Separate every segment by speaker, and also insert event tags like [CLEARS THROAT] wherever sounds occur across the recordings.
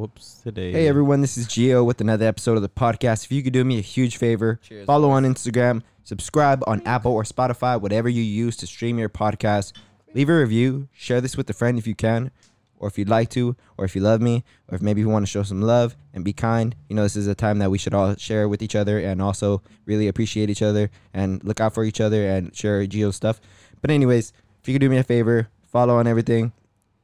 Speaker 1: Whoops today.
Speaker 2: Hey everyone, this is Geo with another episode of the podcast. If you could do me a huge favor,
Speaker 3: Cheers,
Speaker 2: follow on Instagram, subscribe on Apple or Spotify, whatever you use to stream your podcast. Leave a review, share this with a friend if you can, or if you'd like to, or if you love me, or if maybe you want to show some love and be kind. You know, this is a time that we should all share with each other and also really appreciate each other and look out for each other and share Geo's stuff. But anyways, if you could do me a favor, follow on everything,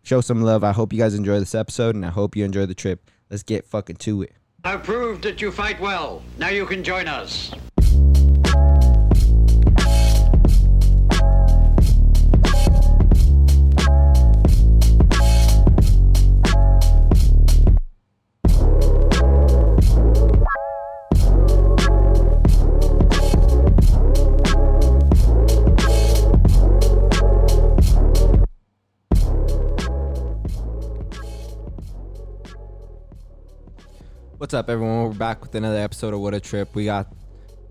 Speaker 2: show some love. I hope you guys enjoy this episode and I hope you enjoy the trip. Let's get fucking to it.
Speaker 4: I've proved that you fight well. Now you can join us.
Speaker 2: What's up, everyone? We're back with another episode of What a Trip. We got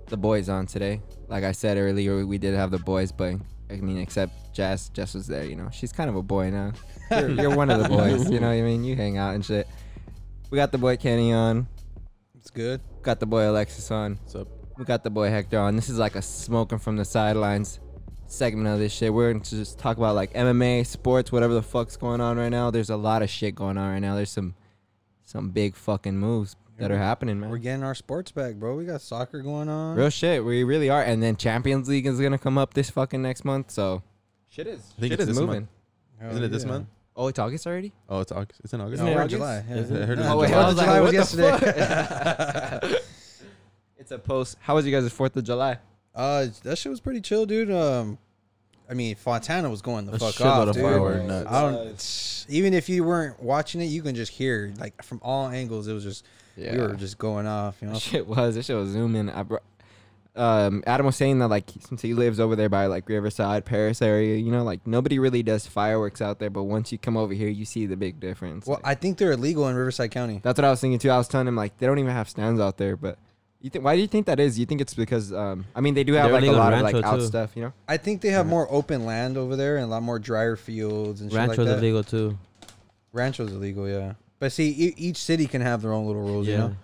Speaker 2: the boys on today. Like I said earlier, we did have the boys, but I mean, except Jess. Jess was there, you know. She's kind of a boy now. [LAUGHS] You're, you're one of the boys, you know what I mean? You hang out and shit. We got the boy Kenny on.
Speaker 3: It's good.
Speaker 2: Got the boy Alexis on.
Speaker 1: What's up?
Speaker 2: We got the boy Hector on. This is like a smoking from the sidelines segment of this shit. We're going to just talk about like MMA, sports, whatever the fuck's going on right now. There's a lot of shit going on right now. There's some some big fucking moves that are happening, man.
Speaker 3: We're getting our sports back, bro. We got soccer going on.
Speaker 2: Real shit, we really are. And then Champions League is gonna come up this fucking next month, so shit is
Speaker 5: I
Speaker 2: shit
Speaker 5: think it's
Speaker 2: is
Speaker 5: this
Speaker 2: moving.
Speaker 5: month.
Speaker 3: Hell
Speaker 5: Isn't it this
Speaker 3: yeah.
Speaker 5: month?
Speaker 2: Oh, it's August already.
Speaker 5: Oh, it's August. It's in August.
Speaker 2: Isn't
Speaker 3: No,
Speaker 2: it
Speaker 3: we're in
Speaker 2: August?
Speaker 3: July. Yeah.
Speaker 5: Is it? I heard it
Speaker 3: No,
Speaker 5: was
Speaker 2: Oh wait,
Speaker 3: July.
Speaker 2: I was like,
Speaker 3: July was
Speaker 2: what
Speaker 5: [LAUGHS]
Speaker 2: the
Speaker 3: yesterday.
Speaker 2: fuck? [LAUGHS] it's a post. How was you guys' Fourth of July?
Speaker 3: Uh, that shit was pretty chill, dude. Um, I mean, Fontana was going the
Speaker 5: A
Speaker 3: fuck
Speaker 5: shitload
Speaker 3: off,
Speaker 5: of
Speaker 3: dude.
Speaker 5: fireworks. Nuts.
Speaker 3: I don't. Even if you weren't watching it, you can just hear like from all angles. It was just we were just going off, you know.
Speaker 2: That [LAUGHS] shit was. That shit was zooming. I br- um, Adam was saying that like since he lives over there by like Riverside, Paris area, you know, like nobody really does fireworks out there. But once you come over here, you see the big difference.
Speaker 3: Well,
Speaker 2: Like,
Speaker 3: I think they're illegal in Riverside County.
Speaker 2: that's what I was thinking too. I was telling him like they don't even have stands out there. But you think why do you think that is? You think it's because um, I mean they do have
Speaker 1: They're
Speaker 2: like a
Speaker 1: illegal in
Speaker 2: lot of like
Speaker 1: Rancho,
Speaker 2: out
Speaker 1: too.
Speaker 2: stuff, you know.
Speaker 3: I think they have more open land over there and a lot more drier fields and shit
Speaker 1: Rancho's
Speaker 3: like that.
Speaker 1: illegal too.
Speaker 3: Rancho's illegal, yeah. But see, e- each city can have their own little rules, you
Speaker 1: Yeah.
Speaker 3: know.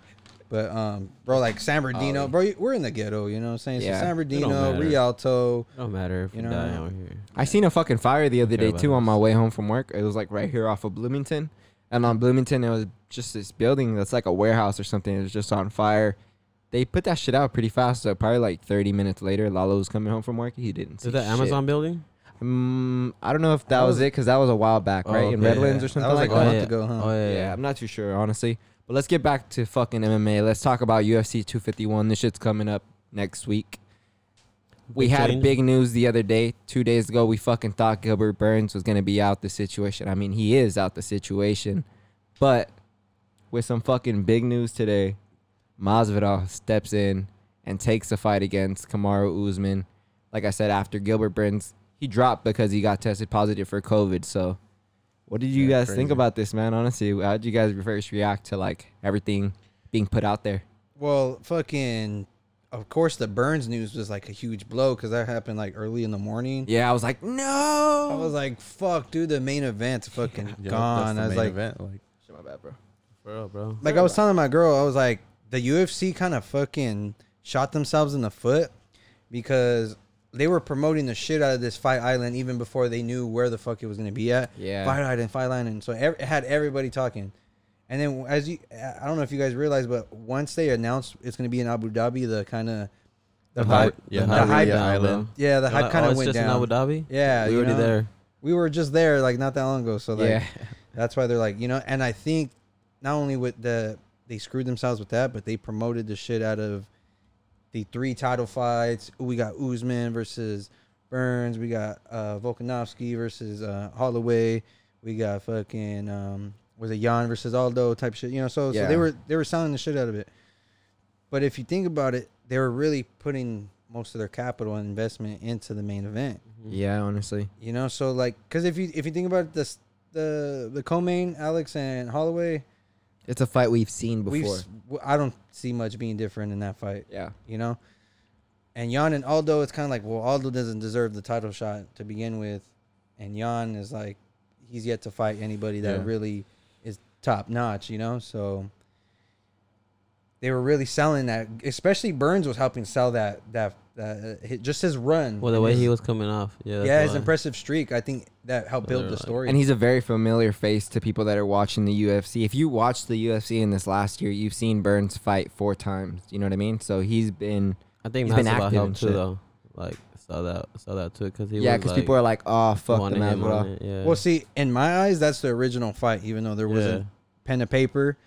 Speaker 3: But um, bro, like San Bernardino,
Speaker 2: Ollie.
Speaker 3: bro, you- we're in the ghetto, you know what I'm saying?
Speaker 2: Yeah.
Speaker 3: So San
Speaker 2: It
Speaker 1: don't
Speaker 3: Bernardino,
Speaker 1: matter.
Speaker 3: Rialto,
Speaker 1: No matter if you
Speaker 3: You know,
Speaker 1: die out here.
Speaker 2: I seen a fucking fire the other
Speaker 1: Don't care
Speaker 2: day
Speaker 1: about
Speaker 2: too on
Speaker 1: us.
Speaker 2: my way home from work. It was like right here off of Bloomington, and on Bloomington it was just this building that's like a warehouse or something. It was just on fire. They put that shit out pretty fast. So probably like thirty minutes later, Lalo was coming home from work. He didn't see
Speaker 1: Is that
Speaker 2: shit.
Speaker 1: Amazon building?
Speaker 2: Mm, I don't know if that,
Speaker 3: That
Speaker 2: was,
Speaker 3: was-
Speaker 2: it because that was a while back,
Speaker 1: Oh,
Speaker 2: right? In
Speaker 1: okay.
Speaker 2: Redlands
Speaker 3: Yeah.
Speaker 2: or
Speaker 3: That
Speaker 2: something
Speaker 3: was
Speaker 2: like
Speaker 3: like a
Speaker 2: that.
Speaker 3: month ago, huh?
Speaker 1: Oh yeah.
Speaker 2: Yeah, I'm not too sure, honestly. But let's get back to fucking MMA. Let's talk about UFC 251. This shit's coming up next week. We
Speaker 1: Big
Speaker 2: had
Speaker 1: change.
Speaker 2: big news the other day. Two days ago, we fucking thought Gilbert Burns was going to be out the situation. I mean, he is out the situation. But with some fucking big news today, Masvidal steps in and takes the fight against Kamaru Usman. Like I said, after Gilbert Burns, he dropped because he got tested positive for COVID. So, what did you
Speaker 5: Yeah,
Speaker 2: guys think
Speaker 5: crazy.
Speaker 2: about this, man? Honestly, how did you guys first react to like everything being put out there?
Speaker 3: Well, fucking, of course, the Burns news was like a huge blow because that happened like early in the morning.
Speaker 2: Yeah, I was like, no.
Speaker 3: I was like, fuck, dude, the main event's fucking
Speaker 5: Yeah,
Speaker 3: gone.
Speaker 5: That's the
Speaker 3: I was
Speaker 5: main
Speaker 3: like,
Speaker 5: event. like,
Speaker 2: Shit, my bad, bro.
Speaker 1: Bro, bro.
Speaker 3: like I was telling my girl, I was like, the UFC kind of fucking shot themselves in the foot because they were promoting the shit out of this Fight Island even before they knew where the fuck it was gonna be at.
Speaker 2: Yeah.
Speaker 3: Fight Island, Fight Island. So ev- it had everybody talking. And then as you, I don't know if you guys realize, but once they announced it's gonna be in Abu Dhabi, the kind of the hype,
Speaker 5: yeah,
Speaker 3: the,
Speaker 5: not really
Speaker 3: hype,
Speaker 5: an
Speaker 1: down,
Speaker 5: island.
Speaker 1: bro.
Speaker 3: yeah, the
Speaker 1: You're
Speaker 3: hype
Speaker 1: like,
Speaker 3: kind
Speaker 1: oh,
Speaker 3: of
Speaker 1: it's
Speaker 3: went
Speaker 1: just in
Speaker 3: down.
Speaker 1: Abu Dhabi.
Speaker 3: Yeah,
Speaker 1: we
Speaker 3: you
Speaker 1: already
Speaker 3: know?
Speaker 1: there.
Speaker 3: we were just there like not that long ago so like
Speaker 2: Yeah.
Speaker 3: [LAUGHS] that's why they're like you know and i think not only with the they screwed themselves with that but they promoted the shit out of the three title fights we got Usman versus burns we got uh volkanovski versus uh holloway we got fucking um was it jan versus aldo type shit you know so, so
Speaker 2: Yeah.
Speaker 3: they were they were selling the shit out of it but if you think about it they were really putting most of their capital and investment into the main event
Speaker 2: Yeah, honestly.
Speaker 3: you know, so like, cause if you if you think about this, the the co-main Alex and Holloway,
Speaker 2: It's a fight we've seen before.
Speaker 3: we've s- w- I don't see much being different in that fight.
Speaker 2: yeah.
Speaker 3: You know, and Jan and Aldo, it's kind of like, well, Aldo doesn't deserve the title shot to begin with, and Jan is like, he's yet to fight anybody that
Speaker 5: Yeah.
Speaker 3: really is top notch, you know? So they were really selling that, especially Burns was helping sell that that, that uh, hi- just his run.
Speaker 1: Well, the
Speaker 3: and
Speaker 1: way
Speaker 3: his-
Speaker 1: he was coming off. Yeah. that's
Speaker 3: yeah, his
Speaker 1: why.
Speaker 3: impressive streak. I think that helped
Speaker 1: they're
Speaker 3: build the
Speaker 1: like-
Speaker 3: story.
Speaker 2: And he's a very familiar face to people that are watching the UFC. If you watched the UFC in this last year, you've seen Burns fight four times. You know what I mean? So he's been
Speaker 1: I think
Speaker 2: he's been
Speaker 1: that's about
Speaker 2: active
Speaker 1: him
Speaker 2: and
Speaker 1: too,
Speaker 2: shit.
Speaker 1: though. Like saw that, saw that too, because he
Speaker 2: yeah,
Speaker 1: because
Speaker 2: because people are like, oh fuck the Masvidal.
Speaker 1: Yeah.
Speaker 3: Well, see, in my eyes, that's the original fight, even though there wasn't
Speaker 1: Yeah.
Speaker 3: pen to paper.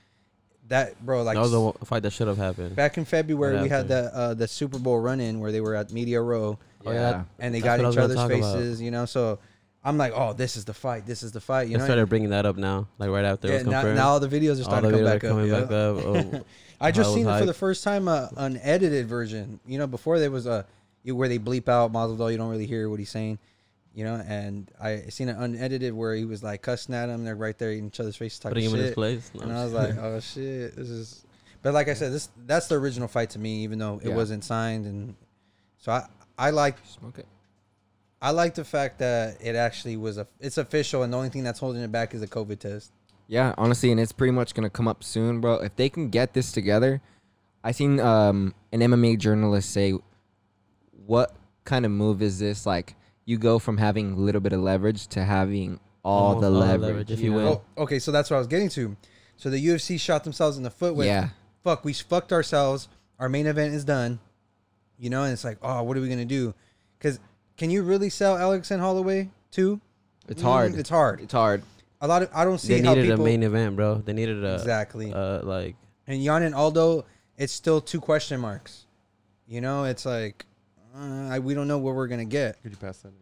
Speaker 3: That bro, like
Speaker 1: that was the one- fight that should have happened.
Speaker 3: back in February,
Speaker 1: What
Speaker 3: we had
Speaker 1: happened?
Speaker 3: the uh, the Super Bowl run in where they were at Media Row
Speaker 1: Oh, yeah, that-
Speaker 3: and they
Speaker 1: that's
Speaker 3: got
Speaker 1: what I was
Speaker 3: each
Speaker 1: gonna
Speaker 3: other's
Speaker 1: talk about.
Speaker 3: faces, you know. So I'm like, oh, this is the fight. This is the fight. You
Speaker 1: they
Speaker 3: know,
Speaker 1: started bringing that up now, like right after
Speaker 3: yeah,
Speaker 1: it was
Speaker 3: now,
Speaker 1: confirmed.
Speaker 3: now all the videos are
Speaker 1: All
Speaker 3: starting to
Speaker 1: videos
Speaker 3: come
Speaker 1: are
Speaker 3: back up.
Speaker 1: coming
Speaker 3: yeah.
Speaker 1: back
Speaker 3: [LAUGHS]
Speaker 1: up. Oh,
Speaker 3: I just
Speaker 1: was
Speaker 3: seen it for
Speaker 1: hyped.
Speaker 3: the first time a an edited version. You know, before there was a you- where they bleep out Masvidal, you don't really hear what he's saying. You know, and I seen it unedited where he was like cussing at him. They're right there in each other's face talking
Speaker 1: Putting him
Speaker 3: shit.
Speaker 1: in his place. No,
Speaker 3: and
Speaker 1: I'm
Speaker 3: I was
Speaker 1: just-
Speaker 3: like, oh shit, this is. But like I said, this that's the original fight to me, even though it
Speaker 2: Yeah.
Speaker 3: wasn't signed, and so I I like
Speaker 2: Smoke it.
Speaker 3: I like the fact that it actually was a it's official, and the only thing that's holding it back is a COVID test.
Speaker 2: Yeah, honestly, and it's pretty much gonna come up soon, bro. If they can get this together, I seen um, an MMA journalist say, "What kind of move is this? Like, you go from having a little bit of leverage to having all
Speaker 1: Almost
Speaker 2: the
Speaker 1: all the
Speaker 2: leverage,
Speaker 1: leverage if you
Speaker 2: know?
Speaker 1: win.
Speaker 3: Oh, okay, so that's what I was getting to. So the UFC shot themselves in the foot with,
Speaker 2: Yeah.
Speaker 3: fuck, we fucked ourselves. Our main event is done, you know, and it's like, oh, what are we gonna do? Because can you really sell Alex and Holloway too?
Speaker 2: It's
Speaker 3: Mm,
Speaker 2: hard.
Speaker 3: it's hard.
Speaker 2: It's hard.
Speaker 3: A lot of I don't see
Speaker 1: they
Speaker 3: how
Speaker 1: needed
Speaker 3: people
Speaker 1: a main event, bro. They needed a
Speaker 3: Exactly.
Speaker 1: uh, like
Speaker 3: and Jan and Aldo. It's still two question marks. You know, it's like uh, I, we don't know what we're gonna get.
Speaker 5: Could you pass that?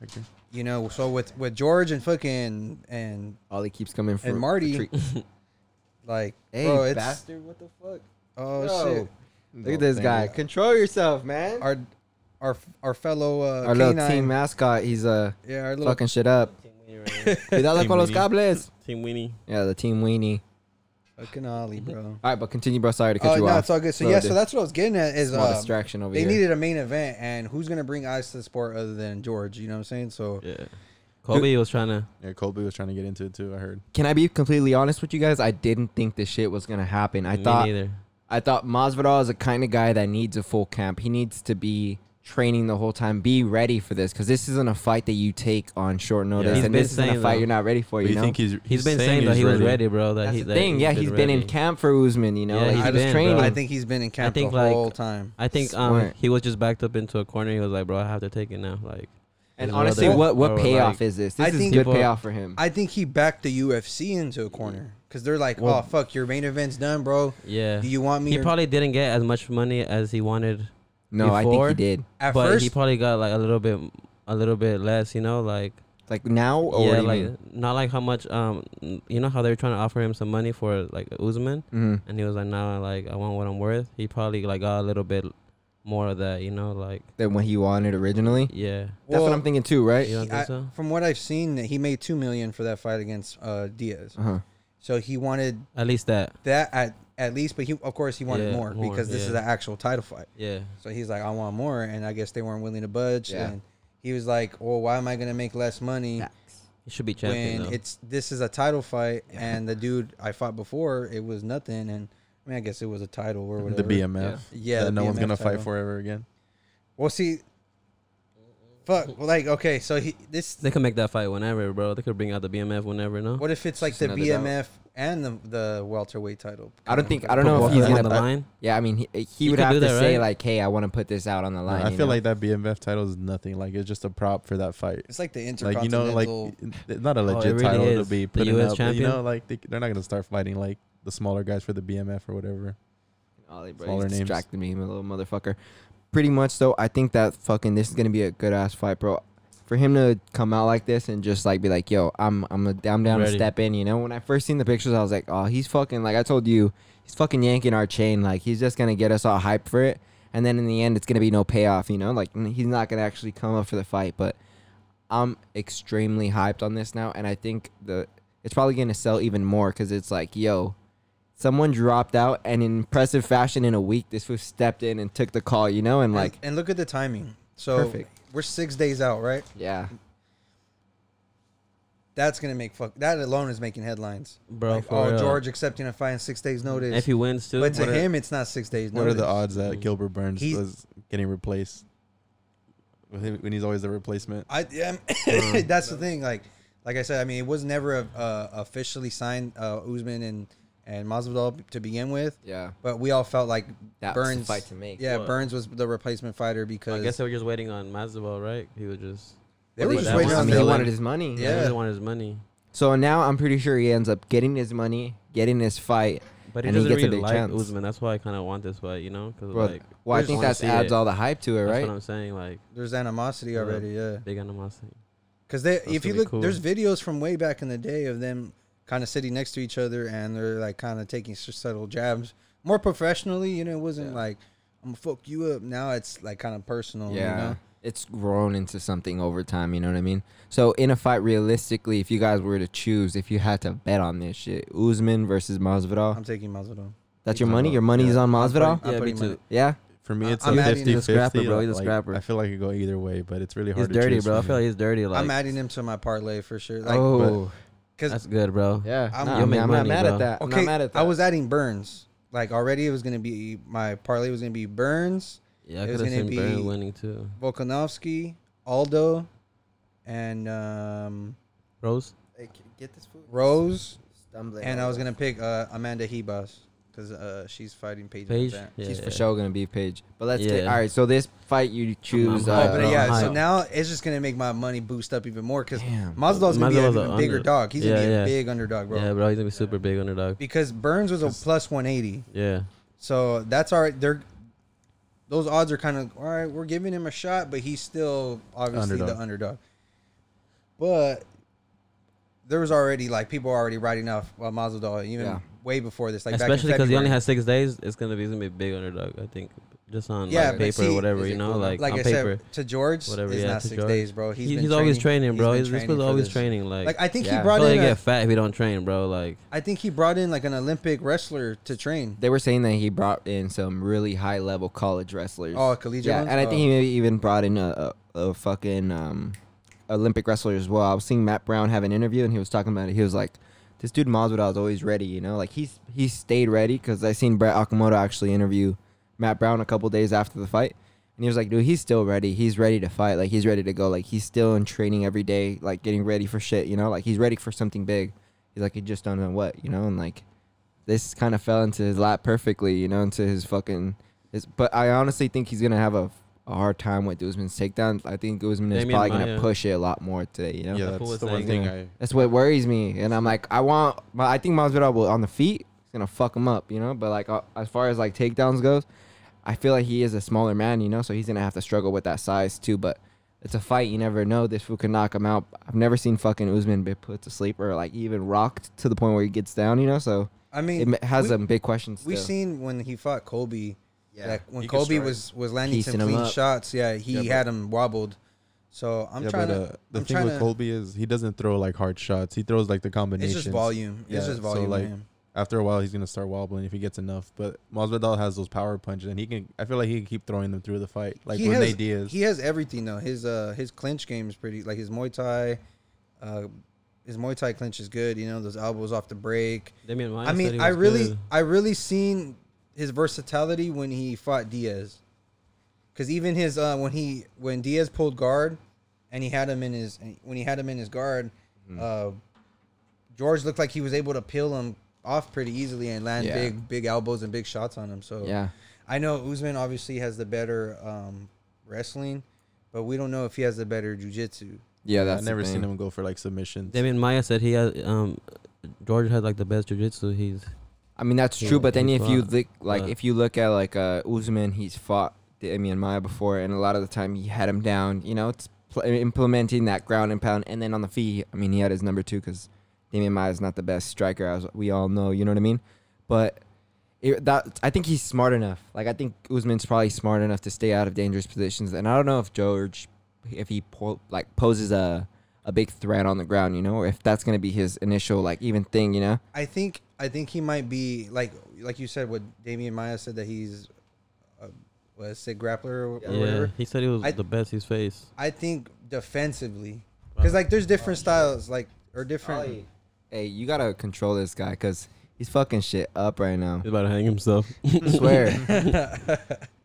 Speaker 5: Hector?
Speaker 3: You know, so with with George and fucking and
Speaker 2: Ollie keeps coming for
Speaker 3: and
Speaker 2: [LAUGHS]
Speaker 3: Marty,
Speaker 2: retreat.
Speaker 3: like,
Speaker 2: Hey,
Speaker 3: bro, it's
Speaker 2: bastard! What the fuck?
Speaker 3: oh
Speaker 2: Bro.
Speaker 3: shit.
Speaker 2: Look at this
Speaker 5: Thank
Speaker 2: guy.
Speaker 5: you.
Speaker 2: Control yourself, man. Our,
Speaker 3: our our our fellow uh,
Speaker 2: little
Speaker 3: canine-
Speaker 2: team mascot. He's uh
Speaker 3: Yeah, our little
Speaker 2: fucking shit [LAUGHS] up. Cuidado
Speaker 1: Team
Speaker 2: con los
Speaker 1: Weenie.
Speaker 2: cables.
Speaker 1: Team Weenie.
Speaker 2: Yeah, the team weenie.
Speaker 3: fucking Ollie, uh, bro.
Speaker 2: All right, but continue, bro. Sorry to Mm-hmm. cut
Speaker 3: Oh
Speaker 2: you
Speaker 3: no,
Speaker 2: off.
Speaker 3: it's all good. So
Speaker 2: Little
Speaker 3: yeah,
Speaker 2: dude.
Speaker 3: so that's what I was getting at is
Speaker 2: Small
Speaker 3: uh,
Speaker 2: distraction over
Speaker 3: they
Speaker 2: here.
Speaker 3: needed a main event, and who's gonna bring eyes to the sport other than George? You know what I'm saying? So
Speaker 1: [LAUGHS] Yeah. Kobe was trying to.
Speaker 5: Yeah, Colby was trying to get into it too. I heard.
Speaker 2: Can I be completely honest with you guys? I didn't think this shit was gonna happen. I
Speaker 1: me
Speaker 2: thought
Speaker 1: neither.
Speaker 2: I thought Masvidal is the kind of guy that needs a full camp. He needs to be training the whole time. Be ready for this because this isn't a fight that you take on short notice,
Speaker 1: He's
Speaker 2: and
Speaker 1: been
Speaker 2: this isn't a
Speaker 1: saying,
Speaker 2: fight
Speaker 1: though.
Speaker 2: you're not ready for.
Speaker 5: But
Speaker 2: You,
Speaker 5: you,
Speaker 2: know,
Speaker 5: think he's
Speaker 1: He's been saying that he was ready, bro. That
Speaker 2: that's
Speaker 1: he,
Speaker 2: the
Speaker 1: that
Speaker 2: thing. Yeah, he's been in
Speaker 1: ready.
Speaker 2: camp for Usman. You know,
Speaker 1: Yeah,
Speaker 2: like,
Speaker 1: he's
Speaker 2: he was
Speaker 1: been,
Speaker 2: training.
Speaker 1: bro.
Speaker 3: I think he's been in camp
Speaker 1: think,
Speaker 3: the
Speaker 1: like-
Speaker 3: whole time.
Speaker 1: I think um
Speaker 2: Smart.
Speaker 1: he was just backed up into a corner. He was like, "Bro, I have to take it now." Like,
Speaker 2: and
Speaker 1: his
Speaker 2: honestly,
Speaker 1: brother-
Speaker 2: what what
Speaker 1: bro,
Speaker 2: payoff
Speaker 1: like-
Speaker 2: is this? This
Speaker 3: I
Speaker 2: is
Speaker 3: think-
Speaker 2: good
Speaker 1: People-
Speaker 2: payoff for him.
Speaker 3: I think he backed the UFC into a corner because they're like, "Oh fuck, your main event's done, bro.
Speaker 1: Yeah.
Speaker 3: Do you want me?"
Speaker 1: He
Speaker 3: or-"
Speaker 1: probably didn't get as much money as he wanted,
Speaker 2: no, I think he
Speaker 1: before-
Speaker 2: did.
Speaker 3: at
Speaker 1: but
Speaker 3: first,
Speaker 1: he probably got like a little bit, a little bit less. You know, like
Speaker 2: Like now,
Speaker 1: yeah,
Speaker 2: or what do you
Speaker 1: like
Speaker 2: mean?
Speaker 1: not like how much um you know how they were trying to offer him some money for like Usman,
Speaker 2: Mhm.
Speaker 1: and he was like, "Nah, like I want what I'm worth." He probably like got a little bit more of that. You know, like
Speaker 2: than what he wanted originally.
Speaker 1: yeah.
Speaker 2: That's
Speaker 3: Well,
Speaker 2: what I'm thinking too, right?
Speaker 1: You don't
Speaker 3: he-
Speaker 1: think
Speaker 3: I-
Speaker 1: so?
Speaker 3: from what I've seen, he made two million for that fight against uh, Diaz.
Speaker 2: Uh-huh.
Speaker 3: So he wanted
Speaker 1: At least that.
Speaker 3: that at at least, but he of course he wanted
Speaker 1: Yeah,
Speaker 3: more,
Speaker 1: more,
Speaker 3: because this
Speaker 1: yeah.
Speaker 3: is an actual title fight.
Speaker 1: Yeah.
Speaker 3: So he's like, I want more, and I guess they weren't willing to budge.
Speaker 2: Yeah.
Speaker 3: And he was like, Well, why am I gonna make less money
Speaker 1: He should be champion
Speaker 3: when
Speaker 1: though.
Speaker 3: it's this is a title fight and the dude I fought before it was nothing and I mean I guess it was a title or whatever.
Speaker 5: The BMF.
Speaker 3: Yeah, the
Speaker 5: That no one's
Speaker 3: BMF
Speaker 5: gonna fight
Speaker 3: title.
Speaker 5: forever again.
Speaker 3: Well, see, fuck. Well, like okay, so he this.
Speaker 1: they could make that fight whenever, bro. They could bring out the BMF whenever, no?
Speaker 3: What if it's like
Speaker 2: Just
Speaker 3: the
Speaker 2: another doubt.
Speaker 3: BMF and the the welterweight title?
Speaker 2: I don't think I don't
Speaker 1: Put
Speaker 2: know
Speaker 1: both
Speaker 2: if
Speaker 1: of
Speaker 2: he's
Speaker 1: them on
Speaker 2: gonna.
Speaker 1: the line.
Speaker 2: Yeah, I mean, he, he
Speaker 1: You
Speaker 2: would
Speaker 1: could
Speaker 2: have
Speaker 1: do
Speaker 2: to
Speaker 1: that,
Speaker 2: say
Speaker 1: right?
Speaker 2: like, "Hey, I want to put this out on the line."
Speaker 5: I
Speaker 2: you
Speaker 5: feel
Speaker 2: know?
Speaker 5: like that BMF title is nothing. Like it's just a prop for that fight.
Speaker 3: It's like the
Speaker 5: Like you
Speaker 3: intercontinental.
Speaker 5: know, like it's not a
Speaker 1: it
Speaker 5: legit
Speaker 1: really
Speaker 5: title to
Speaker 1: is.
Speaker 5: be
Speaker 1: The
Speaker 5: putting
Speaker 1: US
Speaker 5: up. but You
Speaker 1: champion?
Speaker 5: know, like they, they're not gonna start fighting like the smaller guys for the BMF or whatever.
Speaker 2: Ollie, bro,
Speaker 5: Smaller
Speaker 2: he's
Speaker 5: names.
Speaker 2: distracted me, my little motherfucker. Pretty much though, I think that fucking this is gonna be a good ass fight, bro. For him to come out like this and just like be like, "Yo, I'm I'm a, I'm down to
Speaker 1: Ready.
Speaker 2: step in," you know. When I first seen the pictures, I was like, "Oh, he's fucking like I told you, he's fucking yanking our chain. Like he's just gonna get us all hyped for it, and then in the end, it's gonna be no payoff, you know. Like n- he's not gonna actually come up for the fight, but." I'm extremely hyped on this now, and I think the it's probably gonna sell even more because it's like, yo, someone dropped out, and in impressive fashion in a week, this was stepped in and took the call, you know, and like,
Speaker 3: and, and look at the timing. So
Speaker 2: Perfect.
Speaker 3: we're six days out, right?
Speaker 2: yeah,
Speaker 3: That's gonna make fuck. That alone is making headlines,
Speaker 1: Bro,
Speaker 3: Like,
Speaker 1: for
Speaker 3: oh,
Speaker 1: real.
Speaker 3: George accepting a fine six days notice.
Speaker 1: If he wins too,
Speaker 3: but to
Speaker 1: what are-
Speaker 3: him, it's not six days
Speaker 5: What are
Speaker 3: notice.
Speaker 5: the odds that Gilbert Burns
Speaker 3: He's-
Speaker 5: was getting replaced with him- when he's always the replacement?
Speaker 3: I am. [LAUGHS] that's the thing. Like, like I said, I mean, it was never a, uh, officially signed uh, Usman and and Masvidal to begin with.
Speaker 6: Yeah.
Speaker 3: But we all felt like
Speaker 6: That was the
Speaker 3: Burns
Speaker 6: fight to make.
Speaker 3: Yeah,
Speaker 1: What?
Speaker 3: Burns was the replacement fighter because
Speaker 1: I guess they were just waiting on Masvidal, right? He was just
Speaker 3: they
Speaker 1: Well,
Speaker 3: were
Speaker 1: they
Speaker 3: just
Speaker 1: just
Speaker 3: waiting
Speaker 1: want
Speaker 3: on
Speaker 1: him
Speaker 6: he
Speaker 1: to
Speaker 3: the
Speaker 1: win.
Speaker 6: wanted his money.
Speaker 1: yeah. he
Speaker 3: Yeah.
Speaker 1: just wanted his money,
Speaker 2: So now I'm pretty sure he ends up getting his money, getting his fight,
Speaker 1: but he
Speaker 2: and he
Speaker 1: doesn't
Speaker 2: gets a
Speaker 1: really
Speaker 2: big
Speaker 1: like
Speaker 2: chance.
Speaker 1: Usman. That's why I kind of want this fight, you know? Because
Speaker 2: Bro,
Speaker 1: like,
Speaker 2: well, I
Speaker 1: just
Speaker 2: think
Speaker 1: wanna
Speaker 2: that
Speaker 1: see
Speaker 2: adds
Speaker 1: it.
Speaker 2: all the hype to it,
Speaker 1: that's
Speaker 2: right?
Speaker 1: what I'm saying. Like
Speaker 3: There's animosity
Speaker 1: Yeah.
Speaker 3: already. Yeah.
Speaker 1: big animosity.
Speaker 3: Because they,
Speaker 1: That's
Speaker 3: if
Speaker 1: gonna
Speaker 3: you
Speaker 1: be
Speaker 3: look,
Speaker 1: cool.
Speaker 3: there's videos from way back in the day of them kind of sitting next to each other and they're like kind of taking s- subtle jabs more professionally. You know, it wasn't like I'm gonna fuck you up. Now it's like kind of
Speaker 2: Yeah.
Speaker 3: personal. Oh, You know?
Speaker 2: It's grown into something over time, you know what I mean? So in a fight, realistically, if you guys were to choose, if you had to bet on this shit, Usman versus Masvidal,
Speaker 3: I'm taking Masvidal.
Speaker 2: that's your money. Your money's on Masvidal.
Speaker 3: I'm
Speaker 1: Yeah, me
Speaker 3: putting my-
Speaker 1: too.
Speaker 2: Yeah,
Speaker 5: For me,
Speaker 3: I-
Speaker 5: it's
Speaker 3: I'm
Speaker 5: a
Speaker 3: adding- He's
Speaker 5: 50
Speaker 3: a
Speaker 2: scrapper, bro. He's a
Speaker 5: like,
Speaker 2: scrapper.
Speaker 5: I feel like it go either way, but it's really
Speaker 1: He's
Speaker 5: hard. to
Speaker 1: dirty,
Speaker 5: choose
Speaker 1: bro. I
Speaker 5: for
Speaker 1: feel
Speaker 5: me.
Speaker 1: like he's dirty. Like
Speaker 3: I'm adding him to my parlay for sure. Like,
Speaker 2: oh,
Speaker 3: because
Speaker 1: that's good, bro.
Speaker 2: yeah.
Speaker 3: I'm-
Speaker 2: Nah, I
Speaker 3: You'll
Speaker 2: mean,
Speaker 1: make
Speaker 2: I'm
Speaker 1: money,
Speaker 2: not mad
Speaker 1: bro.
Speaker 2: at that.
Speaker 3: okay,
Speaker 2: I'm not mad at that.
Speaker 3: I was adding Burns. Like already, it was gonna be my parlay was gonna be Burns,
Speaker 1: Yeah, I
Speaker 3: It's
Speaker 1: could have
Speaker 3: gonna
Speaker 1: seen
Speaker 3: be-
Speaker 1: Burns winning too.
Speaker 3: Volkanovski, Aldo, and um,
Speaker 1: Rose,
Speaker 6: Get this food.
Speaker 3: Rose.
Speaker 6: Stumbling.
Speaker 3: And I was gonna pick uh, Amanda Hebas because uh, she's fighting Paige.
Speaker 1: Paige,
Speaker 3: Van Zandt.
Speaker 1: yeah,
Speaker 2: She's for sure gonna be Paige. But let's get
Speaker 1: Yeah.
Speaker 2: all right. So this fight, you choose.
Speaker 1: I'm
Speaker 2: Uh,
Speaker 1: hyped,
Speaker 3: Oh, But
Speaker 1: bro.
Speaker 3: yeah,
Speaker 1: I'm
Speaker 3: so
Speaker 1: hyped.
Speaker 3: now it's just gonna make my money boost up even more because
Speaker 2: Damn.
Speaker 3: Mazdal's gonna be an
Speaker 1: Masvidal's
Speaker 3: even
Speaker 1: a
Speaker 3: bigger
Speaker 1: under-
Speaker 3: dog. He's gonna
Speaker 1: Yeah,
Speaker 3: be a
Speaker 1: yeah.
Speaker 3: big underdog, bro.
Speaker 1: yeah, bro, he's gonna be super big underdog.
Speaker 3: Because Burns was a plus 180,
Speaker 1: Yeah,
Speaker 3: so that's all right. They're those odds are kind of all right. We're giving him a shot, but he's still obviously the
Speaker 5: Underdog.
Speaker 3: underdog. But there was already like people already writing off uh, Masvidal even
Speaker 2: Yeah.
Speaker 3: way before this, like
Speaker 1: especially because he
Speaker 3: you
Speaker 1: only has six days. It's gonna be he's gonna be a big underdog. I think just on
Speaker 3: Yeah,
Speaker 1: like,
Speaker 3: but
Speaker 1: paper
Speaker 3: see,
Speaker 1: or whatever,
Speaker 6: is
Speaker 1: you
Speaker 6: it
Speaker 1: know,
Speaker 6: cool?
Speaker 1: like,
Speaker 3: like
Speaker 1: on
Speaker 3: I
Speaker 1: paper.
Speaker 3: said, to George,
Speaker 1: Whatever,
Speaker 3: is
Speaker 1: yeah,
Speaker 3: not
Speaker 1: to
Speaker 3: six
Speaker 1: George.
Speaker 3: days, bro.
Speaker 1: he's,
Speaker 3: been
Speaker 1: he's always training,
Speaker 3: He's
Speaker 1: bro.
Speaker 3: been
Speaker 1: He's, this
Speaker 3: training
Speaker 1: fool's
Speaker 3: for
Speaker 1: always
Speaker 3: this.
Speaker 1: training. Like,
Speaker 3: Like I think
Speaker 2: Yeah.
Speaker 3: he brought
Speaker 1: so they
Speaker 3: in. A,
Speaker 1: get fat if he don't train, bro. Like,
Speaker 3: I think he brought in like an Olympic wrestler to train.
Speaker 2: They were saying that he brought in some really high level college wrestlers.
Speaker 3: Oh, collegiate
Speaker 2: Yeah,
Speaker 3: ones?
Speaker 2: and I
Speaker 3: Oh.
Speaker 2: think he maybe even brought in a, a, a fucking um, Olympic wrestler as well. I was seeing Matt Brown have an interview and he was talking about it. He was like, "This dude Masvidal is always ready, you know. Like he's he stayed ready because I seen Brett Okamoto actually interview Matt Brown a couple days after the fight, and he was like, "Dude, he's still ready. He's ready to fight. Like he's ready to go. Like he's still in training every day, like getting ready for shit, you know. Like he's ready for something big. He's like, he just don't know what, you know, and like." this kind of fell into his lap perfectly, you know, into his fucking. His, but I honestly think he's gonna have a, a hard time with Usman's takedown. I think Usman is
Speaker 1: Damian
Speaker 2: probably gonna
Speaker 1: Maia.
Speaker 2: push it a lot more today. You know,
Speaker 5: Yeah,
Speaker 1: That's what
Speaker 5: that's the
Speaker 1: we're
Speaker 5: one
Speaker 1: saying.
Speaker 5: thing I.
Speaker 2: that's what worries me, and I'm like, I want. My, I think Masvidal will on the feet. He's gonna fuck him up, you know. But like uh, as far as like takedowns goes, I feel like he is a smaller man, you know, so he's gonna have to struggle with that size too. But it's a fight, you never know. This fool can knock him out. I've never seen fucking Usman be put to sleep or like even rocked to the point where he gets down, you know. So
Speaker 3: I
Speaker 2: it
Speaker 3: mean,
Speaker 2: ma- has
Speaker 3: we,
Speaker 2: some big questions.
Speaker 3: We've
Speaker 2: still.
Speaker 3: seen when he fought Kobe. Yeah, like when
Speaker 6: He could
Speaker 3: Kobe
Speaker 6: strike.
Speaker 3: was was landing
Speaker 2: Piecing
Speaker 3: some
Speaker 2: him
Speaker 3: clean
Speaker 2: up.
Speaker 3: shots. Yeah, he
Speaker 5: Yeah, but-
Speaker 3: had him wobbled. So I'm
Speaker 5: yeah,
Speaker 3: trying
Speaker 5: but uh,
Speaker 3: to.
Speaker 5: the
Speaker 3: I'm
Speaker 5: thing
Speaker 3: trying
Speaker 5: with
Speaker 3: to.
Speaker 5: Colby is he doesn't throw like hard shots. He throws like the
Speaker 3: it's
Speaker 5: combinations.
Speaker 3: just volume.
Speaker 5: Yeah,
Speaker 3: it's just
Speaker 5: so,
Speaker 3: volume.
Speaker 5: like,
Speaker 3: man.
Speaker 5: After a while, he's gonna start wobbling if he gets enough. But Masvidal has those power punches, and he can. I feel like he can keep throwing them through the fight, like
Speaker 3: he
Speaker 5: when
Speaker 3: has,
Speaker 5: they Diaz.
Speaker 3: He has everything though. His uh his clinch game is pretty like his Muay Thai, uh his Muay Thai clinch is good, you know, those elbows off the break.
Speaker 1: Damian Maia
Speaker 3: I
Speaker 1: said he
Speaker 3: mean, I
Speaker 1: was
Speaker 3: really
Speaker 1: good.
Speaker 3: I really seen his versatility when he fought Diaz. Cuz even his uh when he when Diaz pulled guard and he had him in his when he had him in his guard,
Speaker 2: Mm.
Speaker 3: uh George looked like he was able to peel him off pretty easily and land
Speaker 2: Yeah.
Speaker 3: big big elbows and big shots on him. So
Speaker 2: Yeah.
Speaker 3: I know Usman obviously has the better um, wrestling, but we don't know if he has the better jujitsu.
Speaker 2: Yeah, that's
Speaker 5: I've never seen him go for like submissions.
Speaker 1: Damian Maya said he has um, George has like the best jujitsu. He's
Speaker 2: I mean, that's
Speaker 1: Yeah,
Speaker 2: true. But then
Speaker 1: he's
Speaker 2: if you
Speaker 1: fought,
Speaker 2: look, like,
Speaker 1: but-
Speaker 2: if you look at like uh, Usman, he's fought Damian Maya before, and a lot of the time he had him down. You know, it's pl- implementing that ground and pound, and then on the feet. I mean, he had his number two because Damian Maya is not the best striker, as we all know. You know what I mean? But it, that I think he's smart enough. Like I think Usman's probably smart enough to stay out of dangerous positions. And I don't know if George, if he po- like poses a a big threat on the ground, you know, or if that's gonna be his initial like even thing, you know.
Speaker 3: I think I think he might be like like you said what Damian Maya said that he's uh, a, was sick grappler or, or
Speaker 1: yeah.
Speaker 3: whatever.
Speaker 1: He said he was
Speaker 3: I-
Speaker 1: the best he's faced.
Speaker 3: I think defensively because like there's different styles. Like or different.
Speaker 2: Hey, you gotta control this guy because he's fucking shit up right now.
Speaker 1: He's about to hang
Speaker 3: [LAUGHS]
Speaker 1: himself.
Speaker 2: Swear.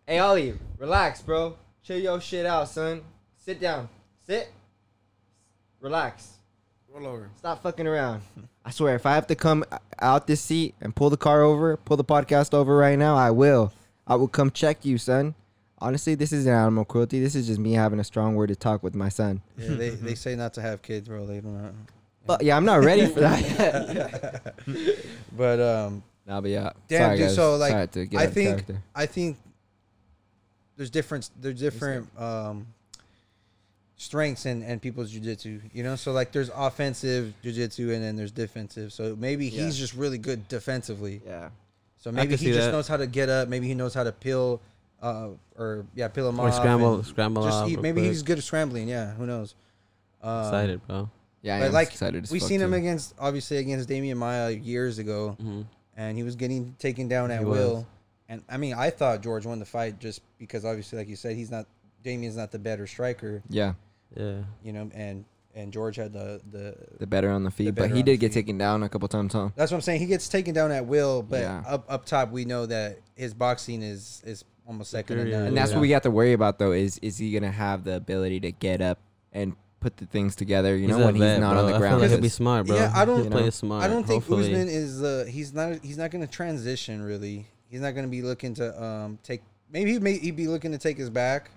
Speaker 2: hey, Ollie, relax, bro. Chill your shit out, son. Sit down. Sit. Relax.
Speaker 5: Roll over.
Speaker 2: Stop fucking around. I swear, if I have to come out this seat and pull the car over, pull the podcast over right now, I will. I will come check you, son. Honestly, this isn't animal cruelty. This is just me having a strong word to talk with my son.
Speaker 3: Yeah,
Speaker 1: [LAUGHS]
Speaker 3: they, they say not to have kids, bro. They don't.
Speaker 2: But yeah, I'm not ready for that yet.
Speaker 3: But um,
Speaker 2: Nah, but yeah.
Speaker 3: damn,
Speaker 2: Sorry,
Speaker 3: dude.
Speaker 2: guys.
Speaker 3: So like,
Speaker 2: Sorry to get
Speaker 3: I
Speaker 2: out of
Speaker 3: think
Speaker 2: character.
Speaker 3: I think there's different there's different um strengths in and people's jujitsu. You know, so like there's offensive jujitsu and then there's defensive. So maybe
Speaker 2: Yeah.
Speaker 3: he's just really good defensively.
Speaker 2: Yeah.
Speaker 3: So maybe
Speaker 1: could
Speaker 3: he
Speaker 1: see
Speaker 3: just
Speaker 1: that.
Speaker 3: knows how to get up. Maybe he knows how to peel, uh, or yeah, peel him
Speaker 1: Or
Speaker 3: off
Speaker 1: scramble-
Speaker 3: and
Speaker 1: scramble off
Speaker 3: he-
Speaker 1: real
Speaker 3: maybe
Speaker 1: quick.
Speaker 3: he's good at scrambling. Yeah, who knows? Um,
Speaker 1: Excited, bro.
Speaker 2: Yeah, I
Speaker 3: But
Speaker 2: am
Speaker 3: like
Speaker 2: excited as
Speaker 3: we
Speaker 2: fuck,
Speaker 3: seen him
Speaker 2: too. Mm-hmm.
Speaker 3: against obviously against Damian Maya years ago, and he was getting taken down at
Speaker 1: He was.
Speaker 3: will. And I mean, I thought George won the fight just because obviously, like you said, he's not Damian's not the better striker,
Speaker 2: Yeah,
Speaker 1: Yeah.
Speaker 3: you know, and and George had the the.
Speaker 2: the better on the feet, but
Speaker 3: better
Speaker 2: he
Speaker 3: on the
Speaker 2: did get
Speaker 3: feet.
Speaker 2: taken down a couple times, huh?
Speaker 3: That's what I'm saying. He gets taken down at will, but
Speaker 2: Yeah.
Speaker 3: up up top we know that his boxing is is almost second to
Speaker 1: Superior.
Speaker 3: none.
Speaker 2: And that's
Speaker 1: Yeah.
Speaker 2: what we got to worry about though is is he gonna have the ability to get up and put the things together? You know,
Speaker 1: a
Speaker 2: when he's
Speaker 1: vet,
Speaker 2: not
Speaker 1: bro.
Speaker 2: on the
Speaker 1: I feel
Speaker 2: ground.
Speaker 1: like he'll be
Speaker 2: Because-
Speaker 1: smart, bro.
Speaker 3: Yeah, I don't-
Speaker 1: He'll
Speaker 2: You
Speaker 1: play
Speaker 2: know?
Speaker 1: it smart.
Speaker 3: I don't think
Speaker 1: hopefully.
Speaker 3: Usman is uh he's not he's not going to transition really. He's not going to be looking to um take maybe he may he'd be looking to take his back,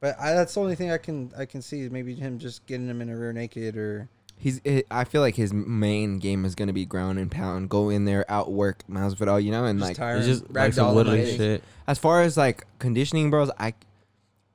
Speaker 3: but I, that's the only thing I can I can see is maybe him just getting him in a rear naked or
Speaker 2: He's. eh, I feel like his main game is gonna be ground and pound. Go in there, outwork Masvidal. You know, and
Speaker 3: just
Speaker 2: like
Speaker 3: tire
Speaker 1: It's
Speaker 3: him,
Speaker 1: just like
Speaker 3: ragdoll
Speaker 1: some
Speaker 3: him
Speaker 1: woodland
Speaker 3: like this.
Speaker 1: shit.
Speaker 2: as far as like conditioning, bros, I.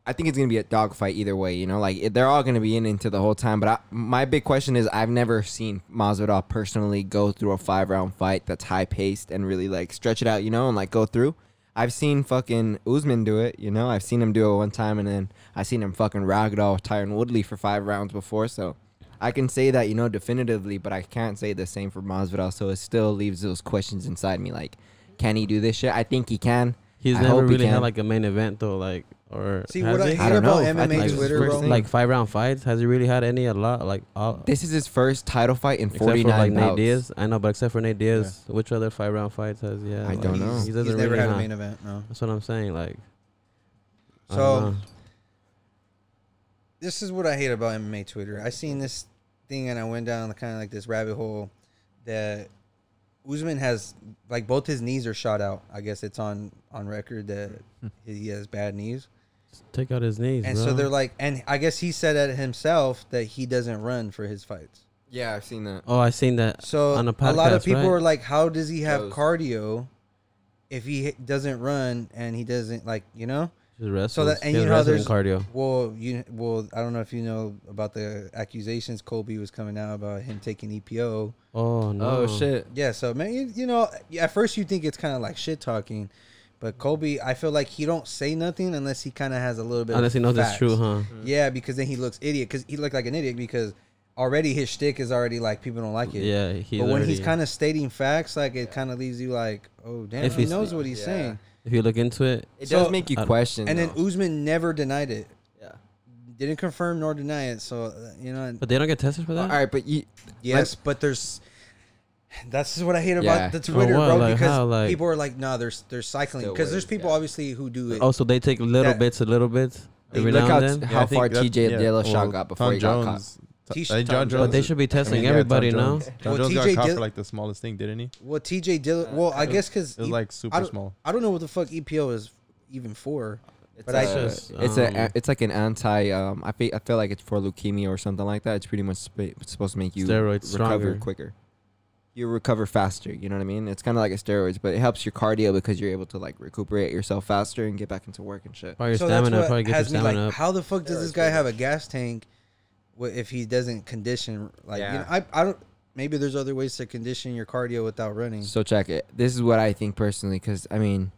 Speaker 2: I think it's gonna be a dogfight either way. You know, like it- they're all gonna be in into the whole time. But I, my big question is, I've never seen Masvidal personally go through a five round fight that's high paced and really like stretch it out. You know, and like go through. I've seen fucking Usman do it. You know, I've seen him do it one time, and then I seen him fucking ragdoll Tyron Woodley for five rounds before. So I can say that you know definitively, but I can't say the same for Masvidal. So it still leaves those questions inside me, like. Can he do this shit? I think he can.
Speaker 1: He's
Speaker 2: I
Speaker 1: never
Speaker 2: hope he
Speaker 1: really
Speaker 2: can.
Speaker 1: had like a main event though, like or
Speaker 3: See,
Speaker 1: has
Speaker 3: what I
Speaker 1: he?
Speaker 3: hate
Speaker 2: don't
Speaker 3: about
Speaker 2: know. I
Speaker 3: MMA
Speaker 2: think
Speaker 1: like,
Speaker 2: it's
Speaker 3: Twitter,
Speaker 2: first
Speaker 3: bro,
Speaker 2: thing.
Speaker 1: like five round fights. Has he really had any a lot? Like all
Speaker 2: This is his first title fight in
Speaker 1: except
Speaker 2: 49
Speaker 1: for like Nate
Speaker 2: bouts.
Speaker 1: Diaz. I know, but except for Nate Diaz, which other five round fights has he had?
Speaker 2: I
Speaker 1: Like,
Speaker 2: don't know.
Speaker 1: He
Speaker 3: he's
Speaker 1: doesn't
Speaker 3: never
Speaker 1: really
Speaker 3: had
Speaker 1: have-
Speaker 3: a main event. No.
Speaker 1: That's what I'm saying. Like I
Speaker 3: So,
Speaker 1: don't know.
Speaker 3: this is what I hate about MMA Twitter. I seen this thing and I went down kind of like this rabbit hole that Usman has like both his knees are shot out. I guess it's on on record that he has bad knees.
Speaker 1: take out his knees.
Speaker 3: And
Speaker 1: bro.
Speaker 3: so they're like and I guess he said at himself that he doesn't run for his fights.
Speaker 2: Yeah, I've seen that.
Speaker 1: oh, I seen that.
Speaker 3: So
Speaker 1: on a,
Speaker 3: a,
Speaker 1: podcast,
Speaker 3: lot of people
Speaker 1: right?
Speaker 3: are like how does he have
Speaker 2: Those.
Speaker 3: cardio if he doesn't run and he doesn't like, you know?
Speaker 1: Just wrestles.
Speaker 3: So that and
Speaker 1: He has
Speaker 3: you know how
Speaker 1: wrestling
Speaker 3: there's
Speaker 1: cardio.
Speaker 3: Well, you well, I don't know if you know about the accusations Colby was coming out about him taking EPO.
Speaker 1: Oh no.
Speaker 2: Oh, shit.
Speaker 3: Yeah, so man, you, you know, at first you think it's kind of like shit talking, but Colby, I feel like he don't say nothing unless he kind of has a little bit.
Speaker 1: Unless he
Speaker 3: of
Speaker 1: knows
Speaker 3: facts.
Speaker 1: it's true, huh?
Speaker 3: Yeah, because then he looks idiot. Because he looked like an idiot because already his shtick is already like people don't like it.
Speaker 1: Yeah, he's
Speaker 3: but when he's
Speaker 1: already-
Speaker 3: kind of stating facts, like it kind of leaves you like, oh damn,
Speaker 1: If
Speaker 3: he
Speaker 1: he's-
Speaker 3: knows what he's
Speaker 2: yeah.
Speaker 3: saying.
Speaker 1: If you look into it,
Speaker 2: It
Speaker 3: So-
Speaker 2: does make you
Speaker 1: I don't-
Speaker 2: question.
Speaker 3: And then
Speaker 2: though.
Speaker 3: Usman never denied it.
Speaker 2: Yeah.
Speaker 3: Didn't confirm nor deny it. So uh, you know,
Speaker 1: but they don't get tested for that.
Speaker 2: all right, but you,
Speaker 3: Yes, but there's. That's what I hate about
Speaker 2: Yeah.
Speaker 3: the
Speaker 1: For
Speaker 3: Twitter,
Speaker 1: what?
Speaker 3: bro.
Speaker 1: Like,
Speaker 3: because
Speaker 1: how, like-
Speaker 3: people are like, no, there's there's cycling
Speaker 2: Still
Speaker 3: because there's
Speaker 2: ways,
Speaker 3: people
Speaker 2: yeah.
Speaker 3: obviously who do it.
Speaker 1: Oh, so they take little
Speaker 3: That-
Speaker 1: bits, a little bits every
Speaker 2: look
Speaker 1: now
Speaker 2: how,
Speaker 1: and then.
Speaker 5: Yeah,
Speaker 2: how
Speaker 5: I think
Speaker 2: far
Speaker 5: that-
Speaker 2: TJ
Speaker 5: yeah,
Speaker 2: Dillashaw
Speaker 5: well,
Speaker 2: got before
Speaker 5: Tom
Speaker 2: he got caught.
Speaker 5: Jones,
Speaker 3: T-
Speaker 5: T- uh, John
Speaker 3: Tom
Speaker 5: Jones.
Speaker 1: But they should be testing everybody, no?
Speaker 5: Tom Jones, Tom
Speaker 3: Well,
Speaker 5: Jones
Speaker 3: TJ
Speaker 5: got caught
Speaker 3: Dill-
Speaker 5: for like the smallest thing, didn't he?
Speaker 3: Well, TJ Dill, well, I guess because
Speaker 5: It was like super
Speaker 3: I don't,
Speaker 5: small.
Speaker 3: I don't know what the fuck EPO is even for, but
Speaker 2: Uh,
Speaker 3: I
Speaker 1: It's just,
Speaker 2: it's a
Speaker 1: um,
Speaker 2: it's like an anti. Um, I feel I feel like it's for leukemia or something like that. It's pretty much sp- it's supposed to make you
Speaker 1: Steroids
Speaker 2: recover
Speaker 1: stronger.
Speaker 2: quicker. You recover faster. You know what I mean? It's kind of like a steroids, but it helps your cardio because you're able to like recuperate yourself faster and get back into work and shit.
Speaker 1: Probably your
Speaker 3: so
Speaker 1: stamina.
Speaker 3: that's what
Speaker 1: Probably get your
Speaker 3: has me like,
Speaker 1: stamina up.
Speaker 3: how the fuck does this
Speaker 2: Steroids
Speaker 3: guy
Speaker 2: pretty
Speaker 3: have a gas tank, wh- if he doesn't condition? Like, you
Speaker 2: Yeah.
Speaker 3: know, I I don't. Maybe there's other ways to condition your cardio without running.
Speaker 2: So check it. This is what I think personally, because I mean,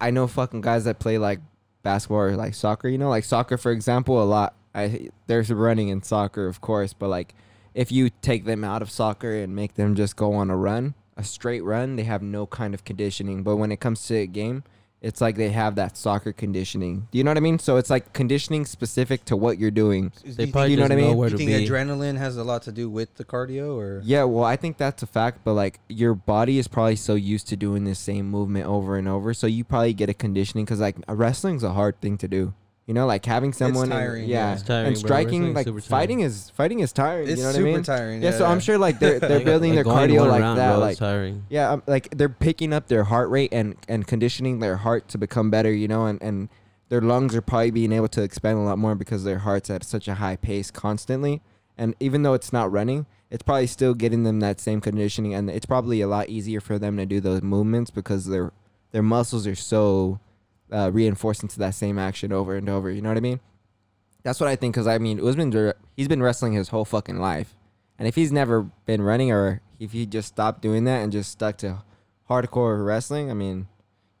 Speaker 2: I know fucking guys that play like basketball or like soccer. You know, like soccer for example, a lot. I there's running in soccer, of course, but like if you take them out of soccer and make them just go on a run, a straight run, they have no kind of conditioning. But when it comes to a game, it's like they have that soccer conditioning. Do you know what I mean? So it's like conditioning specific to what you're doing.
Speaker 1: They
Speaker 3: you
Speaker 1: probably
Speaker 2: you know
Speaker 1: just
Speaker 2: what I
Speaker 1: know
Speaker 2: mean?
Speaker 1: where
Speaker 3: think,
Speaker 1: to
Speaker 3: you
Speaker 1: be. [LAUGHS]
Speaker 3: think adrenaline has a lot to do with the cardio, or
Speaker 2: Yeah, well, I think that's a fact, but like your body is probably so used to doing the same movement over and over, so you probably get a conditioning because like wrestling's a hard thing to do. You know, like having someone,
Speaker 3: tiring,
Speaker 2: yeah,
Speaker 3: yeah.
Speaker 1: It's tiring,
Speaker 2: and
Speaker 1: bro.
Speaker 2: striking,
Speaker 1: Wrestling's
Speaker 2: like
Speaker 1: super tiring.
Speaker 2: fighting is fighting is tiring.
Speaker 3: It's
Speaker 2: you know what
Speaker 3: super
Speaker 2: I mean?
Speaker 3: tiring,
Speaker 2: Yeah, so
Speaker 3: yeah.
Speaker 2: I'm sure like they're they're
Speaker 1: [LAUGHS] Like,
Speaker 2: building
Speaker 1: like
Speaker 2: their
Speaker 1: going
Speaker 2: cardio
Speaker 1: one
Speaker 2: like
Speaker 1: round,
Speaker 2: that,
Speaker 1: bro, it's
Speaker 2: like
Speaker 1: tiring.
Speaker 2: yeah, um, like they're picking up their heart rate and and conditioning their heart to become better, you know, and and their lungs are probably being able to expand a lot more because their heart's at such a high pace constantly. And even though it's not running, it's probably still getting them that same conditioning, and it's probably a lot easier for them to do those movements because their their muscles are so uh, reinforcing to that same action over and over. You know what I mean? That's what I think. Because I mean, Usman, dir- he's been wrestling his whole fucking life, and if he's never been running, or if he just stopped doing that and just stuck to hardcore wrestling, I mean,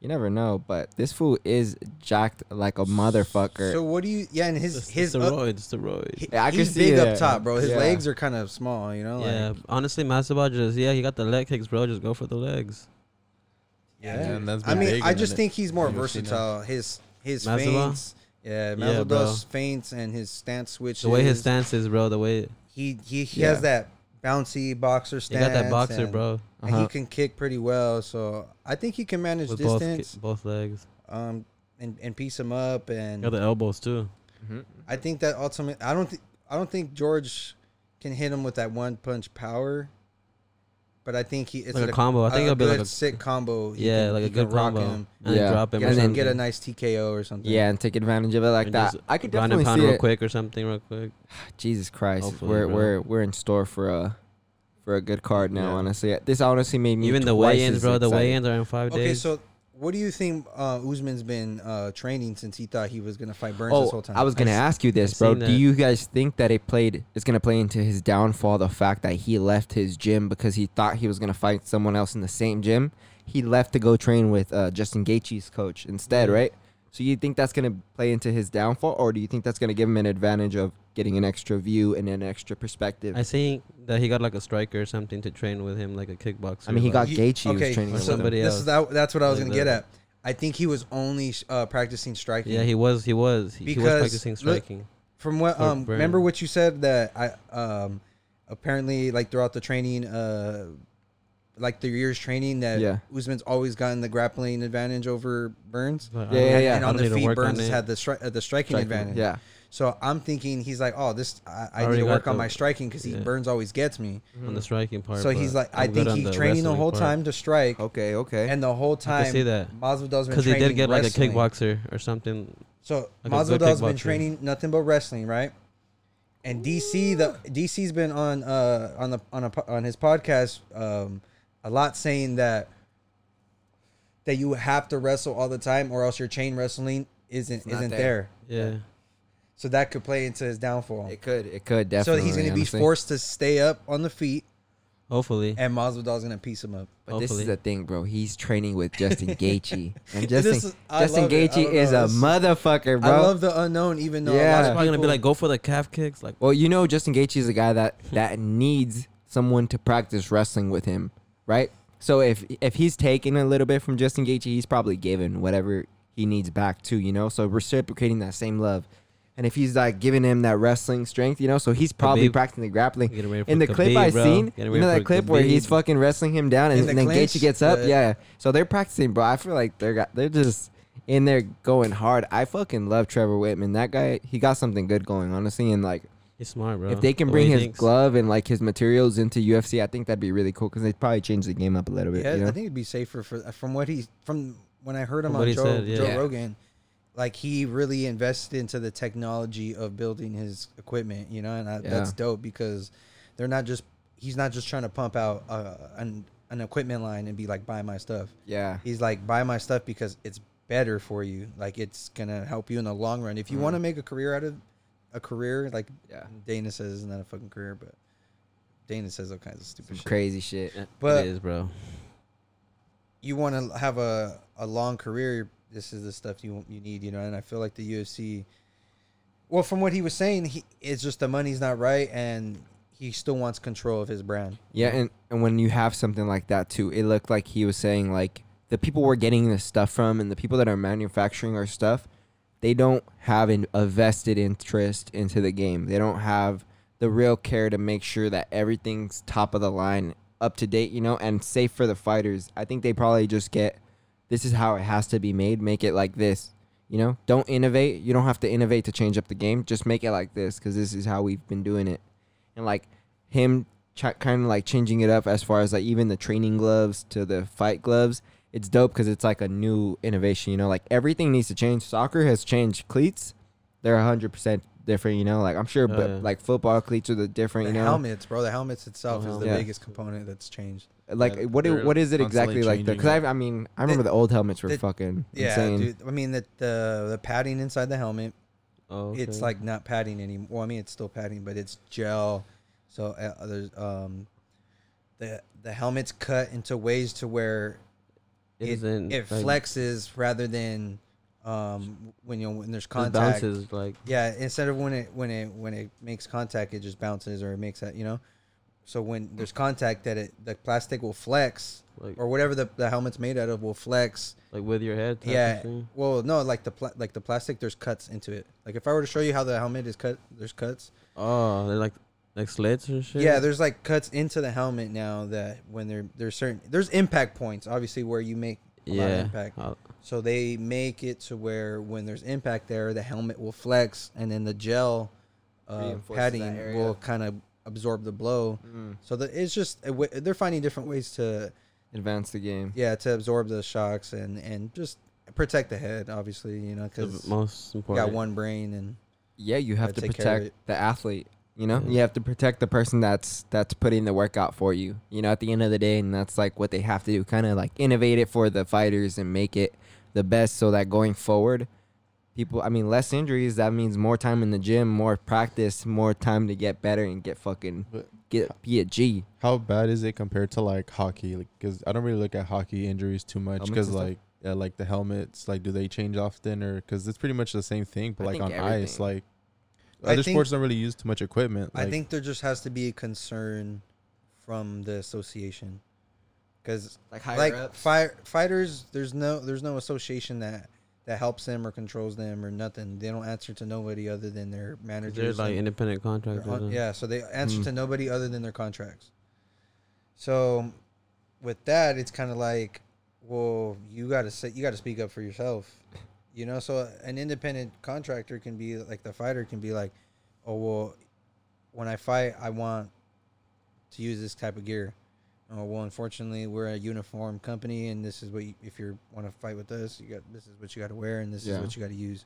Speaker 2: you never know. But this fool is jacked like a motherfucker.
Speaker 3: So what do you? Yeah, and his
Speaker 1: It's,
Speaker 3: his
Speaker 1: his
Speaker 3: up-
Speaker 1: steroids, steroids.
Speaker 3: he-
Speaker 2: Yeah, I can
Speaker 3: he's
Speaker 2: see
Speaker 3: big
Speaker 2: that.
Speaker 3: up top, bro. His
Speaker 2: Yeah.
Speaker 3: legs are kind of small, you know. Like,
Speaker 1: Yeah, honestly, Masvidal just yeah, he got the leg kicks, bro. Just go for the legs.
Speaker 3: yeah.
Speaker 5: man, that's
Speaker 3: I
Speaker 5: been
Speaker 3: mean,
Speaker 5: big
Speaker 3: I
Speaker 5: in
Speaker 3: just
Speaker 5: it.
Speaker 3: think he's more
Speaker 5: UFC now.
Speaker 3: versatile. His his
Speaker 1: Masvidal?
Speaker 3: feints, yeah,
Speaker 1: Yeah,
Speaker 3: Masvidal's feints and his stance switch.
Speaker 1: The way his stance is, bro. The way
Speaker 3: he he, he
Speaker 2: Yeah.
Speaker 3: has that bouncy boxer
Speaker 1: he
Speaker 3: stance.
Speaker 1: got that boxer,
Speaker 3: and-
Speaker 1: bro,
Speaker 3: And he
Speaker 2: Uh-huh.
Speaker 3: can kick pretty well, so I think he can manage
Speaker 1: with both ki-
Speaker 3: distance,
Speaker 1: both legs.
Speaker 3: um, and and piece him up, and
Speaker 1: Got the elbows too.
Speaker 3: I think that ultimately, I don't think I don't think George can hit him with that one punch power. But I think he it's
Speaker 1: Like a combo. I think it'll be like
Speaker 3: good
Speaker 1: a-
Speaker 3: sick combo. He
Speaker 1: yeah,
Speaker 3: can-
Speaker 1: like
Speaker 3: he
Speaker 1: a good
Speaker 3: can rock
Speaker 1: combo.
Speaker 3: him,
Speaker 1: And
Speaker 2: Yeah.
Speaker 1: drop him.
Speaker 3: and
Speaker 1: or
Speaker 3: then get a
Speaker 1: something.
Speaker 3: nice TKO or something.
Speaker 2: yeah, and take advantage of it like
Speaker 1: And
Speaker 2: that.
Speaker 1: just
Speaker 2: I could
Speaker 1: ground and
Speaker 2: definitely
Speaker 1: pound
Speaker 2: see
Speaker 1: real
Speaker 2: it.
Speaker 1: quick or something real quick.
Speaker 2: Jesus Christ,
Speaker 1: Hopefully,
Speaker 2: we're
Speaker 1: bro.
Speaker 2: we're we're in store for a for a good card now.
Speaker 5: Yeah.
Speaker 2: Honestly, this honestly made me
Speaker 1: Even the
Speaker 2: twice
Speaker 1: weigh-ins,
Speaker 2: as
Speaker 1: bro. The
Speaker 2: excited.
Speaker 1: weigh-ins are in five
Speaker 3: Okay,
Speaker 1: days.
Speaker 3: so what do you think uh, Usman's been uh, training since he thought he was gonna fight Burns
Speaker 2: Oh,
Speaker 3: this whole time?
Speaker 2: I was gonna
Speaker 1: I s-
Speaker 2: ask you this,
Speaker 1: I
Speaker 2: bro.
Speaker 1: seen
Speaker 2: Do
Speaker 1: that.
Speaker 2: you guys think that it played? It's gonna play into his downfall. The fact that he left his gym because he thought he was gonna fight someone else in the same gym. He left to go train with uh, Justin Gaethje's coach instead, right? So you think that's gonna play into his downfall, or do you think that's gonna give him an advantage of getting an extra view and an extra perspective?
Speaker 1: I think that he got like a striker or something to train with him, like a kickboxer.
Speaker 2: I mean, he
Speaker 1: like-
Speaker 2: got Gaethje was training
Speaker 1: or
Speaker 2: with
Speaker 3: so
Speaker 2: him.
Speaker 1: somebody
Speaker 3: this
Speaker 1: else.
Speaker 3: Is that, that's what I was
Speaker 1: Like
Speaker 3: gonna get
Speaker 1: the-
Speaker 3: at. I think he was only sh- uh, practicing striking.
Speaker 1: Yeah, he was. He was. He, he was
Speaker 3: Because
Speaker 1: practicing
Speaker 3: look-
Speaker 1: striking.
Speaker 3: From what
Speaker 1: For
Speaker 3: um
Speaker 1: Burns.
Speaker 3: remember what you said that I um apparently like throughout the training uh like the year's training that
Speaker 2: Yeah.
Speaker 3: Usman's always gotten the grappling advantage over Burns.
Speaker 1: But I
Speaker 2: Yeah,
Speaker 1: don't-
Speaker 2: yeah, yeah.
Speaker 3: And
Speaker 1: I
Speaker 3: on
Speaker 1: don't
Speaker 3: the
Speaker 1: need to
Speaker 3: feet,
Speaker 1: work on
Speaker 3: Burns has
Speaker 1: it.
Speaker 3: had the stri- uh, the striking
Speaker 2: Striking,
Speaker 3: advantage.
Speaker 2: Yeah.
Speaker 3: So I'm thinking he's like, oh, this I, I,
Speaker 1: I
Speaker 3: need
Speaker 1: already
Speaker 3: to
Speaker 1: got
Speaker 3: work on
Speaker 1: the-
Speaker 3: my striking because he
Speaker 1: yeah.
Speaker 3: Burns always gets me.
Speaker 1: on the striking part.
Speaker 3: So he's
Speaker 1: but
Speaker 3: like, i
Speaker 1: I'm good
Speaker 3: think
Speaker 1: on
Speaker 3: he's training the
Speaker 1: wrestling
Speaker 3: whole
Speaker 1: part.
Speaker 3: time to strike,
Speaker 2: Okay. Okay.
Speaker 3: and the whole time
Speaker 1: see that.
Speaker 3: Masvidal's been
Speaker 1: because he
Speaker 3: training
Speaker 1: did get like a
Speaker 3: wrestling.
Speaker 1: kickboxer or something.
Speaker 3: So
Speaker 1: Like a good
Speaker 3: Masvidal's
Speaker 1: kickboxer.
Speaker 3: been training nothing but wrestling, right? And DC the DC's been on uh on the on a po- on his podcast um a lot saying that that you have to wrestle all the time or else your chain wrestling isn't
Speaker 2: not
Speaker 3: isn't there.
Speaker 2: there.
Speaker 1: Yeah,
Speaker 3: So that could play into his downfall.
Speaker 2: it could. It could
Speaker 3: So
Speaker 2: definitely.
Speaker 3: he's going to be
Speaker 2: honestly.
Speaker 3: forced to stay up on the feet
Speaker 1: hopefully.
Speaker 3: and Masvidal's going to piece him up.
Speaker 2: But this is
Speaker 1: Hopefully.
Speaker 2: the thing, bro. He's training with Justin
Speaker 3: [LAUGHS]
Speaker 2: Gaethje, and
Speaker 3: This
Speaker 2: Justin
Speaker 3: is- I
Speaker 2: Justin
Speaker 3: love it. I
Speaker 2: Gaethje
Speaker 3: don't
Speaker 2: is
Speaker 3: know.
Speaker 2: a
Speaker 3: This-
Speaker 2: motherfucker, bro.
Speaker 3: I love the unknown even though a lot
Speaker 2: Yeah.
Speaker 1: They're
Speaker 3: of
Speaker 1: probably gonna be
Speaker 3: people-
Speaker 1: like, go for the calf kicks. Like,
Speaker 2: well, you know, Justin Gaethje is a guy that that needs someone to practice wrestling with him, right? So if if he's taking a little bit from Justin Gaethje, he's probably giving whatever he needs back too, you know. So reciprocating that same love. And if he's like giving him that wrestling strength, you know, so he's probably
Speaker 1: Khabib.
Speaker 2: practicing the grappling.
Speaker 1: Getting ready for
Speaker 2: In the clip I
Speaker 1: Khabib, bro.
Speaker 2: seen,
Speaker 1: Getting
Speaker 2: you know
Speaker 1: ready
Speaker 2: that
Speaker 1: for
Speaker 2: clip where he's
Speaker 1: Khabib.
Speaker 2: fucking wrestling him down, and,
Speaker 3: In the
Speaker 2: and then
Speaker 3: clinch,
Speaker 2: Gaethje gets up.
Speaker 3: but-
Speaker 2: Yeah, so they're practicing, bro. I feel like they're got, they're just in there going hard. I fucking love Trevor Whitman. That guy, he got something good going, honestly. And like,
Speaker 1: he's smart, bro.
Speaker 2: if they can
Speaker 1: The way
Speaker 2: bring
Speaker 1: he
Speaker 2: his
Speaker 1: thinks.
Speaker 2: glove and like his materials into UFC, I think that'd be really cool because they probably change the game up a little bit.
Speaker 3: Yeah,
Speaker 2: you
Speaker 3: I
Speaker 2: know?
Speaker 3: think it'd be safer for uh, from what he from when I heard him
Speaker 1: From
Speaker 3: on
Speaker 1: what he
Speaker 3: Joe,
Speaker 1: said, yeah.
Speaker 3: Joe
Speaker 2: Yeah.
Speaker 3: Rogan, like he really invested into the technology of building his equipment, you know, and I, that's
Speaker 2: Yeah.
Speaker 3: dope because they're not just he's not just trying to pump out uh, an an equipment line and be like buy my stuff.
Speaker 2: yeah,
Speaker 3: He's like buy my stuff because it's better for you. Like it's gonna help you in the long run if you want to make a career out of a career. Like
Speaker 2: Yeah.
Speaker 3: Dana says, isn't that a fucking career? But Dana says all kinds of stupid shit
Speaker 2: crazy shit.
Speaker 3: But-
Speaker 1: it is, bro.
Speaker 3: you want to have a, a long career, this is the stuff you you need, you know. And I feel like the UFC, well, from what he was saying, he it's just the money's not right, and he still wants control of his brand.
Speaker 2: Yeah, and, and when you have something like that too, it looked like he was saying like the people we're getting this stuff from and the people that are manufacturing our stuff, they don't have an, a vested interest into the game. They don't have the real care to make sure that everything's top of the line, up to date, you know, and safe for the fighters. I think they probably just get this is how it has to be made. Make it like this. You know, don't innovate. You don't have to innovate to change up the game. Just make it like this because this is how we've been doing it. And like him ch- kind of like changing it up as far as like even the training gloves to the fight gloves. It's dope because it's like a new innovation. You know, like everything needs to change. Soccer has changed cleats. They're 100% different. You know, like I'm sure,
Speaker 1: Oh,
Speaker 2: but
Speaker 1: yeah.
Speaker 2: like football cleats are the
Speaker 3: The
Speaker 2: different, you know,
Speaker 3: helmets, bro. The helmets itself is the
Speaker 2: Yeah.
Speaker 3: biggest component that's changed.
Speaker 2: like
Speaker 5: Yeah,
Speaker 2: what
Speaker 5: they're
Speaker 2: it, what is it
Speaker 5: constantly
Speaker 2: exactly like?
Speaker 5: changing
Speaker 2: Because I, I mean, I remember the, old helmets were
Speaker 3: the-
Speaker 2: fucking
Speaker 3: Yeah,
Speaker 2: insane.
Speaker 3: dude. I mean that the the padding inside the helmet,
Speaker 1: Oh,
Speaker 3: it's
Speaker 1: okay.
Speaker 3: like not padding anymore. Well, I mean it's still padding, but it's gel. So uh, there's um the the helmet's cut into ways to where
Speaker 1: It
Speaker 3: it,
Speaker 1: isn't,
Speaker 3: it
Speaker 1: like,
Speaker 3: flexes rather than um when you know, when there's
Speaker 1: it
Speaker 3: contact.
Speaker 1: bounces like
Speaker 3: Yeah, instead of when it when it when it makes contact, it just bounces or it makes that you know. So when there's contact, that it the plastic will flex
Speaker 1: Like-
Speaker 3: or whatever the, the helmet's made out of will flex.
Speaker 1: like with your head. Type
Speaker 3: yeah.
Speaker 1: Of thing.
Speaker 3: Well, no, like the pla- like the plastic, there's cuts into it. Like if I were to show you how the helmet is cut, there's cuts.
Speaker 1: Oh, they're like like slits or shit.
Speaker 3: Yeah, there's like cuts into the helmet now that when there there's certain there's impact points obviously where you make a lot of
Speaker 1: yeah. Uh,
Speaker 3: impact.
Speaker 1: I'll-
Speaker 3: So they make it to where when there's impact there, the helmet will flex, and then the gel uh,
Speaker 2: Reinforces that
Speaker 3: padding
Speaker 2: area. Mm.
Speaker 3: will kind of absorb the blow. So the, it's just a w- they're finding different ways to
Speaker 2: Advance the game.
Speaker 3: yeah to absorb the shocks and and just protect the head. Obviously, you know
Speaker 1: the
Speaker 3: because
Speaker 1: most
Speaker 3: you
Speaker 1: important.
Speaker 3: got one brain and
Speaker 2: Yeah, you have
Speaker 3: Gotta
Speaker 2: to
Speaker 3: take care of
Speaker 2: protect
Speaker 3: it.
Speaker 2: the athlete. You know,
Speaker 1: Yeah.
Speaker 2: you have to protect the person that's that's putting the workout for you. You know, at the end of the day, and that's like what they have to do. Kind of like innovate it for the fighters and make it the best, so that going forward, people. I mean, less injuries. That means more time in the gym, more practice, more time to get better and get fucking
Speaker 5: But-
Speaker 2: get be a G.
Speaker 5: How bad is it compared to like hockey? Like, cause I don't really look at hockey injuries too much.
Speaker 2: Helmets
Speaker 5: Cause
Speaker 2: and stuff?
Speaker 5: like, yeah, like the helmets, like, do they change often or? Cause it's pretty much the same thing, but
Speaker 2: I
Speaker 5: like
Speaker 2: think
Speaker 5: on ice,
Speaker 2: everything.
Speaker 5: like
Speaker 3: I
Speaker 5: other
Speaker 3: think-
Speaker 5: sports don't really use too much equipment.
Speaker 3: I
Speaker 5: like-
Speaker 3: think there just has to be a concern from the association because
Speaker 2: Like
Speaker 3: like fi- fighters there's no there's no association that that helps them or controls them or nothing they don't answer to nobody other than their
Speaker 1: They're
Speaker 3: managers
Speaker 1: like
Speaker 3: and
Speaker 1: independent
Speaker 3: their
Speaker 1: contractors.
Speaker 3: un-
Speaker 1: huh?
Speaker 3: yeah so they
Speaker 1: Hmm.
Speaker 3: answer to nobody other than their contracts so with that it's kind of like well you gotta say you gotta speak up for yourself you know so an independent contractor can be like the fighter can be like oh well when i fight i want to use this type of gear oh well unfortunately we're a uniform company and this is what you, if you want to fight with us you got this is what you got to wear and this is
Speaker 2: Yeah.
Speaker 3: what you got to use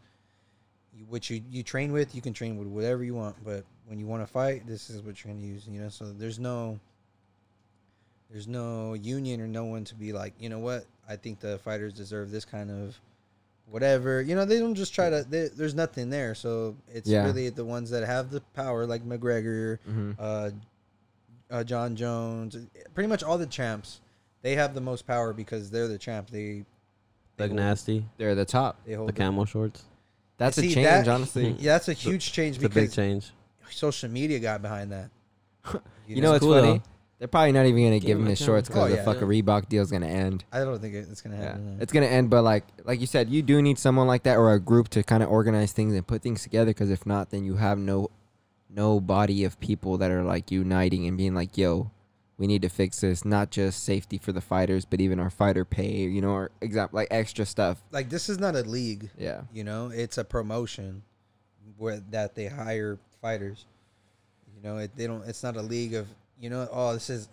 Speaker 3: you, what you you train with you can train with whatever you want but when you want to fight this is what you're going to use you know so there's no there's no union or no one to be like you know what i think the fighters deserve this kind of whatever you know they don't just try to they, there's nothing there so it's
Speaker 2: Yeah.
Speaker 3: really the ones that have the power like mcgregor
Speaker 2: Mhm.
Speaker 3: uh, uh, john jones pretty much all the champs they have the most power because they're the champ they
Speaker 1: Like
Speaker 3: hold-
Speaker 1: nasty.
Speaker 2: They're the top.
Speaker 3: they hold
Speaker 1: The camel shorts.
Speaker 2: That's a
Speaker 3: See,
Speaker 2: change,
Speaker 3: that-
Speaker 2: honestly.
Speaker 3: [LAUGHS] yeah that's a huge change
Speaker 1: It's a big
Speaker 3: because
Speaker 1: change.
Speaker 3: social media got behind that
Speaker 2: [LAUGHS] You know what's
Speaker 1: cool,
Speaker 2: funny?
Speaker 1: though.
Speaker 2: They're probably not even gonna
Speaker 1: Give
Speaker 2: give
Speaker 1: him
Speaker 2: him
Speaker 1: a
Speaker 2: his
Speaker 1: chance.
Speaker 2: shorts because
Speaker 3: Oh,
Speaker 2: the
Speaker 3: yeah.
Speaker 2: fucking Reebok deal's gonna end.
Speaker 3: i don't think it- it's gonna
Speaker 2: Yeah,
Speaker 3: happen no.
Speaker 2: Uh, it's gonna end. But like, like you said, you do need someone like that or a group to kind of organize things and put things together. Because if not, then you have no, no body of people that are like uniting and being like, "Yo, we need to fix this." Not just safety for the fighters, but even our fighter pay. You know, or exact like extra stuff.
Speaker 3: like this is not a league
Speaker 2: Yeah,
Speaker 3: You know, it's a promotion where that they hire fighters. You know, it, they don't. It's not a league of you know. Oh, this is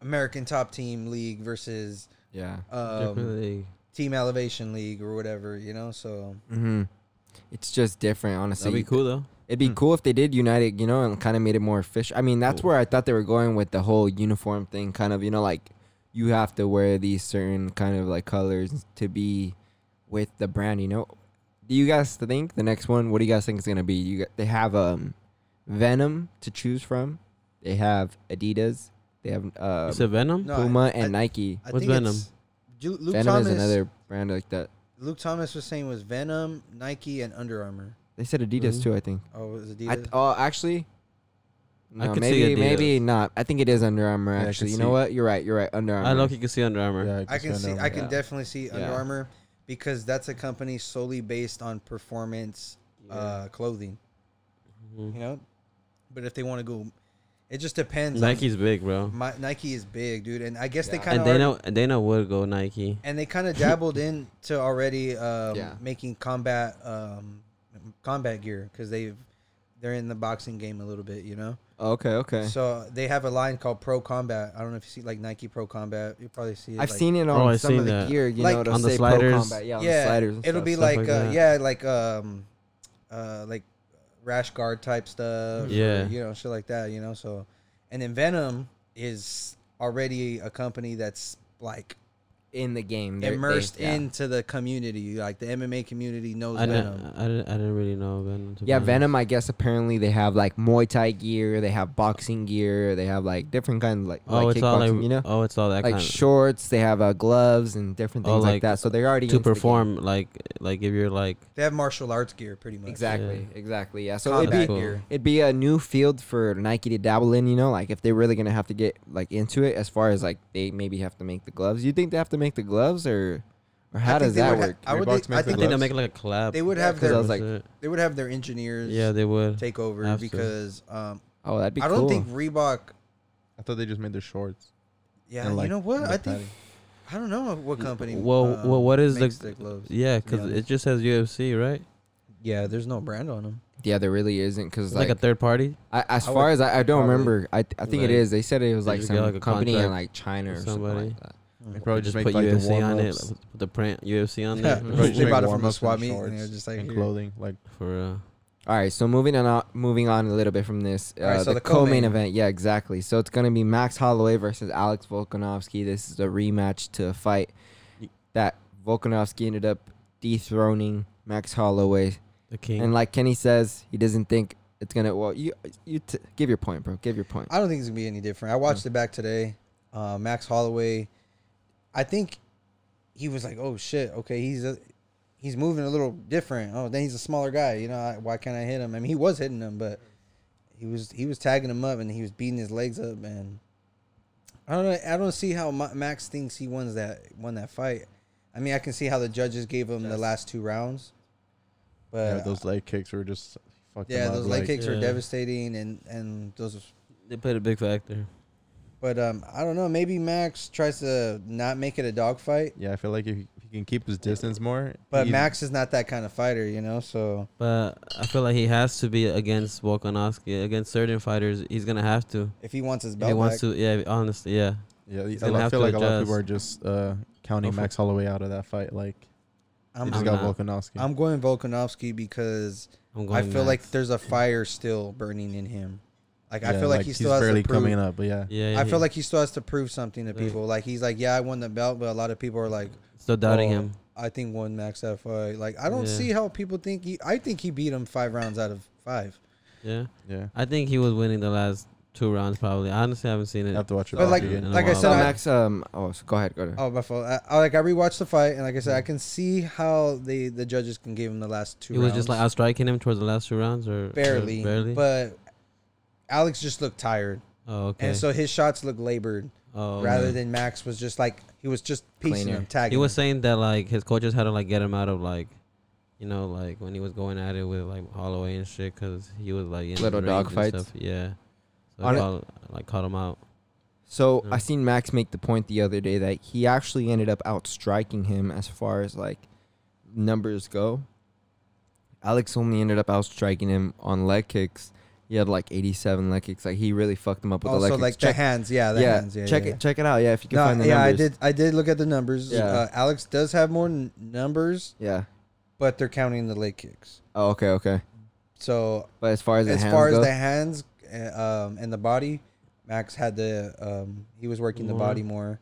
Speaker 3: American Top Team League versus
Speaker 2: yeah.
Speaker 3: um,
Speaker 1: Definitely.
Speaker 3: Team Elevation League or whatever. You know, so
Speaker 2: hmm It's just different, honestly.
Speaker 1: That'd be cool though.
Speaker 2: It'd be
Speaker 3: Hmm.
Speaker 2: cool if they did unite it, you know, and kind of made it more official. I mean, that's where I thought they were going with the whole uniform thing, kind of, you know, like you have to wear these certain kind of like colors to be with the brand, you know. Do you guys think the next one? What do you guys think is gonna be? You got, they have um Venom to choose from. They have Adidas. They have uh,
Speaker 1: You said Venom.
Speaker 3: no, I-
Speaker 2: Puma and
Speaker 3: I,
Speaker 2: Nike.
Speaker 3: I
Speaker 1: What's
Speaker 3: think
Speaker 1: Venom?
Speaker 3: it's- Ju- Luke
Speaker 2: Venom
Speaker 3: Thomas.
Speaker 2: is another brand like that.
Speaker 3: Luke Thomas was saying was Venom, Nike, and Under Armour. Mm-hmm.
Speaker 2: They said Adidas
Speaker 1: Mhm.
Speaker 2: too, I think.
Speaker 3: Oh, it was Adidas.
Speaker 2: I th- oh, actually,
Speaker 1: I
Speaker 2: No,
Speaker 1: could see
Speaker 2: maybe
Speaker 1: Adidas.
Speaker 2: maybe not. I think it is Under Armour.
Speaker 5: Yeah, I
Speaker 2: Actually,
Speaker 5: could
Speaker 2: you know
Speaker 5: see.
Speaker 2: what? You're right. You're right. Under Armour.
Speaker 1: I look, you can see Under Armour.
Speaker 5: Yeah,
Speaker 3: I can
Speaker 5: spend
Speaker 3: see.
Speaker 5: on
Speaker 3: I can
Speaker 2: Yeah.
Speaker 3: definitely see Under
Speaker 2: Yeah.
Speaker 3: Armour because that's a company solely based on performance uh, clothing.
Speaker 1: Mm-hmm.
Speaker 3: You know, but if they want to go, it just depends. on-
Speaker 1: Nike's big, bro.
Speaker 3: my, Nike is big, dude, and I guess they
Speaker 2: Yeah.
Speaker 1: And
Speaker 3: kind of
Speaker 1: they know, and they know would go Nike.
Speaker 3: and they kind of dabbled into already um,
Speaker 2: Yeah.
Speaker 3: making combat um, combat gear because they've they're in the boxing game a little bit, you know.
Speaker 2: Oh, okay, okay.
Speaker 3: So they have a line called Pro Combat. I don't know if you see like Nike Pro Combat. You probably see it.
Speaker 2: I've
Speaker 3: like-
Speaker 2: seen it on
Speaker 1: Oh, I've
Speaker 2: some
Speaker 1: seen
Speaker 2: of the
Speaker 1: that.
Speaker 2: gear. You
Speaker 3: Like-
Speaker 2: know, it'll
Speaker 1: On the
Speaker 2: say
Speaker 1: sliders.
Speaker 2: Pro Combat. Yeah, on
Speaker 3: yeah,
Speaker 2: the sliders. and
Speaker 3: it'll
Speaker 2: stuff,
Speaker 3: be
Speaker 2: so-
Speaker 1: stuff
Speaker 3: like,
Speaker 1: like
Speaker 3: uh,
Speaker 1: that.
Speaker 3: yeah, like um, uh, like rash guard type stuff. or,
Speaker 1: Yeah.
Speaker 3: you know, shit like that. You know, so and then Venom is already a company that's like
Speaker 2: in the game. they're- they-
Speaker 3: immersed
Speaker 2: yeah.
Speaker 3: into the community. Like the MMA community knows
Speaker 1: I didn't,
Speaker 3: Venom.
Speaker 1: I didn't, I didn't really know Venom. to be
Speaker 2: Yeah,
Speaker 1: honest.
Speaker 2: Venom. I guess apparently they have like Muay Thai gear, they have boxing gear, they have like different kinds of like,
Speaker 1: Oh,
Speaker 2: like
Speaker 1: it's all
Speaker 2: kickboxing,
Speaker 1: like,
Speaker 2: you know,
Speaker 1: oh, it's all that kind.
Speaker 2: like
Speaker 1: of
Speaker 2: shorts. They have uh, gloves and different
Speaker 1: Oh,
Speaker 2: things like,
Speaker 1: like,
Speaker 2: that. So they're already
Speaker 1: to
Speaker 2: into the game.
Speaker 1: perform, like, like if you're like,
Speaker 3: They have martial arts gear, pretty much.
Speaker 2: Exactly, exactly. Yeah. So
Speaker 3: Combat
Speaker 2: it'd be
Speaker 1: That's cool.
Speaker 3: gear.
Speaker 2: it'd be a new field for Nike to dabble in. You know, like if they're really gonna have to get like into it, as far as like they maybe have to make the gloves. You think they have to make the gloves, or or how
Speaker 3: think
Speaker 2: does
Speaker 3: they
Speaker 2: that
Speaker 3: would ha-
Speaker 2: work?
Speaker 3: I would. Think,
Speaker 5: Reebok's
Speaker 3: I
Speaker 5: made
Speaker 1: I
Speaker 3: think
Speaker 5: for
Speaker 3: they,
Speaker 1: think they
Speaker 5: gloves.
Speaker 1: make like a collab.
Speaker 3: they would have
Speaker 2: 'cause I
Speaker 3: their
Speaker 2: was like-
Speaker 3: they would have their engineers
Speaker 1: yeah, they would.
Speaker 3: take over
Speaker 1: Have to.
Speaker 3: because um,
Speaker 2: oh, that'd be
Speaker 3: I
Speaker 2: cool.
Speaker 3: don't think Reebok.
Speaker 5: I thought they just made their shorts.
Speaker 3: Yeah,
Speaker 5: and,
Speaker 3: you
Speaker 5: like,
Speaker 3: know what?
Speaker 5: the
Speaker 3: I think
Speaker 5: padding.
Speaker 3: I don't know what company.
Speaker 1: Well,
Speaker 3: um,
Speaker 1: well, what is
Speaker 3: makes
Speaker 1: the?
Speaker 3: their gloves.
Speaker 1: Yeah,
Speaker 3: to be
Speaker 1: because it
Speaker 3: honest.
Speaker 1: just says UFC, right?
Speaker 3: Yeah, there's no brand on them.
Speaker 2: Yeah, there really isn't because
Speaker 1: It's like, a third party.
Speaker 2: I, as
Speaker 3: I
Speaker 2: far
Speaker 3: would
Speaker 2: as I, I don't
Speaker 3: probably-
Speaker 2: remember, I, I
Speaker 1: like,
Speaker 2: think it is. They said it was
Speaker 1: they
Speaker 2: like
Speaker 1: just
Speaker 2: some
Speaker 1: got, like, a
Speaker 2: company in
Speaker 1: contract
Speaker 2: like China or
Speaker 1: with
Speaker 2: something
Speaker 1: somebody.
Speaker 2: like that.
Speaker 5: They probably
Speaker 1: just,
Speaker 5: just, make
Speaker 1: put
Speaker 5: like the
Speaker 1: UFC on it,
Speaker 5: warm-ups.
Speaker 1: like, put the print UFC
Speaker 3: [LAUGHS]
Speaker 1: on
Speaker 3: Yeah.
Speaker 1: there.
Speaker 5: They
Speaker 3: They
Speaker 5: probably just make
Speaker 3: brought it from a
Speaker 5: warm-ups
Speaker 3: swap
Speaker 5: and
Speaker 3: meet, and they
Speaker 5: shorts
Speaker 3: were just like,
Speaker 5: and
Speaker 3: "Here."
Speaker 5: clothing. Like
Speaker 1: For uh,
Speaker 2: All right, so moving on, moving on a little bit from this, uh,
Speaker 3: All right, so
Speaker 2: the,
Speaker 3: the
Speaker 2: co-main,
Speaker 3: co-main.
Speaker 2: event, yeah, exactly. So it's gonna be Max Holloway versus Alex Volkanovski. This is a rematch to a fight that Volkanovski ended up dethroning Max Holloway,
Speaker 1: the king.
Speaker 2: and like Kenny says, he doesn't think it's gonna. Well, you you t- give your point, bro. Give your point.
Speaker 3: I don't think it's gonna be any different. I
Speaker 5: Hmm.
Speaker 3: watched it back today. Uh, Max Holloway, I think he was like, "Oh shit, okay, he's a, he's moving a little different. Oh, then he's a smaller guy. You know, I, why can't I hit him? I mean, he was hitting him, but he was he was tagging him up and he was beating his legs up. And I don't know, I don't see how Ma- Max thinks he wins that won that fight. I mean, I can see how the judges gave him the last two rounds, but
Speaker 5: yeah, those leg kicks were just fucked
Speaker 3: yeah,
Speaker 5: them up,
Speaker 3: those leg
Speaker 5: like,
Speaker 3: kicks are
Speaker 1: Yeah.
Speaker 3: devastating, and and those
Speaker 1: they played a big factor.
Speaker 3: But um, I don't know. Maybe Max tries to not make it a dogfight.
Speaker 5: Yeah, I feel like if he, if he can keep his distance more.
Speaker 3: But
Speaker 5: he's-
Speaker 3: Max is not that kind of fighter, you know. So
Speaker 1: But I feel like he has to be against Volkanovski. Against certain fighters, he's gonna have to.
Speaker 3: if he wants his
Speaker 1: If he
Speaker 3: belt
Speaker 1: wants
Speaker 3: back,
Speaker 1: to. Yeah, honestly, yeah.
Speaker 5: Yeah, I
Speaker 1: gonna have
Speaker 5: feel
Speaker 1: to
Speaker 5: like a lot
Speaker 1: adjust.
Speaker 5: of people are just uh, counting
Speaker 1: Hopefully.
Speaker 5: Max Holloway out of that fight. Like he
Speaker 3: I'm,
Speaker 5: just
Speaker 1: I'm
Speaker 3: I'm,
Speaker 5: got
Speaker 1: not.
Speaker 5: Volkanovski.
Speaker 3: I'm going Volkanovski because
Speaker 1: I'm
Speaker 3: I
Speaker 1: going.
Speaker 3: feel like
Speaker 1: Max.
Speaker 3: there's a fire still burning in him. Like I
Speaker 5: Yeah,
Speaker 3: feel like, he still
Speaker 5: he's
Speaker 3: has
Speaker 5: barely
Speaker 3: to prove.
Speaker 5: coming up. But yeah,
Speaker 1: Yeah,
Speaker 3: I
Speaker 1: he-
Speaker 3: feel like he still has to prove something to
Speaker 1: Right.
Speaker 3: people. Like he's like, yeah, I won the belt, but a lot of people are like,
Speaker 1: still doubting
Speaker 3: "Well,
Speaker 1: him.
Speaker 3: I think won Max that fight. Like I don't
Speaker 1: Yeah.
Speaker 3: see how people think he. I think he beat him five rounds out of five.
Speaker 1: Yeah.
Speaker 5: yeah.
Speaker 1: I think he was winning the last two rounds probably. I honestly haven't seen
Speaker 5: I
Speaker 1: it.
Speaker 5: have to watch it.
Speaker 3: But
Speaker 5: back
Speaker 3: like-
Speaker 5: again.
Speaker 3: like I
Speaker 2: so
Speaker 3: said, I-
Speaker 2: Max, um, oh, so go ahead, go ahead.
Speaker 3: Oh, my fault. I, I, like I rewatched the fight, and like I said, I can see how the the judges can give him the last two.
Speaker 1: He was just like
Speaker 3: rounds.
Speaker 1: outstriking him towards the last two rounds, or or
Speaker 3: barely,
Speaker 1: barely.
Speaker 3: But Alex just looked tired,
Speaker 1: oh, okay.
Speaker 3: and so his shots looked labored,
Speaker 1: oh,
Speaker 3: rather
Speaker 1: okay.
Speaker 3: than Max was just like he was just piecing
Speaker 2: Cleaner.
Speaker 3: him, tagging.
Speaker 1: he was
Speaker 3: him.
Speaker 1: saying that like his coaches had to like get him out of like, you know, like when he was going at it with like Holloway and shit, because he was like in
Speaker 2: Little
Speaker 1: range
Speaker 2: dog
Speaker 1: and
Speaker 2: fights.
Speaker 1: stuff. Yeah. So
Speaker 2: On
Speaker 1: I
Speaker 2: it-
Speaker 1: call, like called him out.
Speaker 2: So
Speaker 1: Yeah.
Speaker 2: I seen Max make the point the other day that he actually ended up outstriking him as far as like numbers go. Alex only ended up outstriking him on leg kicks. He had like 87 leg kicks. Like he really fucked him up with the leg
Speaker 3: also
Speaker 2: kicks.
Speaker 3: Oh, like the
Speaker 2: check,
Speaker 3: hands, yeah, the
Speaker 2: yeah,
Speaker 3: hands, yeah,
Speaker 2: check
Speaker 3: yeah.
Speaker 2: it, check it out. Yeah, if you can
Speaker 3: No,
Speaker 2: find the
Speaker 3: yeah, I
Speaker 2: numbers.
Speaker 3: did. I did look at the numbers.
Speaker 2: Yeah.
Speaker 3: Uh, Alex does have more n- numbers,
Speaker 2: Yeah.
Speaker 3: but they're counting the leg kicks.
Speaker 2: Oh, okay, okay.
Speaker 3: So
Speaker 2: But as far as the
Speaker 3: as
Speaker 2: hands
Speaker 3: far as
Speaker 2: go,
Speaker 3: the hands uh, um, and the body, Max had the um, he was working the
Speaker 1: More.
Speaker 3: body more,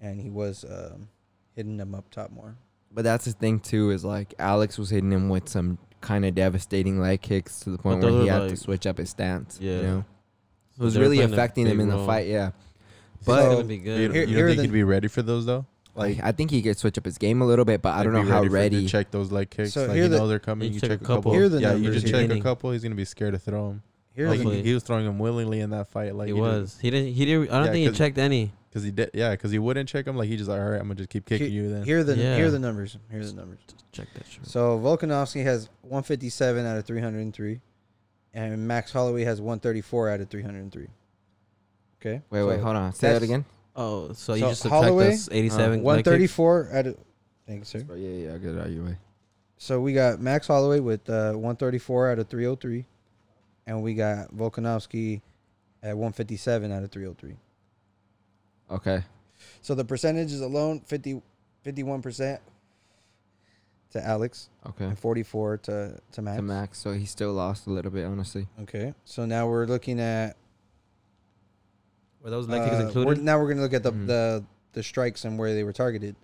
Speaker 3: and he was um, hitting them up top more.
Speaker 2: but that's the thing too is like Alex was hitting him with some kind of devastating leg kicks to the point
Speaker 1: But
Speaker 2: where
Speaker 1: those
Speaker 2: he
Speaker 1: are,
Speaker 2: had to
Speaker 1: like-
Speaker 2: switch up his stance. Yeah.
Speaker 1: Yeah.
Speaker 2: You know? It
Speaker 1: So
Speaker 2: was
Speaker 1: they were
Speaker 2: really
Speaker 1: playing a
Speaker 2: affecting him
Speaker 1: big
Speaker 2: in the
Speaker 1: role.
Speaker 2: fight, yeah.
Speaker 1: He's
Speaker 2: But
Speaker 1: gonna be
Speaker 5: You, you
Speaker 1: good.
Speaker 3: Here-
Speaker 5: don't
Speaker 3: here
Speaker 5: think
Speaker 3: the-
Speaker 5: he'd be ready for those though?
Speaker 2: Like I think he could switch up his game a little bit, but I
Speaker 5: Like,
Speaker 2: don't know
Speaker 5: be
Speaker 2: how
Speaker 5: for-
Speaker 2: ready.
Speaker 5: To check those leg kicks.
Speaker 3: So
Speaker 5: like
Speaker 3: here
Speaker 5: you
Speaker 3: the-
Speaker 5: know they're coming.
Speaker 1: You
Speaker 5: You
Speaker 1: check
Speaker 5: check
Speaker 1: a
Speaker 5: a
Speaker 1: couple.
Speaker 5: couple.
Speaker 3: Here the
Speaker 5: Yeah, you
Speaker 3: numbers
Speaker 5: just
Speaker 3: here.
Speaker 5: check a
Speaker 1: Beginning.
Speaker 5: couple. He's gonna be scared to throw him.
Speaker 3: Here's
Speaker 5: Like,
Speaker 1: Hopefully.
Speaker 5: he, he was throwing him willingly in that fight. Like
Speaker 1: he was. He didn't. He didn't. I don't
Speaker 5: Yeah,
Speaker 1: think he
Speaker 5: 'cause-
Speaker 1: checked any.
Speaker 5: because he did. Yeah, because he wouldn't check him. Like he just like, all right, I'm gonna just keep kicking you. Then
Speaker 3: here are the
Speaker 1: Yeah.
Speaker 3: here are the numbers. Here are the numbers.
Speaker 1: Check that shit.
Speaker 3: So Volkanovski has 157 out of 303, and Max Holloway has 134 out of 303. Okay.
Speaker 2: Wait,
Speaker 3: so
Speaker 2: wait, hold on. Say that
Speaker 3: that's-
Speaker 2: again.
Speaker 1: Oh, so, you
Speaker 3: So
Speaker 1: just subtract
Speaker 3: Holloway, uh,
Speaker 1: us 87. leg kicks?
Speaker 3: 134 out of. Thank you, sir.
Speaker 2: Oh, yeah, yeah, I get it out your way.
Speaker 3: So we got Max Holloway with uh, 134 out of 303, and we got Volkanovski at 157 out of 303.
Speaker 2: Okay.
Speaker 3: So the percentages alone 50, 51% to Alex
Speaker 2: Okay.
Speaker 3: and 44 to, to Max.
Speaker 2: To Max, so he still lost a little bit, honestly.
Speaker 3: Okay. So now we're looking at
Speaker 1: Were those leg kicks
Speaker 3: uh, we're,
Speaker 1: included? Mm-hmm.
Speaker 3: now we're going to look at the,
Speaker 2: Mhm.
Speaker 3: the the strikes and where they were targeted.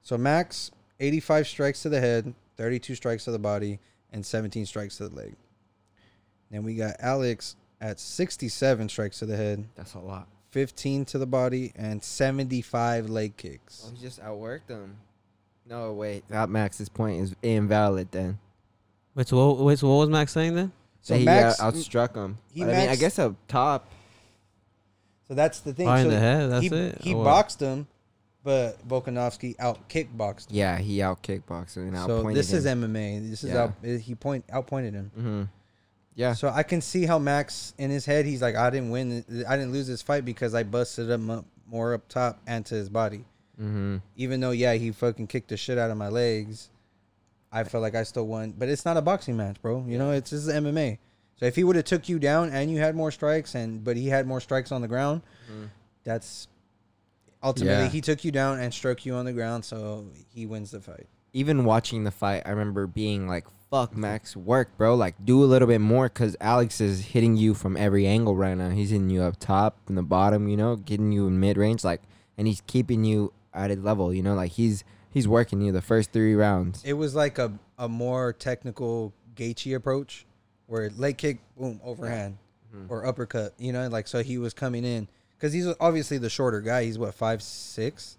Speaker 3: So Max 85 strikes to the head, 32 strikes to the body and 17 strikes to the leg. Then we got Alex at 67 strikes to the head,
Speaker 2: That's a lot.
Speaker 3: 15 to the body and 75 leg kicks.
Speaker 2: Oh, he just outworked him. No, wait. That Max's point is invalid then.
Speaker 1: Wait, so what, wait, so what was Max saying then?
Speaker 3: So
Speaker 2: That he
Speaker 3: Max
Speaker 2: out- outstruck him.
Speaker 3: he
Speaker 2: I mean, I
Speaker 3: maxed-
Speaker 2: guess up top.
Speaker 3: So that's the thing.
Speaker 1: Eye in
Speaker 3: so
Speaker 1: the head, that's
Speaker 3: he,
Speaker 1: it,
Speaker 3: He
Speaker 1: or what?
Speaker 3: boxed him, but Volkanovski out kickboxed him.
Speaker 2: Yeah, he out kickboxed him and
Speaker 3: so
Speaker 2: outpointed
Speaker 3: this is
Speaker 2: him.
Speaker 3: MMA. This is
Speaker 2: Yeah.
Speaker 3: out, he point outpointed him.
Speaker 2: mm-hmm. Yeah.
Speaker 3: So I can see how Max in his head he's like, I didn't win, I didn't lose this fight because I busted him up more up top and to his body.
Speaker 2: mm-hmm.
Speaker 3: Even though yeah, he fucking kicked the shit out of my legs. I felt like I still won, but it's not a boxing match, bro. You know, it's this is MMA. So if he would have took you down and you had more strikes, and but he had more strikes on the ground, that's ultimately
Speaker 2: Mm-hmm. Yeah.
Speaker 3: he took you down and struck you on the ground, so he wins the fight.
Speaker 2: even watching the fight, I remember being like, "Fuck Max, work, bro! Like, do a little bit more, cause Alex is hitting you from every angle right now. He's hitting you up top, from the bottom, you know, getting you in mid range, like, and he's keeping you at a level, you know, like he's he's working you the first three rounds.
Speaker 3: It was like a a more technical Gaethje approach, where leg kick, boom, overhand, or uppercut. You know, like so he was coming in because he's obviously the shorter guy. He's what five six.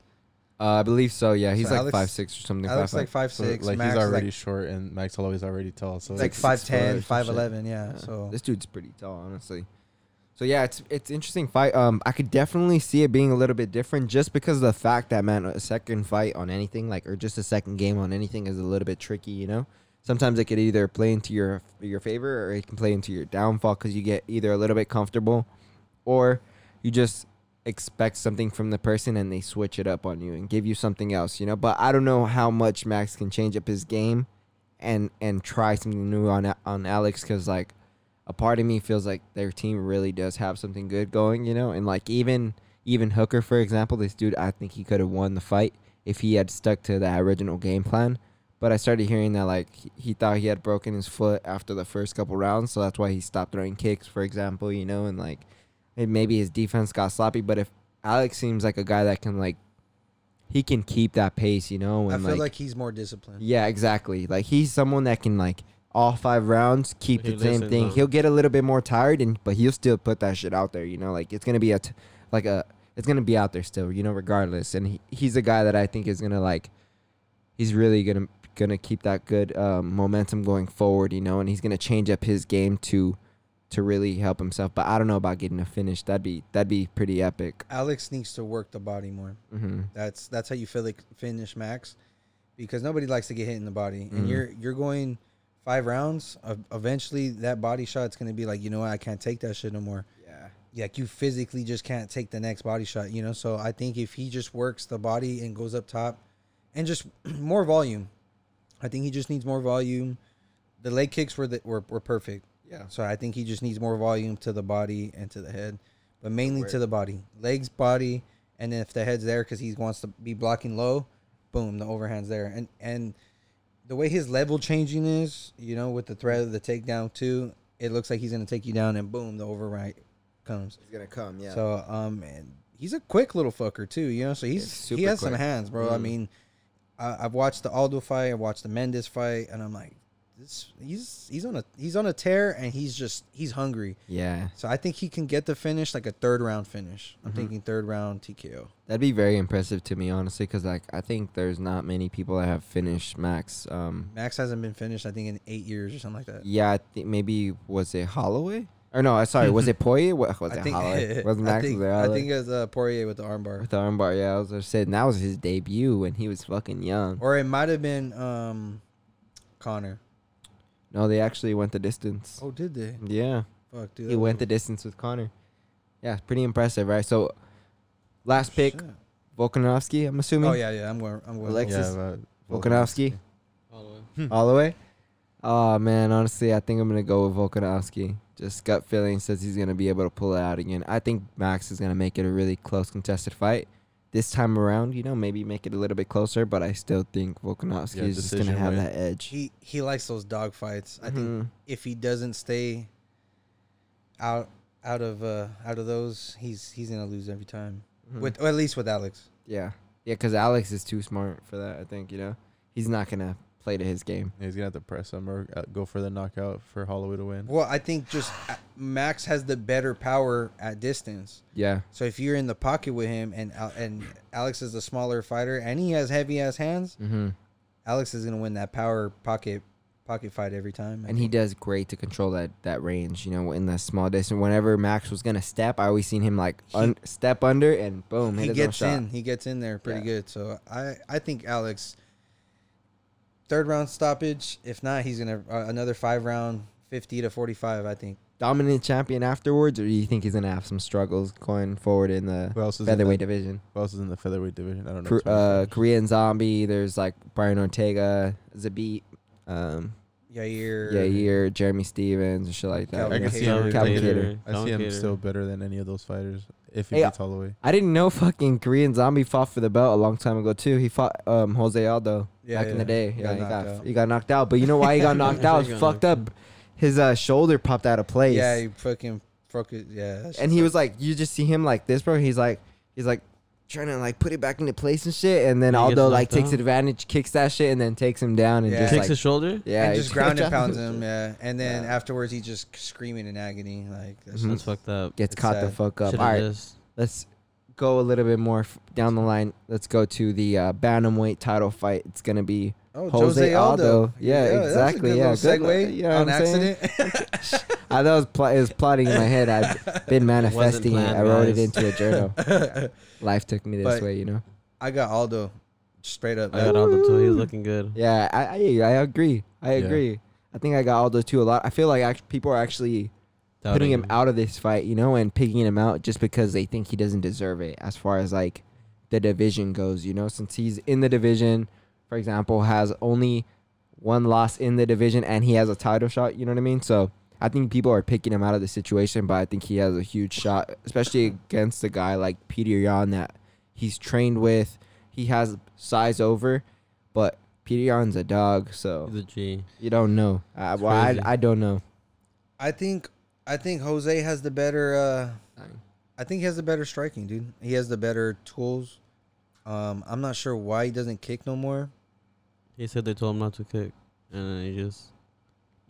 Speaker 2: Uh, I believe so. Yeah, he's
Speaker 3: So
Speaker 2: like
Speaker 3: Alex-
Speaker 2: five six or something.
Speaker 3: Alex like five
Speaker 5: So,
Speaker 3: six.
Speaker 5: like
Speaker 3: Max
Speaker 5: he's
Speaker 3: is,
Speaker 5: already
Speaker 3: like
Speaker 5: short and Max Holloway's already tall. So
Speaker 3: It's
Speaker 5: it's
Speaker 3: like
Speaker 2: six,
Speaker 3: five
Speaker 2: six
Speaker 3: ten,
Speaker 2: foot or
Speaker 3: five
Speaker 2: some
Speaker 3: eleven, yeah.
Speaker 2: Yeah.
Speaker 3: So
Speaker 2: this dude's pretty tall, honestly. So yeah, it's it's interesting fight. Um, I could definitely see it being a little bit different just because of the fact that man, a second fight on anything like or just a second game on anything is a little bit tricky. You know, sometimes it could either play into your your favor or it can play into your downfall because you get either a little bit comfortable, or you just expect something from the person and they switch it up on you and give you something else. You know, but I don't know how much Max can change up his game and and try something new on on Alex because like a part of me feels like their team really does have something good going, you know, and like even even Hooker for example, this dude I think he could have won the fight if he had stuck to that original game plan. But I started hearing that like he- he thought he had broken his foot after the first couple rounds, so that's why he stopped throwing kicks, for example, you know, and like and maybe his defense got sloppy. But if Alex seems like a guy that can like he can keep that pace, you know, and
Speaker 3: I feel like he's more disciplined.
Speaker 2: yeah, exactly. Like he's someone that can like all five rounds keep
Speaker 1: He
Speaker 2: the same
Speaker 1: listens,
Speaker 2: thing.
Speaker 1: huh?
Speaker 2: He'll get a little bit more tired, and but he'll still put that shit out there. You know, like it's gonna be a t- like a it's gonna be out there still. You know, regardless. And he, he's a guy that I think is gonna like he's really gonna gonna keep that good um, momentum going forward. You know, and he's gonna change up his game to to really help himself. But I don't know about getting a finish. That'd be that'd be pretty epic.
Speaker 3: Alex needs to work the body more.
Speaker 2: hmm
Speaker 3: That's that's how you feel like finish Max, because nobody likes to get hit in the body, and
Speaker 2: Mhm.
Speaker 3: you're you're going five rounds. Uh, eventually, that body shot's gonna be like, you know what, I can't take that shit no more.
Speaker 2: Yeah.
Speaker 3: Like you physically just can't take the next body shot, you know. So I think if he just works the body and goes up top, and just [CLEARS THROAT] more volume, I think he just needs more volume. The leg kicks were the, were, were perfect.
Speaker 2: Yeah.
Speaker 3: So I think he just needs more volume to the body and to the head, but mainly to the body, legs, body, and then if the head's there because he wants to be blocking low, boom, the overhand's there. And and the way his level changing is, you know, with the threat of the takedown too, it looks like he's gonna take you down, and boom, the override comes.
Speaker 2: He's gonna come. Yeah.
Speaker 3: So um, and he's a quick little fucker too, you know. So
Speaker 2: He's
Speaker 3: he's
Speaker 2: super
Speaker 3: he has some
Speaker 2: quick.
Speaker 3: hands, bro. I
Speaker 2: Mhm.
Speaker 3: mean, I, I've watched the Aldo fight, I watched the Mendes fight, and I'm like, this he's he's on a he's on a tear, and he's just he's hungry.
Speaker 2: yeah.
Speaker 3: So I think he can get the finish, like a third round finish. I'm
Speaker 2: Mm-hmm.
Speaker 3: thinking third round TKO.
Speaker 2: That'd be very impressive to me, honestly, because like I think there's not many people that have finished Max. Um,
Speaker 3: Max hasn't been finished, I think, in eight years or something like that.
Speaker 2: yeah, I think maybe was it Holloway? Or no, I- sorry,
Speaker 3: [LAUGHS]
Speaker 2: was it Poirier? What was
Speaker 3: I
Speaker 2: it?
Speaker 3: think, [LAUGHS]
Speaker 2: Holloway? Wasn't
Speaker 3: I
Speaker 2: Max
Speaker 3: think, I
Speaker 2: Holloway?
Speaker 3: think it was uh, Poirier with the armbar.
Speaker 2: with the armbar. Yeah, I was just saying that was his debut when he was fucking young.
Speaker 3: Or it might have been um, Connor.
Speaker 2: No, they actually went the distance.
Speaker 3: Oh, did they?
Speaker 2: Yeah,
Speaker 3: Fuck, dude.
Speaker 2: he
Speaker 3: that
Speaker 2: went
Speaker 3: was-
Speaker 2: the distance with Connor. Yeah, it's pretty impressive, right? So, last pick,
Speaker 3: Shit.
Speaker 2: Volkanovski. I'm assuming.
Speaker 3: Oh yeah, yeah. I'm going. I'm going.
Speaker 2: Alexa- Texas.
Speaker 5: Yeah, but,
Speaker 2: Volkanovski, all the way. Oh man, honestly, I think I'm gonna go with Volkanovski. Just gut feeling says he's gonna be able to pull it out again. I think Max is gonna make it a really close contested fight. This time around, you know, maybe make it a little bit closer, but I still think Volkanovski
Speaker 5: Yeah,
Speaker 2: is just gonna
Speaker 5: decision
Speaker 2: have
Speaker 5: win.
Speaker 2: that edge.
Speaker 3: He he likes those dog fights. I think
Speaker 2: Mhm.
Speaker 3: if he doesn't stay out out of uh out of those, he's he's gonna lose every time.
Speaker 2: Mm-hmm.
Speaker 3: With or at least with Alex.
Speaker 2: Yeah. Yeah, because Alex is too smart for that, I think, you know? He's not going to play to his game.
Speaker 5: He's gonna have to press him or uh, go for the knockout for Holloway to win.
Speaker 3: Well, I think just uh, Max has the better power at distance.
Speaker 2: Yeah.
Speaker 3: So if you're in the pocket with him and Al- and Alex is a smaller fighter and he has heavy ass hands,
Speaker 2: Mm-hmm.
Speaker 3: Alex is gonna win that power pocket pocket fight every time.
Speaker 2: And he does great to control that, that range, you know, in the small distance. Whenever Max was going to step, I always seen him, like, un- step under and boom, hit
Speaker 3: he
Speaker 2: his
Speaker 3: gets
Speaker 2: own shot.
Speaker 3: in. He gets in there pretty
Speaker 2: Yeah.
Speaker 3: good. So I I think Alex third round stoppage. If not, he's gonna uh, another five round, fifty to forty five. I think.
Speaker 2: Dominant champion afterwards, or do you think he's going to have some struggles going forward in the
Speaker 5: Who else is in
Speaker 2: featherweight
Speaker 5: the-
Speaker 2: division?
Speaker 5: Who else is in the featherweight division? I don't know.
Speaker 2: Kor-
Speaker 5: too much
Speaker 2: uh,
Speaker 5: about it.
Speaker 2: Korean Zombie, there's, like, Brian Ortega, Zabit, um,
Speaker 3: Yair.
Speaker 2: Yair, Jeremy Stevens, and shit like that.
Speaker 5: I
Speaker 3: Calvin
Speaker 5: can see
Speaker 3: Cater.
Speaker 5: him.
Speaker 2: Calvin
Speaker 1: Cater.
Speaker 5: I see him
Speaker 1: Cater.
Speaker 5: still better than any of those fighters if he
Speaker 2: Hey,
Speaker 5: beats Holloway.
Speaker 2: I didn't know fucking Korean Zombie fought for the belt a long time ago too. He fought um, Jose Aldo
Speaker 3: Yeah,
Speaker 2: back in the
Speaker 3: yeah.
Speaker 2: day.
Speaker 3: He
Speaker 2: Yeah,
Speaker 3: got
Speaker 2: he got
Speaker 3: knocked out.
Speaker 2: he got knocked out. But you know why
Speaker 3: [LAUGHS]
Speaker 2: he got knocked out? It was
Speaker 1: He got
Speaker 2: fucked up. His uh, shoulder popped out of place.
Speaker 3: Yeah, he fucking fucking yeah. that's
Speaker 2: and
Speaker 3: just-
Speaker 2: he was like, you just see him like this, bro. He's like, he's like trying to like put it back into place and shit. And then
Speaker 1: He gets
Speaker 2: Aldo like
Speaker 1: knocked
Speaker 2: takes
Speaker 1: out.
Speaker 2: advantage, kicks that shit, and then takes him down and
Speaker 3: Yeah.
Speaker 2: just
Speaker 1: Kicks
Speaker 2: like
Speaker 1: his shoulder.
Speaker 2: yeah,
Speaker 3: and
Speaker 2: he
Speaker 3: just ground and
Speaker 2: just- [LAUGHS]
Speaker 3: pounds him. Yeah, and then
Speaker 2: Yeah. Mm-hmm.
Speaker 3: afterwards he just screaming in agony. Like that's
Speaker 1: That's
Speaker 3: just-
Speaker 1: fucked up.
Speaker 2: Gets
Speaker 3: It's
Speaker 2: caught the
Speaker 3: sad.
Speaker 2: fuck up.
Speaker 1: Should've
Speaker 2: All right,
Speaker 1: just-
Speaker 2: let's go a little bit more f- down the line. Let's go to the uh, bantamweight title fight. It's gonna be
Speaker 3: Oh,
Speaker 2: Jose Aldo. Yeah,
Speaker 3: that was a
Speaker 2: exactly.
Speaker 3: good
Speaker 2: Yeah,
Speaker 3: little
Speaker 2: good-
Speaker 3: segue
Speaker 2: yeah,
Speaker 3: on
Speaker 2: I'm saying.
Speaker 3: accident.
Speaker 2: [LAUGHS]
Speaker 3: [LAUGHS]
Speaker 2: I that was pl- it was plotting in my head.
Speaker 1: [LAUGHS]
Speaker 2: I've been manifesting it.
Speaker 1: planned,
Speaker 2: I wrote it
Speaker 1: guys.
Speaker 2: into a journal.
Speaker 1: [LAUGHS]
Speaker 2: Life took me this
Speaker 3: But-
Speaker 2: way, you know.
Speaker 3: I got Aldo straight up.
Speaker 1: I got Aldo too. He was looking good.
Speaker 2: Yeah, I I, I agree. I
Speaker 5: Yeah.
Speaker 2: agree. I think I got Aldo too a lot. I feel like act- people are actually putting
Speaker 1: Doubting
Speaker 2: him out of this fight, you know, and picking him out just because they think he doesn't deserve it as far as like the division goes, you know, since he's in the division, for example, has only one loss in the division and he has a title shot, you know what I mean? So I think people are picking him out of the situation, but I think he has a huge shot, especially against a guy like Peter Yan that he's trained with. He has size over, but Peter Yan's a dog, so
Speaker 1: He's a G.
Speaker 2: you don't know. I, well, I,
Speaker 1: crazy.
Speaker 2: I don't know.
Speaker 3: I think I think Jose has the better. Uh, I think he has the better striking, dude. He has the better tools. Um, I'm not sure why he doesn't kick no more.
Speaker 1: He said they told him not to kick, and then he just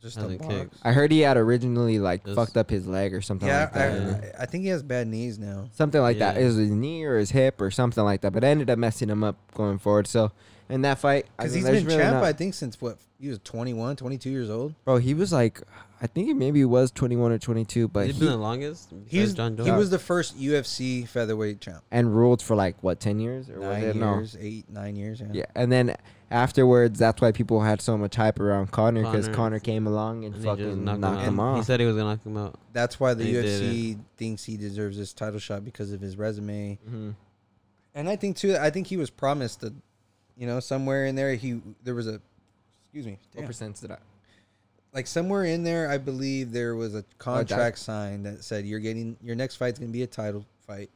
Speaker 3: Just the
Speaker 1: Hasn't
Speaker 3: box.
Speaker 1: kicked.
Speaker 2: I heard he had originally like
Speaker 1: That's-
Speaker 2: fucked up his leg or something
Speaker 3: Yeah,
Speaker 2: like that.
Speaker 3: I, I think he has bad knees now.
Speaker 2: something like that.
Speaker 1: Yeah.
Speaker 2: It was his knee or his hip or something like that. But it ended up messing him up going forward. So in that fight, I
Speaker 3: Because
Speaker 2: mean,
Speaker 3: he's
Speaker 2: there's
Speaker 3: been
Speaker 2: really
Speaker 3: champ,
Speaker 2: not-
Speaker 3: I think, since what he was 21, 22 years old.
Speaker 2: bro, he was like, I think he maybe was 21 or 22, but
Speaker 1: He's
Speaker 2: he,
Speaker 1: been the longest.
Speaker 3: He was,
Speaker 1: besides John
Speaker 3: he
Speaker 1: Jones.
Speaker 3: was the first UFC featherweight champ.
Speaker 2: and ruled for like what 10 years or was
Speaker 3: Nine
Speaker 2: it no?
Speaker 3: years, eight, nine years.
Speaker 2: Yeah, and then afterwards, that's why people had so much hype around Connor because
Speaker 1: Connor.
Speaker 2: Connor came along and,
Speaker 1: And he just
Speaker 2: fucking
Speaker 1: knocked
Speaker 2: knocked,
Speaker 1: him out.
Speaker 2: him off.
Speaker 1: He said he was gonna knock him out.
Speaker 3: That's why the
Speaker 1: He did
Speaker 3: UFC thinks he deserves this title shot because of his resume.
Speaker 2: Mhm.
Speaker 3: And I think too. I think he was promised that, you know, somewhere in there he there was a, excuse me,
Speaker 2: What
Speaker 3: damn.
Speaker 2: percent's did I?
Speaker 3: like somewhere in there I believe there was a contract
Speaker 2: that-
Speaker 3: signed that said you're getting your next fight's gonna be a title fight,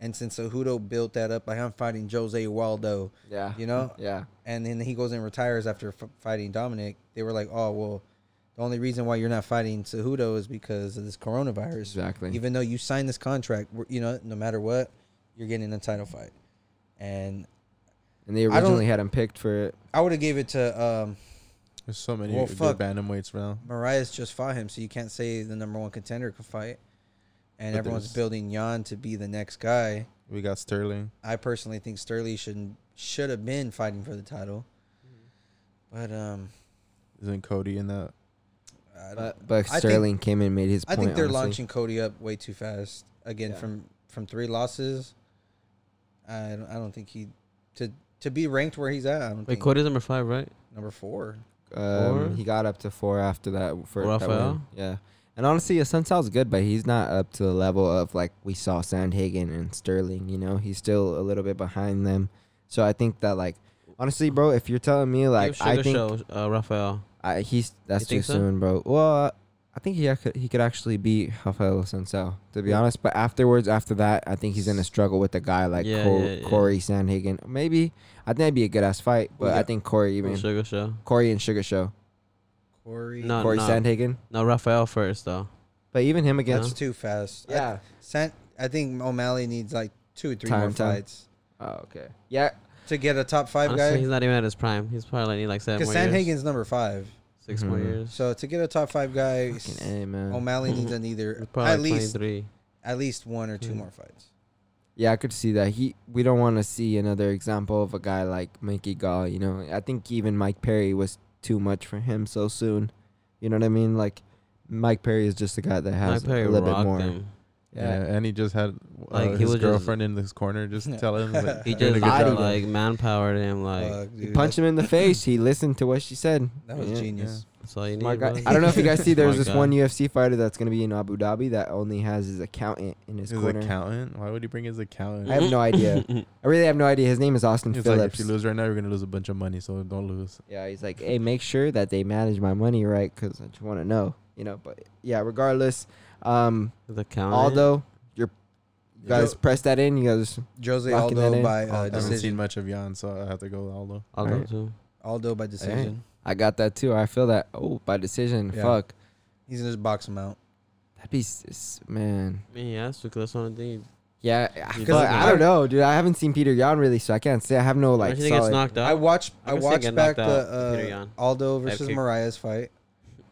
Speaker 3: and since Cejudo built that up, like I'm fighting Jose Waldo,
Speaker 2: Yeah,
Speaker 3: you know,
Speaker 2: yeah.
Speaker 3: and then he goes and retires after f- fighting Dominic. They were like, oh well, the only reason why you're not fighting Cejudo is because of this coronavirus.
Speaker 2: Exactly.
Speaker 3: Even though you signed this contract, we're- you know, no matter what, you're getting a title fight, and
Speaker 2: And they
Speaker 3: I don't-
Speaker 2: originally had him picked for it.
Speaker 3: I would have gave it to um,
Speaker 5: There's so many
Speaker 3: Well,
Speaker 5: good
Speaker 3: fuck.
Speaker 5: bantamweights now.
Speaker 3: Marias. Just fought him, so you can't say the number one contender can fight. And
Speaker 5: But
Speaker 3: everyone's
Speaker 5: there's-
Speaker 3: building Yan to be the next guy.
Speaker 5: We got Sterling.
Speaker 3: I personally think Sterling should should have been fighting for the title, but um,
Speaker 5: Isn't Cody in that?
Speaker 3: I don't.
Speaker 2: But, but
Speaker 3: I think-
Speaker 2: Sterling came in and made his
Speaker 3: I
Speaker 2: point.
Speaker 3: think they're
Speaker 2: honestly.
Speaker 3: launching Cody up way too fast again
Speaker 2: Yeah.
Speaker 3: from from three losses. I don't, I don't think he to to be ranked where he's at. I don't
Speaker 1: Wait,
Speaker 3: think
Speaker 1: Cody's number five, right?
Speaker 3: number four.
Speaker 1: Four?
Speaker 2: Um, he got up to four after that. For that
Speaker 1: Rafael?
Speaker 2: win. yeah. And honestly, Sunsal's good, but he's not up to the level of like we saw Sandhagen and Sterling. You know, he's still a little bit behind them. So I think that like honestly, bro, if you're telling me like
Speaker 1: Give
Speaker 2: I
Speaker 1: Sugar
Speaker 2: think
Speaker 1: Show, uh, Rafael.
Speaker 2: I, he's that's
Speaker 1: You
Speaker 2: too
Speaker 1: think so?
Speaker 2: soon, bro. Well, I think he ac- he could actually beat Rafael Sunsal to be honest. But afterwards, after that, I think he's in a struggle with a guy like
Speaker 1: Yeah,
Speaker 2: Cor-
Speaker 1: yeah, yeah.
Speaker 2: Corey Sandhagen. Maybe I think that'd be a good ass fight, but I
Speaker 3: yeah.
Speaker 2: think Corey even
Speaker 1: Sugar Show.
Speaker 2: Corey and Sugar Show.
Speaker 3: Corey.
Speaker 1: No,
Speaker 2: Corey
Speaker 1: no,
Speaker 2: Sandhagen.
Speaker 1: no, Rafael first though.
Speaker 2: But even him against
Speaker 3: That's too fast. I,
Speaker 2: yeah.
Speaker 3: Sant, I think O'Malley needs like two or three more
Speaker 2: Time, time.
Speaker 3: fights
Speaker 2: Oh, okay. Yeah.
Speaker 3: to get a top five
Speaker 1: Honestly,
Speaker 3: guy.
Speaker 1: he's not even at his prime. He's probably like, like seven
Speaker 3: Because
Speaker 1: more years.
Speaker 3: Sandhagen's number five,
Speaker 1: six more
Speaker 2: Mhm.
Speaker 1: years.
Speaker 3: so to get a top five guy,
Speaker 2: Fucking A, Oh, man. [LAUGHS]
Speaker 3: O'Malley needs an either
Speaker 1: He's probably
Speaker 3: at
Speaker 1: like
Speaker 3: least
Speaker 1: 23.
Speaker 3: at least one or two
Speaker 1: Mm.
Speaker 3: more fights.
Speaker 2: Yeah, I could see that. He we don't want to see another example of a guy like Mickey Gall, you know. I think even Mike Perry was too much for him so soon. You know what I mean? Like Mike Perry is just a guy that has
Speaker 1: Mike Perry
Speaker 2: a little bit
Speaker 1: rocked
Speaker 2: more.
Speaker 1: him.
Speaker 5: Yeah. and he just had uh,
Speaker 1: Like, he
Speaker 5: his
Speaker 1: was just-
Speaker 5: girlfriend in his corner,
Speaker 2: [LAUGHS]
Speaker 5: just
Speaker 3: Yeah.
Speaker 5: telling him like,
Speaker 1: He
Speaker 5: "You're doing
Speaker 1: just
Speaker 5: a good
Speaker 2: bodied
Speaker 5: job."
Speaker 2: him.
Speaker 1: like manpowered him. Like
Speaker 3: Fuck,
Speaker 2: He
Speaker 3: dude,
Speaker 2: punched
Speaker 3: that-
Speaker 2: him in the face. He listened to what she said.
Speaker 3: That was
Speaker 2: Yeah,
Speaker 3: genius.
Speaker 1: that's all you
Speaker 2: yeah.
Speaker 1: need.
Speaker 2: Smart guy.
Speaker 1: bro.
Speaker 2: I don't know if you guys
Speaker 1: [LAUGHS]
Speaker 2: see. There's
Speaker 1: Smart
Speaker 2: this
Speaker 1: guy.
Speaker 2: one UFC fighter that's gonna be in Abu Dhabi that only has his accountant in his,
Speaker 5: His
Speaker 2: corner.
Speaker 5: accountant? Why would he bring his accountant?
Speaker 2: I have no idea. I really have no idea. His name is Austin
Speaker 5: He's like,
Speaker 2: Phillips.
Speaker 5: if you lose right now, you're gonna lose a bunch of money, so don't lose.
Speaker 2: Yeah, he's like, hey, make sure that they manage my money right, because I just want to know, you know. But yeah, regardless, um,
Speaker 1: The count.
Speaker 2: Aldo, you're you
Speaker 3: Yeah.
Speaker 2: guys press that in. You guys,
Speaker 3: Jose
Speaker 2: Locking that
Speaker 3: Aldo
Speaker 2: in.
Speaker 3: by
Speaker 5: I
Speaker 3: uh,
Speaker 5: haven't seen
Speaker 3: decision.
Speaker 5: much of Jan, so I have to go with Aldo.
Speaker 1: Aldo
Speaker 2: Alright.
Speaker 1: too.
Speaker 3: Aldo by decision.
Speaker 2: I got that too. I feel that. Oh, by decision,
Speaker 3: Yeah.
Speaker 2: fuck,
Speaker 3: He's gonna just box him out.
Speaker 2: that'd be s- s- man.
Speaker 1: I mean, yeah, that's because that's one thing.
Speaker 2: Yeah,
Speaker 1: You
Speaker 2: but
Speaker 1: don't
Speaker 2: I
Speaker 1: know.
Speaker 2: don't know, dude. I haven't seen Peter Yan really, so I can't say. I have no like
Speaker 1: Imagine he gets
Speaker 2: solid.
Speaker 1: knocked out.
Speaker 3: I watched I,
Speaker 1: I could see
Speaker 3: watched
Speaker 1: getting
Speaker 3: back
Speaker 1: knocked
Speaker 3: the
Speaker 1: out, Peter
Speaker 3: uh,
Speaker 1: Yan.
Speaker 3: Aldo versus
Speaker 1: kick.
Speaker 3: Mariah's fight,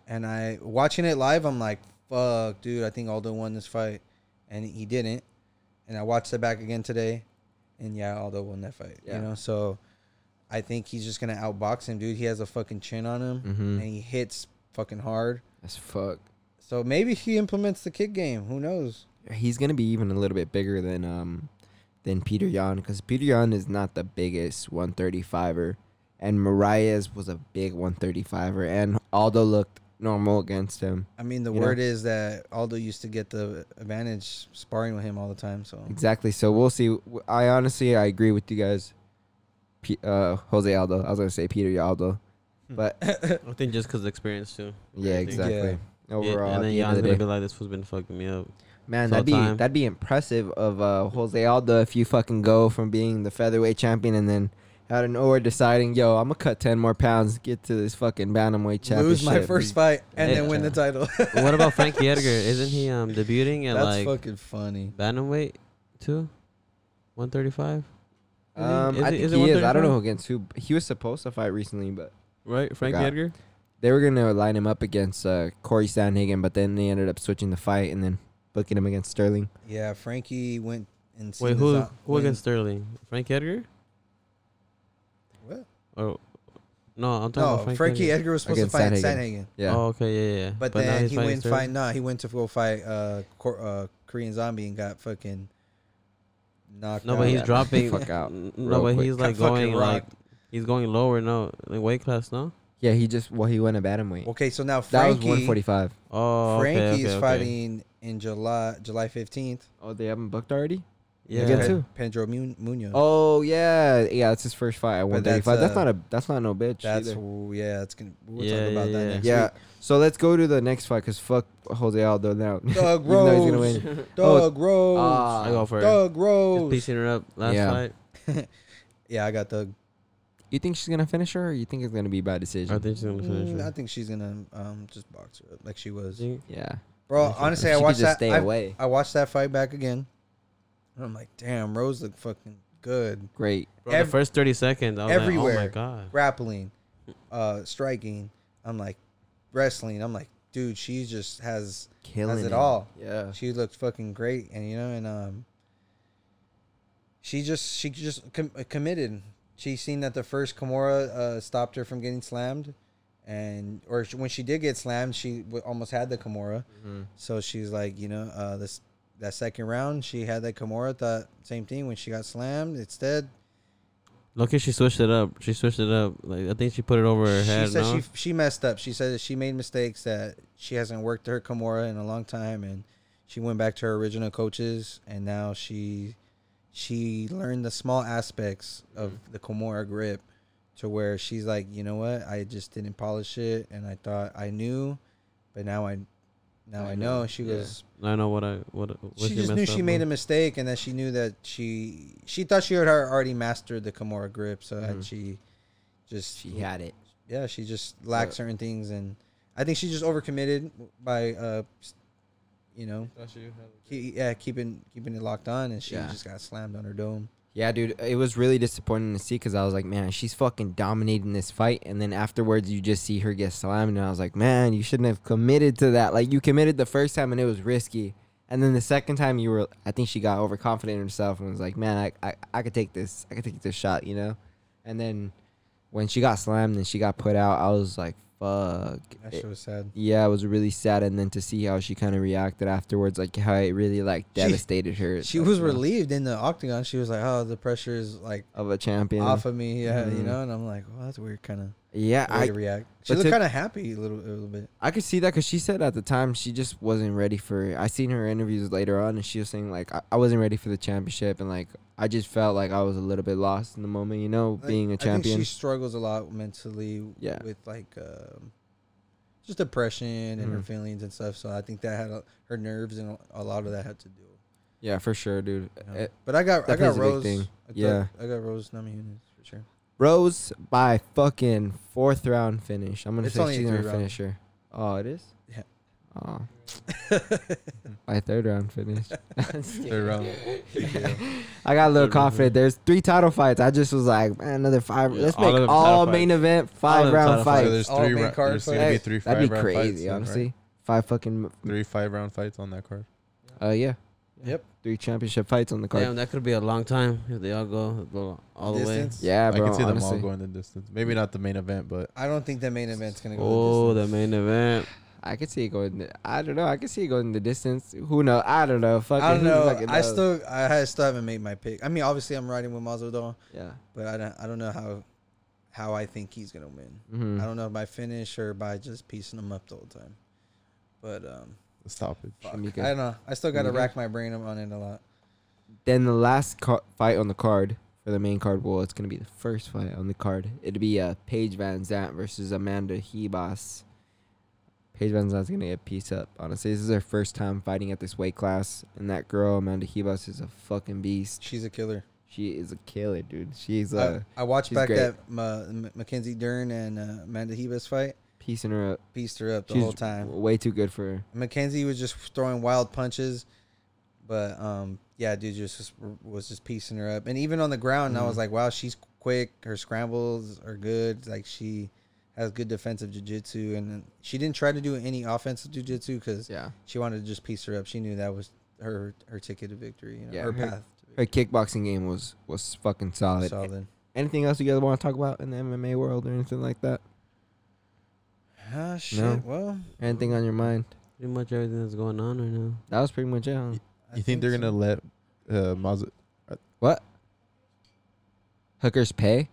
Speaker 3: and I watching it live. I'm like, fuck, dude, I think Aldo won this fight, and he didn't. And I watched it back again today, and yeah, Aldo won that fight.
Speaker 2: Yeah.
Speaker 3: You know, so I think he's just gonna outbox him, dude. He has a fucking chin on him,
Speaker 1: Mm-hmm.
Speaker 2: Mhm.
Speaker 3: and he hits fucking hard.
Speaker 2: That's fuck.
Speaker 3: So maybe he implements the kick game. Who knows?
Speaker 2: He's gonna be even a little bit bigger than um than Peter Yan because Peter Yan is not the biggest 135er, and Marias was a big 135er, and Aldo looked normal against him.
Speaker 3: I mean, the
Speaker 2: You know?
Speaker 3: word is that Aldo used to get the advantage sparring with him all the time. So
Speaker 2: Exactly. So we'll see. W- I honestly I agree with you guys. P- uh, Jose Aldo. I was gonna say Peter Aldo, but
Speaker 1: I think just because experience too.
Speaker 2: yeah,
Speaker 1: Everything.
Speaker 2: exactly.
Speaker 1: Yeah,
Speaker 2: Overall, at
Speaker 1: and then
Speaker 2: the end of
Speaker 1: Jan's
Speaker 2: the
Speaker 1: gonna
Speaker 2: day.
Speaker 1: be like, "This fool's been fucking me up."
Speaker 2: Man,
Speaker 1: It's
Speaker 2: that'd
Speaker 1: all
Speaker 2: be
Speaker 1: time.
Speaker 2: that'd be impressive of uh, Jose Aldo if you fucking go from being the featherweight champion and then out of nowhere deciding, yo, I'm gonna cut ten more pounds, get to this fucking bantamweight championship.
Speaker 3: lose my first fight and
Speaker 1: Hey,
Speaker 3: then win the title.
Speaker 1: [LAUGHS] what about
Speaker 3: [LAUGHS]
Speaker 1: Frankie Edgar? Isn't he um debuting at
Speaker 3: That's
Speaker 1: like
Speaker 3: fucking funny.
Speaker 1: bantamweight too? One thirty-five,
Speaker 2: Um,
Speaker 1: Is
Speaker 2: I
Speaker 1: it-
Speaker 2: think
Speaker 1: is it
Speaker 2: he is. I don't
Speaker 1: 135?
Speaker 2: know against who. He was supposed to fight recently, but
Speaker 1: right? Frankie
Speaker 2: Forgot.
Speaker 1: Edgar.
Speaker 2: they were gonna line him up against uh, Corey Sandhagen, but then they ended up switching the fight and then booking him against Sterling.
Speaker 3: Yeah, Frankie went and seen
Speaker 1: Wait,
Speaker 3: his
Speaker 1: who
Speaker 3: au-
Speaker 1: who
Speaker 3: went-
Speaker 1: against Sterling? Frankie Edgar?
Speaker 3: What?
Speaker 1: Or no, I'm talking
Speaker 3: No,
Speaker 1: about Frankie,
Speaker 3: Frankie Edgar was supposed
Speaker 2: Against
Speaker 3: to fight
Speaker 2: Sandhagen.
Speaker 3: Sandhagen,
Speaker 2: Yeah,
Speaker 1: Oh, okay, yeah, yeah. yeah.
Speaker 3: but,
Speaker 1: now
Speaker 3: then
Speaker 1: he's
Speaker 3: he
Speaker 1: fighting
Speaker 3: went
Speaker 1: Sterling?
Speaker 3: fight. Nah, he went to go fight uh, Cor- uh Korean Zombie and got fucking knocked.
Speaker 1: No,
Speaker 3: out.
Speaker 1: but he's
Speaker 2: Yeah.
Speaker 1: dropping.
Speaker 2: Fuck out
Speaker 1: n-
Speaker 2: real
Speaker 1: Um, No, but
Speaker 2: quick.
Speaker 1: he's like
Speaker 3: Got fucking
Speaker 1: going like
Speaker 3: rocked.
Speaker 1: he's going lower. No, like weight class. No.
Speaker 2: yeah. He just well, he went a bantamweight.
Speaker 3: okay. So now
Speaker 2: that was
Speaker 3: Frankie,
Speaker 2: 145.
Speaker 1: Oh, okay,
Speaker 3: Frankie's
Speaker 1: okay, okay.
Speaker 3: fighting in July, July fifteenth.
Speaker 2: Oh, they haven't booked already.
Speaker 1: Yeah.
Speaker 2: Against who?
Speaker 3: Pedro Mu- Munoz.
Speaker 2: Oh yeah, yeah. It's his first fight at
Speaker 3: But that's,
Speaker 2: 135. That's,
Speaker 3: uh,
Speaker 2: not a that's not no bitch.
Speaker 3: that's
Speaker 2: either.
Speaker 3: who- yeah. That's gonna we'll
Speaker 1: Yeah,
Speaker 3: talk
Speaker 1: yeah,
Speaker 3: about that
Speaker 1: yeah.
Speaker 3: next.
Speaker 2: yeah.
Speaker 3: week.
Speaker 2: So let's go to the next fight because fuck Jose Aldo now. [LAUGHS]
Speaker 3: Doug
Speaker 2: Even though he's gonna
Speaker 3: Rose.
Speaker 2: win.
Speaker 3: Doug Rose.
Speaker 1: I
Speaker 2: Oh, Ah,
Speaker 1: go for it.
Speaker 3: Doug Rose.
Speaker 1: Just piecing her up last
Speaker 2: Yeah.
Speaker 1: fight.
Speaker 3: Yeah, I got Doug.
Speaker 2: you think she's gonna finish her, or you think it's gonna be by decision?
Speaker 1: I think she's gonna
Speaker 2: Mm-hmm.
Speaker 1: finish.
Speaker 3: Mm, I
Speaker 1: her.
Speaker 3: think she's gonna um, just box her up like she was.
Speaker 1: Think-
Speaker 2: yeah.
Speaker 3: Bro,
Speaker 1: Like,
Speaker 2: She
Speaker 3: honestly, I
Speaker 2: could
Speaker 3: watched
Speaker 2: just
Speaker 3: that.
Speaker 2: stay
Speaker 3: I,
Speaker 2: away.
Speaker 3: I watched that fight back again, and I'm like, damn, Rose looked fucking good.
Speaker 2: Great.
Speaker 1: Bro, the
Speaker 3: Ev-
Speaker 1: first thirty seconds, I was like, "Oh my
Speaker 3: everywhere.
Speaker 1: god!"
Speaker 3: Grappling, uh, striking. I'm like, wrestling. I'm like, dude, she just has.
Speaker 2: Killing him.
Speaker 3: it all.
Speaker 2: Yeah.
Speaker 3: She looked fucking great, and you know, and um, she just she just com- committed. She seen that the first Kimura uh, stopped her from getting slammed, and or sh when she did get slammed, she w- almost had the Kimura. So she's like, you know, uh, this that second round, she had that Kimura. Thought same thing when she got slammed. Instead,
Speaker 1: Look, she switched it up. She switched it up. Like I think she put it over her
Speaker 3: she
Speaker 1: head.
Speaker 3: said
Speaker 1: no?
Speaker 3: she she messed up. She said that she made mistakes that she hasn't worked her Kimura in a long time, and she went back to her original coaches, and now she she learned the small aspects of the Kimura grip to where she's like, you know what, I just didn't polish it, and I thought I knew, but now I now I, know. She goes.
Speaker 1: I know what I what. what
Speaker 3: She just knew she made a mistake, and that she knew that she she thought she had already mastered the Kimura grip, so that she just
Speaker 2: She had it.
Speaker 3: yeah, she just lacked certain things, and I think she just overcommitted by, uh, s- you know, keep, yeah, keeping keeping it locked on, and she
Speaker 2: Yeah.
Speaker 3: just got slammed on her dome.
Speaker 2: Yeah, dude, it was really disappointing to see because I was like, man, she's fucking dominating this fight, and then afterwards you just see her get slammed, and I was like, man, you shouldn't have committed to that. Like you committed the first time and it was risky, and then the second time you were, I think she got overconfident in herself and was like, man, I, I, I could take this, I could take this shot, you know, and then when she got slammed and she got put out, I was like, fuck.
Speaker 3: That
Speaker 2: It-
Speaker 3: shit was sad.
Speaker 2: yeah, it was really sad, and then to see how she kind of reacted afterwards, like how it really like devastated her.
Speaker 3: She
Speaker 2: like,
Speaker 3: was
Speaker 2: you know,
Speaker 3: relieved in the octagon. She was like, "Oh, the pressure is like
Speaker 2: of a champion.
Speaker 3: off of me," yeah, you
Speaker 2: Mhm.
Speaker 3: know. And I'm like, "Well, that's a weird, kind of
Speaker 2: yeah,
Speaker 3: way
Speaker 2: I
Speaker 3: to react." She
Speaker 2: but
Speaker 3: looked
Speaker 2: to-
Speaker 3: kind of happy a little, a little bit.
Speaker 2: I could see that because she said at the time she just wasn't ready for. It. I seen her interviews later on, and she was saying like I, I wasn't ready for the championship, and like I just felt like I was a little bit lost in the moment, you know,
Speaker 3: Like,
Speaker 2: being a
Speaker 3: I
Speaker 2: champion.
Speaker 3: think she struggles a lot mentally.
Speaker 2: Yeah.
Speaker 3: with like um, just depression and her
Speaker 2: Mhm.
Speaker 3: feelings and stuff. So I think that had a, her nerves and a lot of that had to do.
Speaker 2: yeah, for sure, dude.
Speaker 3: know?
Speaker 2: Eh,
Speaker 3: But I got I
Speaker 2: that plays
Speaker 3: got
Speaker 2: a big
Speaker 3: Rose.
Speaker 2: thing.
Speaker 3: I got,
Speaker 2: Yeah.
Speaker 3: I got Rose Namajunas for sure.
Speaker 2: Rose by fucking fourth round finish. I'm gonna
Speaker 3: It's
Speaker 2: say
Speaker 3: only a
Speaker 2: she's gonna
Speaker 3: three round.
Speaker 2: finish her. Oh, it is.
Speaker 3: Yeah. [LAUGHS]
Speaker 2: Oh. by third round finish.
Speaker 5: Third round.
Speaker 2: I got a little confident. There's three title fights. I just was like, man, another five.
Speaker 1: Yeah,
Speaker 2: Let's
Speaker 1: all of
Speaker 2: make
Speaker 1: them
Speaker 2: all
Speaker 1: title
Speaker 2: main
Speaker 1: fights.
Speaker 2: event
Speaker 1: All
Speaker 2: five
Speaker 1: of them
Speaker 2: round
Speaker 1: title fights.
Speaker 5: So
Speaker 2: fights.
Speaker 5: there's
Speaker 3: All
Speaker 5: three.
Speaker 3: main
Speaker 5: Ra-
Speaker 3: card
Speaker 5: there's going to be
Speaker 2: Hey,
Speaker 5: three
Speaker 2: That'd
Speaker 5: five
Speaker 2: be
Speaker 5: round fights,
Speaker 2: crazy,
Speaker 5: then, right?
Speaker 2: honestly. Five fucking,
Speaker 5: Three five round fights on that card.
Speaker 2: uh, yeah,
Speaker 3: Yep.
Speaker 2: three championship fights on the card.
Speaker 1: Damn, that could be a long time if they all go the- all the way.
Speaker 3: Distance?
Speaker 2: yeah, bro.
Speaker 5: I can see them all
Speaker 2: honestly.
Speaker 5: going the distance. Maybe not the main event, but
Speaker 3: I don't think that main event's gonna go.
Speaker 1: Oh,
Speaker 3: the
Speaker 1: the main event.
Speaker 2: I could see it going. The, I don't know. I could see it going the distance. Who knows? I don't know. Fucking,
Speaker 3: I don't
Speaker 2: who
Speaker 3: know.
Speaker 2: fucking
Speaker 3: I
Speaker 2: knows?
Speaker 3: still I, I still haven't made my pick. I mean, obviously I'm riding with Masvidal,
Speaker 2: Yeah.
Speaker 3: but I don't I don't know how how I think he's gonna win.
Speaker 2: Mhm.
Speaker 3: I don't know by finish or by just piecing him up the whole time. But um,
Speaker 5: stoppage.
Speaker 3: fuck,
Speaker 2: Shamika.
Speaker 3: I don't know. I still gotta
Speaker 2: Shamika?
Speaker 3: rack my brain on it a lot.
Speaker 2: Then the last ca- fight on the card for the main card. Well, it's gonna be the first fight on the card. It'd be uh, Paige Van Zant versus Amanda Hebas. Paige Van Zant's gonna get pieced up. Honestly, this is her first time fighting at this weight class, and that girl Amanda Hebas is a fucking beast.
Speaker 3: She's a killer.
Speaker 2: She is a killer, dude. She's
Speaker 3: I-
Speaker 2: uh,
Speaker 3: I, watched
Speaker 2: she's
Speaker 3: back
Speaker 2: great.
Speaker 3: that Ma- M- Mackenzie Dern and uh, Amanda Hebas fight.
Speaker 2: piecing her up.
Speaker 3: Pieced her up the
Speaker 2: She's
Speaker 3: whole time.
Speaker 2: way too good for her.
Speaker 3: Mackenzie was just throwing wild punches, but um, yeah, dude just just was just piecing her up, and even on the ground,
Speaker 2: Mm-hmm.
Speaker 3: I was like, wow, she's quick. Her scrambles are good. Like she has good defensive jujitsu, and then she didn't try to do any offensive jujitsu because
Speaker 2: Yeah.
Speaker 3: she wanted to just piece her up. She knew that was her her ticket to victory. You know,
Speaker 2: Yeah,
Speaker 3: her,
Speaker 2: her-
Speaker 3: path. To victory.
Speaker 2: Her kickboxing game was was fucking solid.
Speaker 3: Solid.
Speaker 2: Anything else you guys want to talk about in the MMA world or anything like that?
Speaker 3: Ah, shit. Well,
Speaker 2: Anything on your mind?
Speaker 1: Pretty much everything that's going on right now.
Speaker 2: That was pretty much it. huh?
Speaker 3: I
Speaker 5: You think, they're
Speaker 3: so.
Speaker 5: gonna let uh, Maz-
Speaker 2: What? Hookers pay?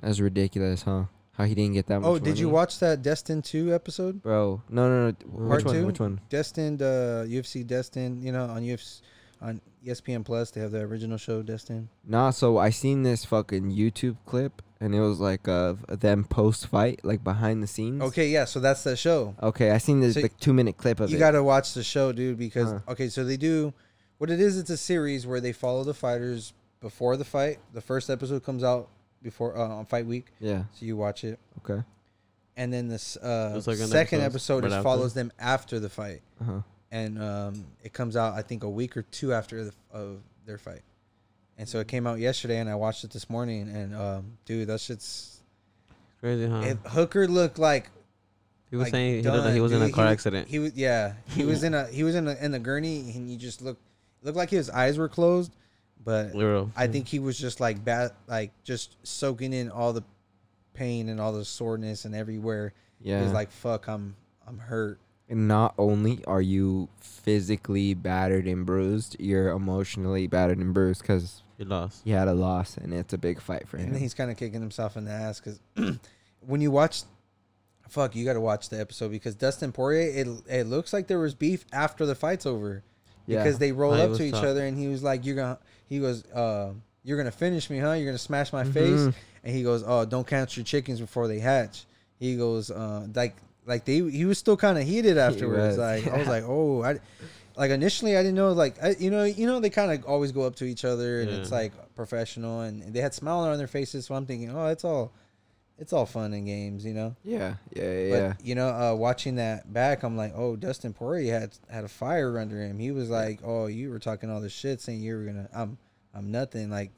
Speaker 2: That's ridiculous, huh? How he didn't get that much
Speaker 3: Hmm. Oh, did you
Speaker 2: money.
Speaker 3: watch that Destin 2 episode?
Speaker 2: Bro, no, no, no. Which
Speaker 1: Part
Speaker 2: one?
Speaker 3: two?
Speaker 2: Which one?
Speaker 3: Destin, uh, UFC Destin, you know, on UFC, on E ESPN Plus, they have the original show Destin.
Speaker 2: Nah, so I seen this fucking YouTube clip, and it was like uh, them post fight, like behind the scenes.
Speaker 3: Okay, yeah, so that's the show.
Speaker 2: Okay, I seen this
Speaker 3: So
Speaker 2: like two minute clip of
Speaker 3: You
Speaker 2: it.
Speaker 3: got to watch the show, dude, because
Speaker 2: Huh.
Speaker 5: Uh-huh.
Speaker 3: okay, so they do what it is, it's a series where they follow the fighters before the fight. The first episode comes out before uh, on fight week,
Speaker 2: yeah.
Speaker 3: so you watch it.
Speaker 2: Okay.
Speaker 3: And then this uh,
Speaker 1: It's like an
Speaker 3: second
Speaker 1: episode
Speaker 3: episode
Speaker 1: right
Speaker 3: is
Speaker 1: after.
Speaker 3: follows them after the fight.
Speaker 2: Uh huh.
Speaker 3: and um, it comes out I think a week or two after the, of their fight. And so it came out yesterday, and I watched it this morning. And um, dude, that shit's
Speaker 1: Crazy, huh?
Speaker 3: it, Hooker looked like
Speaker 1: People
Speaker 3: like,
Speaker 1: saying he, looked like he
Speaker 3: done,
Speaker 1: was in
Speaker 3: dude.
Speaker 1: a car
Speaker 3: He-
Speaker 1: accident.
Speaker 3: He was yeah, he was in a he was in a, in the gurney, and you just looked looked like his eyes were closed, but
Speaker 1: Literal.
Speaker 3: I think he was just like bad, like just soaking in all the pain and all the soreness and everywhere
Speaker 2: Yeah.
Speaker 3: He's like, fuck, I'm I'm hurt.
Speaker 2: And not only are you physically battered and bruised, you're emotionally battered and bruised because
Speaker 1: You lost.
Speaker 2: he had a loss and it's a big fight for
Speaker 3: And
Speaker 2: him.
Speaker 3: then he's kind of kicking himself in the ass because [CLEARS THROAT] when you watch, fuck, you got to watch the episode because Dustin Poirier, it it looks like there was beef after the fight's over
Speaker 2: Yeah.
Speaker 3: because they roll
Speaker 1: Oh, he
Speaker 3: up
Speaker 1: was
Speaker 3: to each
Speaker 1: tough.
Speaker 3: other and he was like, "You're gonna," he goes, uh, "You're gonna finish me, huh? You're gonna smash my face," and he goes, "Oh, don't count your chickens before they hatch." He goes, uh, like like they he was still kind of heated afterwards.
Speaker 2: was,
Speaker 3: Like I was
Speaker 2: yeah.
Speaker 3: like, oh, I. Like initially, I didn't know. Like I, you know, you know, they kind of always go up to each other, and it's
Speaker 1: Yeah.
Speaker 3: like professional, and they had smiles on their faces. So I'm thinking, oh, it's all, it's all fun and games, you know.
Speaker 2: Yeah, yeah, yeah. yeah.
Speaker 3: But you know, uh, watching that back, I'm like, oh, Dustin Poirier had had a fire under him. He was like, oh, you were talking all this shit, saying you were gonna, I'm, I'm nothing. Like,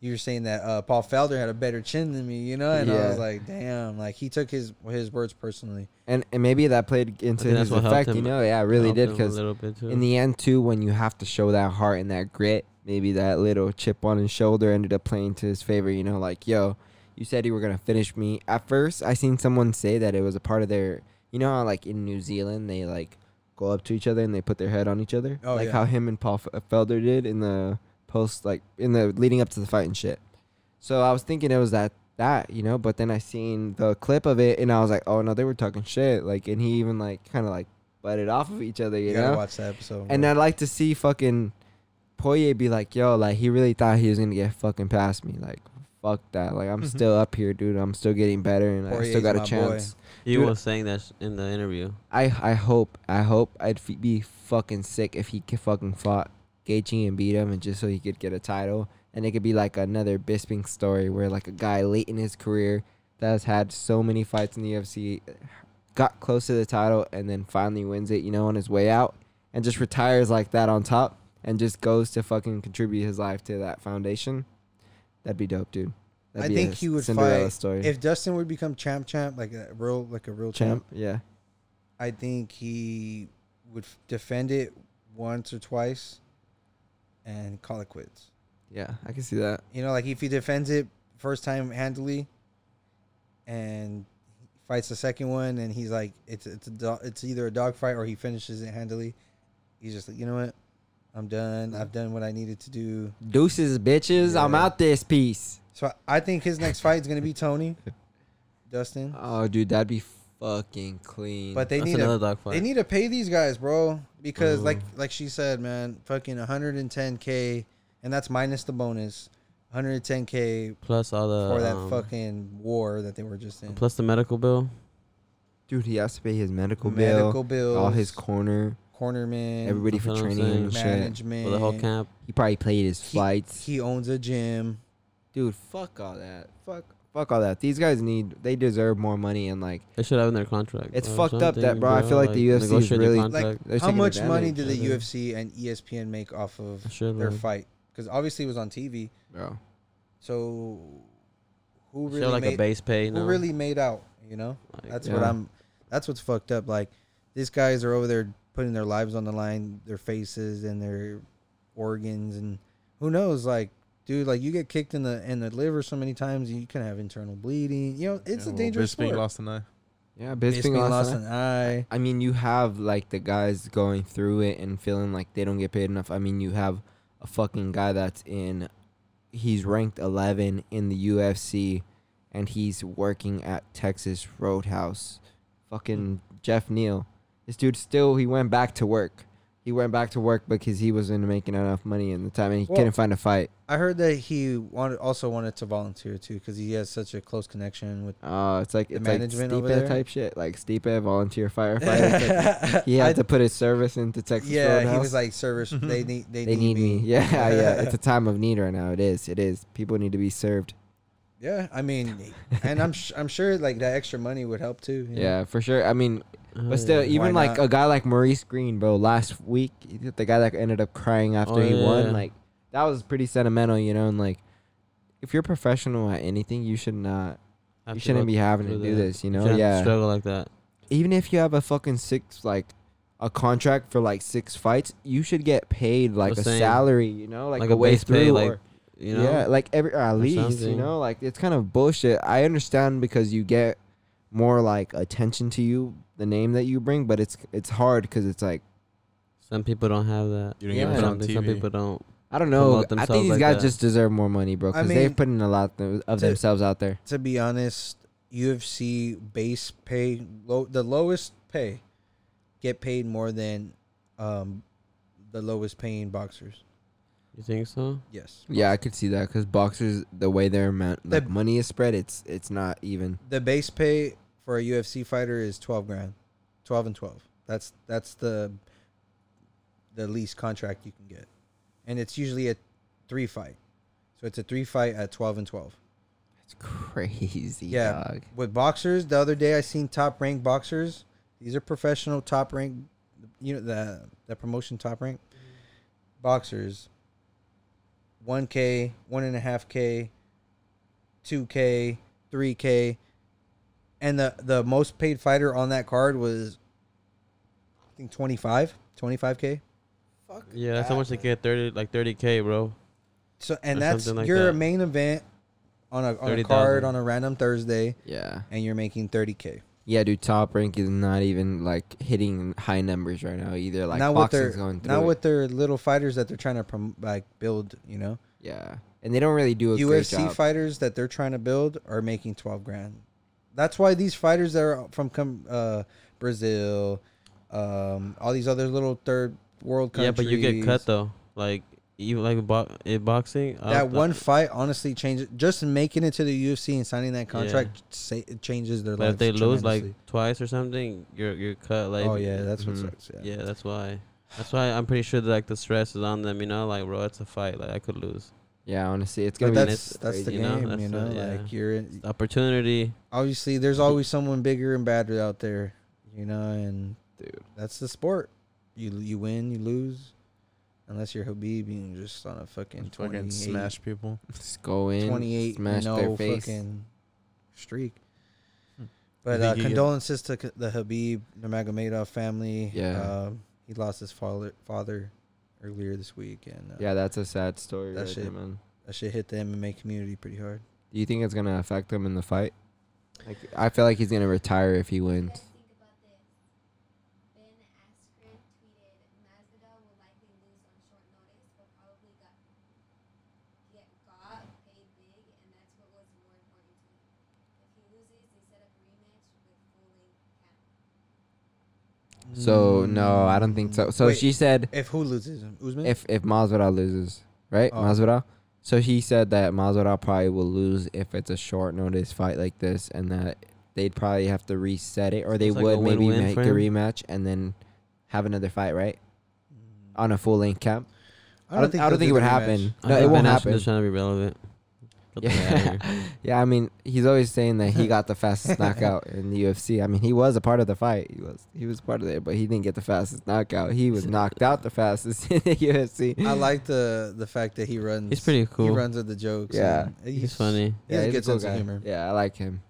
Speaker 3: you were saying that uh, Paul Felder had a better chin than me, you know. And I was
Speaker 2: Yeah.
Speaker 3: like, damn, like he took his his words personally.
Speaker 2: And and maybe that played into
Speaker 1: think that's
Speaker 2: his
Speaker 1: what helped
Speaker 2: effect, you
Speaker 1: him-
Speaker 2: know? Yeah, it really
Speaker 1: Helped him
Speaker 2: did
Speaker 1: a
Speaker 2: because
Speaker 1: little bit too.
Speaker 2: in the end too, when you have to show that heart and that grit, maybe that little chip on his shoulder ended up playing to his favor, you know, like, yo, you said you were gonna finish me. At first I seen someone say that it was a part of their you know how like in New Zealand they like go up to each other and they put their head on each other?
Speaker 3: Oh,
Speaker 2: like
Speaker 3: yeah.
Speaker 2: how him and Paul F- uh, Felder did in the post like in the leading up to the fight and shit. So I was thinking it was that that, you know, but then I seen the clip of it and I was like, Oh no, they were talking shit. Like and he even like kinda like butted off of each other, you,
Speaker 3: You,
Speaker 2: know?
Speaker 3: gotta watch that episode.
Speaker 2: And
Speaker 3: bro.
Speaker 2: I'd like to see fucking Poirier be like, yo, like he really thought he was gonna get fucking past me. Like, fuck that. Like I'm still up here, dude. I'm still getting better and I still
Speaker 3: Mm-hmm. Poirier's
Speaker 2: got
Speaker 3: my
Speaker 2: a
Speaker 3: boy.
Speaker 2: chance.
Speaker 1: he
Speaker 2: dude-
Speaker 1: was saying that sh- in the interview.
Speaker 2: I I hope I hope I'd f- be fucking sick if he could fucking fought Gaethje and beat him and just so he could get a title. And it could be like another Bisping story where like a guy late in his career that has had so many fights in the UFC got close to the title and then finally wins it, you know, on his way out and just retires like that on top and just goes to fucking contribute his life to that foundation. That'd be dope, dude. That'd
Speaker 3: I
Speaker 2: be
Speaker 3: think
Speaker 2: a
Speaker 3: he would
Speaker 2: Cinderella
Speaker 3: fight
Speaker 2: story.
Speaker 3: if Dustin would become champ, champ, like a real, like a real champ.
Speaker 2: champ, yeah.
Speaker 3: I think he would f- defend it once or twice, and call it quits.
Speaker 2: Yeah, I can see that.
Speaker 3: You know, like if he defends it first time handily, and fights the second one, and he's like, it's it's a do- it's either a dog fight or he finishes it handily. He's just like, you know what, I'm done. I've done what I needed to do.
Speaker 2: Deuces, bitches. I'm out this piece.
Speaker 3: So I I think his next fight is gonna be Tony, Dustin.
Speaker 2: Oh, dude, that'd be fucking clean.
Speaker 3: But they
Speaker 1: That's
Speaker 3: need
Speaker 1: another
Speaker 3: a,
Speaker 1: dog fight.
Speaker 3: They need to pay these guys, bro, because like like she said, man, fucking 110k, and that's minus the bonus, 110k
Speaker 1: Plus all the
Speaker 3: for that
Speaker 1: um,
Speaker 3: fucking war that they were just in.
Speaker 1: Plus the medical bill.
Speaker 2: dude, he has to pay his medical, bill,
Speaker 3: Medical bills,
Speaker 2: all his corner,
Speaker 3: cornerman,
Speaker 2: everybody for
Speaker 1: That's what I'm
Speaker 2: training and
Speaker 1: saying.
Speaker 2: shit.
Speaker 3: management,
Speaker 1: For the whole camp.
Speaker 2: He probably played his
Speaker 3: He-
Speaker 2: flights.
Speaker 3: He owns a gym.
Speaker 2: dude, fuck all that. Fuck, fuck all that. These guys need. They deserve more money and like.
Speaker 1: They should have in their contract.
Speaker 2: It's
Speaker 1: or
Speaker 2: fucked up that,
Speaker 1: something,
Speaker 2: bro. I feel like the UFC is
Speaker 1: negotiate your
Speaker 2: really-
Speaker 1: contract.
Speaker 3: Like,
Speaker 2: They're
Speaker 3: how
Speaker 2: taking
Speaker 3: much money
Speaker 2: advantage
Speaker 3: did
Speaker 1: of
Speaker 3: the
Speaker 1: it.
Speaker 3: UFC and E ESPN make off of
Speaker 1: Sure,
Speaker 3: their
Speaker 1: man.
Speaker 3: fight? Because obviously it was on TV.
Speaker 2: Bro,
Speaker 3: So who
Speaker 1: Show
Speaker 3: really
Speaker 1: like
Speaker 3: made,
Speaker 1: a base pay.
Speaker 3: who
Speaker 1: No?
Speaker 3: really made out? You know,
Speaker 1: Like,
Speaker 3: that's
Speaker 2: yeah.
Speaker 3: what I'm. That's what's fucked up. Like these guys are over there putting their lives on the line, their faces and their organs, and who knows? Like, dude, like you get kicked in the in the liver so many times, you can have internal bleeding. You know, it's
Speaker 5: Yeah,
Speaker 3: a
Speaker 5: well,
Speaker 3: dangerous
Speaker 5: Bisping
Speaker 3: sport.
Speaker 5: lost an eye.
Speaker 2: yeah,
Speaker 3: Bisping
Speaker 2: Bisping lost.
Speaker 3: lost
Speaker 2: that.
Speaker 3: an eye.
Speaker 2: I mean, you have like the guys going through it and feeling like they don't get paid enough. I mean, you have a fucking guy that's in, he's ranked 11 in the UFC and he's working at Texas Roadhouse. Fucking Jeff Neal. This dude still, he went back to work. He went back to work because he wasn't making enough money in the time and he
Speaker 3: Well-
Speaker 2: couldn't find a fight.
Speaker 3: I heard that he wanted also wanted to volunteer too because he has such a close connection
Speaker 2: [LAUGHS]
Speaker 3: with.
Speaker 2: Uh, it's like,
Speaker 3: The
Speaker 2: it's like
Speaker 3: management over
Speaker 2: Stipe
Speaker 3: there?
Speaker 2: type shit. Like Stipe, volunteer firefighter.
Speaker 3: [LAUGHS]
Speaker 2: It's like he had
Speaker 3: I-
Speaker 2: to put his service into Texas
Speaker 3: yeah,
Speaker 2: Roadhouse.
Speaker 3: he was like
Speaker 2: [LAUGHS]
Speaker 3: service. They need. They,
Speaker 2: They need me. Yeah,
Speaker 1: [LAUGHS]
Speaker 2: yeah. It's a time of need right now. It is. It is. People need to be served.
Speaker 3: Yeah, I mean,
Speaker 2: [LAUGHS]
Speaker 3: and I'm sh- I'm sure like that extra money would help too. you know?
Speaker 2: Yeah, for sure. I mean, but still, even
Speaker 3: Why
Speaker 2: like
Speaker 3: not?
Speaker 2: a guy like Maurice Green, bro. Last week, the guy that ended up crying after
Speaker 1: Oh,
Speaker 2: he
Speaker 1: yeah.
Speaker 2: won, like that was pretty sentimental, you know. And like, if you're professional at anything, you should not.
Speaker 1: Have to
Speaker 2: you shouldn't
Speaker 1: go
Speaker 2: be having to
Speaker 1: through
Speaker 2: do
Speaker 1: that.
Speaker 2: this, you
Speaker 1: You
Speaker 2: know.
Speaker 1: shouldn't have to
Speaker 2: yeah.
Speaker 1: Struggle like that.
Speaker 2: even if you have a fucking six like a contract for like six fights, you should get paid like
Speaker 1: the
Speaker 2: a
Speaker 1: same.
Speaker 2: salary, you know, like,
Speaker 1: Like
Speaker 2: a
Speaker 1: a
Speaker 2: way
Speaker 1: base pay,
Speaker 2: through,
Speaker 1: like,
Speaker 2: or-
Speaker 1: You know.
Speaker 2: yeah, like every or at least you
Speaker 1: something.
Speaker 2: know, like it's kind of bullshit. I understand because you get more like attention to you, the name that you bring. But it's it's hard because it's like
Speaker 1: Some people don't have that.
Speaker 5: You don't
Speaker 2: Yeah.
Speaker 5: get put
Speaker 1: Some,
Speaker 5: on
Speaker 1: pe- some
Speaker 5: TV.
Speaker 1: people don't.
Speaker 2: I don't know.
Speaker 1: Promote
Speaker 2: I think
Speaker 1: themselves
Speaker 2: these
Speaker 1: like
Speaker 2: guys
Speaker 1: that.
Speaker 2: just deserve more money, bro,
Speaker 3: I
Speaker 2: because
Speaker 3: mean,
Speaker 2: they're putting a lot th- of
Speaker 3: to-
Speaker 2: themselves out there.
Speaker 3: to be honest, UFC base pay low the lowest pay get paid more than um the lowest paying boxers.
Speaker 1: You think so?
Speaker 3: Yes.
Speaker 2: Yeah, I could see that because boxers, the way their amount
Speaker 3: The-
Speaker 2: like money is spread, it's it's not even.
Speaker 3: The base pay for a UFC fighter is 12 grand. 12 and 12. That's that's the the least contract you can get. And it's usually a 3 fight. So it's a 3 fight at 12 and 12.
Speaker 2: It's crazy,
Speaker 3: Yeah.
Speaker 2: dog.
Speaker 3: With boxers, the other day I seen top ranked boxers. These are professional top rank, you know the the promotion top rank boxers. One k, one and a half k, two k, three k, and the the most paid fighter on that card was, I think 25, 25 k.
Speaker 1: Yeah, that's how much they get. Thirty, like thirty k, bro.
Speaker 3: So and
Speaker 1: Or
Speaker 3: that's
Speaker 1: something like
Speaker 3: your
Speaker 1: that.
Speaker 3: main event on a on a
Speaker 1: 30,000.
Speaker 3: card on a random Thursday,
Speaker 2: Yeah,
Speaker 3: and you're making thirty k.
Speaker 2: yeah, dude. Top rank is not even like hitting high numbers right now either. Like
Speaker 3: not with
Speaker 2: boxing's
Speaker 3: their
Speaker 2: going through.
Speaker 3: not
Speaker 2: it.
Speaker 3: with their little fighters that they're trying to prom- like build. You know,
Speaker 2: yeah, and they don't really do a great
Speaker 3: UFC
Speaker 2: job.
Speaker 3: fighters that they're trying to build are making twelve grand. That's why these fighters that are from com- uh, Brazil, um, all these other little third world
Speaker 1: Yeah,
Speaker 3: countries.
Speaker 1: but you get cut though. Like you like bo- in boxing. uh, I
Speaker 3: That
Speaker 1: don't-
Speaker 3: one fight honestly changes. Just making it to the UFC and signing that contract sa- it changes their
Speaker 1: But
Speaker 3: life.
Speaker 1: if they lose like twice or something, you're you're cut. Like mm-hmm.
Speaker 3: oh yeah, that's what
Speaker 2: Mhm.
Speaker 3: sucks. Yeah.
Speaker 1: yeah, that's why. That's why I'm pretty sure that like the stress is on them. You know, like bro, it's a fight. Like I could lose.
Speaker 2: yeah, honestly, it's gonna
Speaker 3: But
Speaker 2: be
Speaker 3: that's that's
Speaker 2: crazy,
Speaker 3: the
Speaker 1: you
Speaker 3: game,
Speaker 1: know?
Speaker 3: you
Speaker 1: That's
Speaker 3: know.
Speaker 1: the- yeah.
Speaker 3: Like you're
Speaker 1: Opportunity.
Speaker 3: obviously there's always someone bigger and badder out there, you know, and
Speaker 2: Dude.
Speaker 3: that's the sport. You you win, you lose, unless you're Habib and you're just on a fucking
Speaker 5: Just fucking
Speaker 3: 28,
Speaker 5: smash people.
Speaker 2: Just go in,
Speaker 3: 28
Speaker 2: smash
Speaker 3: no
Speaker 2: their face.
Speaker 3: fucking streak.
Speaker 5: Hmm.
Speaker 3: But
Speaker 5: You
Speaker 3: uh,
Speaker 5: think you get-
Speaker 3: condolences to K- the Habib Nurmagomedov family.
Speaker 2: Yeah.
Speaker 3: um, he lost his father father earlier this week, and uh,
Speaker 2: Yeah, that's a sad story,
Speaker 3: That
Speaker 2: right there,
Speaker 3: shit-
Speaker 2: man.
Speaker 3: that shit hit the MMA community pretty hard.
Speaker 2: Do you think it's gonna affect him in the fight? Like, I feel like he's gonna retire if he wins. So no, I don't think so. So
Speaker 3: Wait.
Speaker 2: she said
Speaker 3: If who loses, Usman?
Speaker 2: if if Masvidal loses, right?
Speaker 3: Oh.
Speaker 2: Masvidal. So he said that Masvidal probably will lose if it's a short notice fight like this, and that they'd probably have to reset it, or they
Speaker 1: It's like a
Speaker 2: would maybe
Speaker 1: win-win
Speaker 2: make
Speaker 1: for
Speaker 2: a
Speaker 1: him.
Speaker 2: rematch and then have another fight, right? On a full length camp. I don't, I don't think,
Speaker 3: they'll do
Speaker 2: it would
Speaker 3: the rematch.
Speaker 2: happen.
Speaker 1: I
Speaker 2: No,
Speaker 1: think
Speaker 2: it
Speaker 1: Ben
Speaker 2: won't
Speaker 1: Askren's
Speaker 2: happen.
Speaker 1: Just trying to be relevant. Get the
Speaker 2: Yeah.
Speaker 1: fuck outta here.
Speaker 2: Yeah, I mean, he's always saying that
Speaker 1: [LAUGHS]
Speaker 2: he got the fastest knockout in the UFC. I mean, he was a part of the fight. He was he was part of it, but he didn't get the fastest knockout. He was knocked out the fastest [LAUGHS] in the UFC.
Speaker 3: I like the the fact that he runs.
Speaker 1: He's pretty
Speaker 3: He
Speaker 1: cool.
Speaker 3: runs with the jokes.
Speaker 2: Yeah.
Speaker 3: and
Speaker 1: He's funny.
Speaker 3: He has a
Speaker 2: he's
Speaker 3: good
Speaker 2: cool
Speaker 3: sense of
Speaker 2: guy.
Speaker 3: humor.
Speaker 2: Yeah, I like him.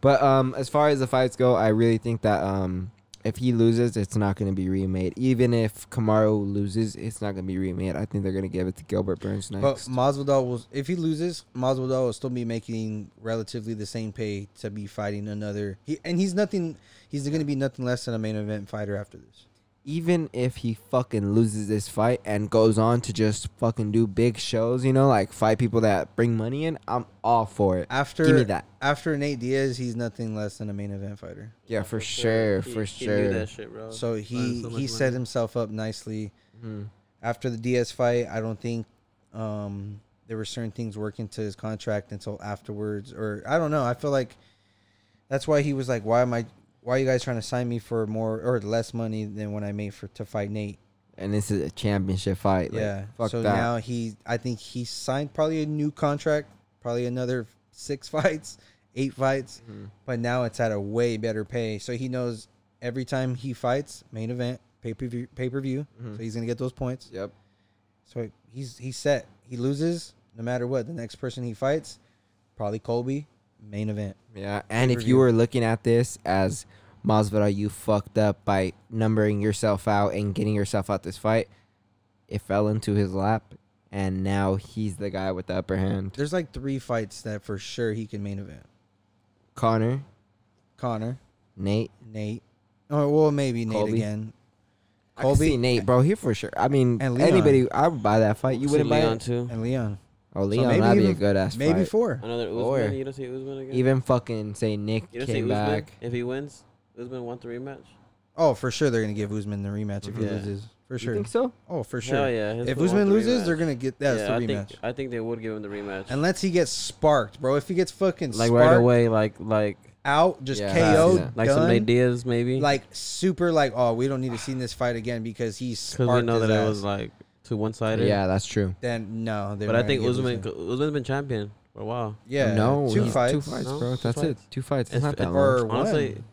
Speaker 2: But um, as far as the fights go, I really think that um, if he loses, it's not going to be remade. Even if Kamaru loses, it's not going to be remade. I think they're going to give it to Gilbert Burns next.
Speaker 3: But Masvidal will, if he loses, Masvidal will still be making relatively the same pay to be fighting another. He and he's nothing. He's going to be nothing less than a main event fighter after this.
Speaker 2: Even if he fucking loses this fight and goes on to just fucking do big shows, you know, like fight people that bring money in, I'm all for it.
Speaker 3: After
Speaker 2: Give me that.
Speaker 3: After Nate Diaz, he's nothing less than a main event fighter.
Speaker 2: Yeah, for sure,
Speaker 1: He-
Speaker 2: for
Speaker 1: he knew
Speaker 2: sure.
Speaker 1: that shit, bro.
Speaker 3: So he
Speaker 1: Learned so much
Speaker 3: he
Speaker 1: money. Mm-hmm.
Speaker 3: set himself up nicely.
Speaker 2: Mhm.
Speaker 3: After the Diaz fight, I don't think um, there were certain things working to his contract until afterwards, or I don't know. I feel like that's why he was like, "Why am I? Why are you guys trying to sign me for more or less money than when I made for to fight Nate?"
Speaker 2: And this is a championship fight. Like,
Speaker 3: yeah.
Speaker 2: fuck
Speaker 3: so
Speaker 2: that.
Speaker 3: now he, I think he signed probably a new contract, probably another six [LAUGHS] fights, eight fights,
Speaker 2: Mm-hmm.
Speaker 3: but now it's at a way better pay. So he knows every time he fights, main event, pay per view, pay per view.
Speaker 2: Mm-hmm.
Speaker 3: So he's gonna get those points.
Speaker 2: yep.
Speaker 3: So he's he's set. He loses no matter what. The next person he fights, probably Colby, main event.
Speaker 2: Yeah, and if you were looking at this as Masvidal, you fucked up by numbering yourself out and getting yourself out this fight. It fell into his lap, and now he's the guy with the upper hand.
Speaker 3: There's like three fights that for sure he can main event.
Speaker 2: Connor,
Speaker 3: Connor,
Speaker 2: Nate.
Speaker 3: Nate. Or well, maybe Nate
Speaker 2: Colby.
Speaker 3: again.
Speaker 2: Colby, I
Speaker 3: Colby
Speaker 2: could see Nate, bro, here for sure. I mean,
Speaker 3: And Leon.
Speaker 2: anybody, I would buy that fight. You
Speaker 1: See
Speaker 2: wouldn't buy
Speaker 1: Leon
Speaker 2: it.
Speaker 1: too.
Speaker 3: and Leon.
Speaker 2: Oh,
Speaker 3: So
Speaker 2: Leon,
Speaker 3: maybe
Speaker 2: that'd be a
Speaker 3: even-
Speaker 2: good ass fight.
Speaker 3: Maybe four.
Speaker 1: Another Usman.
Speaker 2: Or-
Speaker 1: you don't see Usman again.
Speaker 2: Even fucking say Nick
Speaker 1: you don't see
Speaker 2: came
Speaker 1: Usman
Speaker 2: back.
Speaker 1: if he wins. Usman wants the rematch.
Speaker 3: Oh, for sure they're gonna give Usman the rematch if
Speaker 1: Mm-hmm.
Speaker 3: he
Speaker 1: Yeah.
Speaker 3: loses. For
Speaker 2: You
Speaker 3: sure.
Speaker 2: think so?
Speaker 3: Oh, for
Speaker 1: Hell
Speaker 3: sure.
Speaker 1: yeah. he's
Speaker 3: If
Speaker 1: gonna want
Speaker 3: Usman
Speaker 1: the
Speaker 3: loses, they're
Speaker 1: rematch.
Speaker 3: gonna get that's
Speaker 1: yeah,
Speaker 3: the
Speaker 1: I
Speaker 3: rematch.
Speaker 1: think I think they would give him the rematch.
Speaker 3: Unless he gets sparked, bro. If he gets fucking
Speaker 1: like
Speaker 3: sparked
Speaker 1: right away, like like
Speaker 3: out, just
Speaker 2: Yeah.
Speaker 3: KO'd,
Speaker 2: Yeah.
Speaker 1: like some
Speaker 3: done,
Speaker 1: Nate Diaz maybe.
Speaker 3: like super, like oh, we don't need to see this fight again because he's
Speaker 1: because
Speaker 3: sparked.
Speaker 1: we know that
Speaker 3: his
Speaker 1: it
Speaker 3: ass.
Speaker 1: was like too one sided.
Speaker 2: Yeah, that's true.
Speaker 3: then no, they're
Speaker 1: but
Speaker 3: not
Speaker 1: I
Speaker 3: gonna
Speaker 1: think
Speaker 3: give
Speaker 1: Usman Usman's been champion for a while.
Speaker 3: yeah,
Speaker 2: no,
Speaker 3: two
Speaker 2: he's-
Speaker 3: fights,
Speaker 2: two fights,
Speaker 1: No,
Speaker 2: bro.
Speaker 1: two
Speaker 2: That's it.
Speaker 1: fights.
Speaker 2: Two fights. It's,
Speaker 1: It's-
Speaker 2: not that
Speaker 1: it-
Speaker 2: long.
Speaker 3: or
Speaker 1: Honestly,
Speaker 3: one.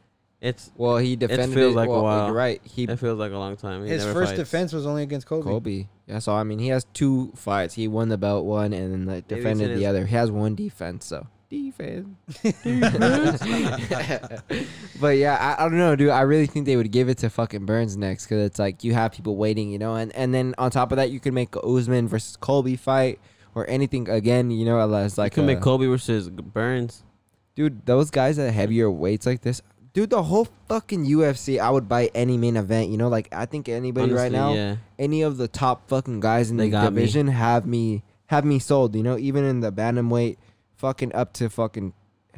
Speaker 1: it's
Speaker 2: well, he defended.
Speaker 1: feels like a
Speaker 2: well,
Speaker 1: while.
Speaker 2: You're right. He
Speaker 1: it feels like a long time. He
Speaker 3: His
Speaker 1: never
Speaker 3: first
Speaker 1: fights.
Speaker 3: defense was only against Kobe.
Speaker 2: Kobe. Yeah, so I mean, he has two fights. He won the belt one, and then like
Speaker 1: Maybe it's
Speaker 2: defended
Speaker 1: in
Speaker 2: the
Speaker 1: his-
Speaker 2: other. He has one defense, so defense. [LAUGHS] but yeah, I, I don't know, dude. I really think they would give it to fucking Burns next because it's like you have people waiting, you know, and and then on top of that, you could make a Usman versus Colby fight or anything again, you know, unless
Speaker 1: Like
Speaker 2: like
Speaker 1: you can
Speaker 2: a-
Speaker 1: make
Speaker 3: uh,
Speaker 1: Kobe versus Burns.
Speaker 2: dude, those guys at heavier weights like this. Dude, the whole fucking UFC, I would buy any main event. You know, like I think anybody right
Speaker 1: Honestly,
Speaker 2: now,
Speaker 1: yeah.
Speaker 2: any of the top fucking guys in
Speaker 1: They
Speaker 2: the
Speaker 1: got me.
Speaker 2: division have me have me sold. You know, even in the bantamweight, fucking up to fucking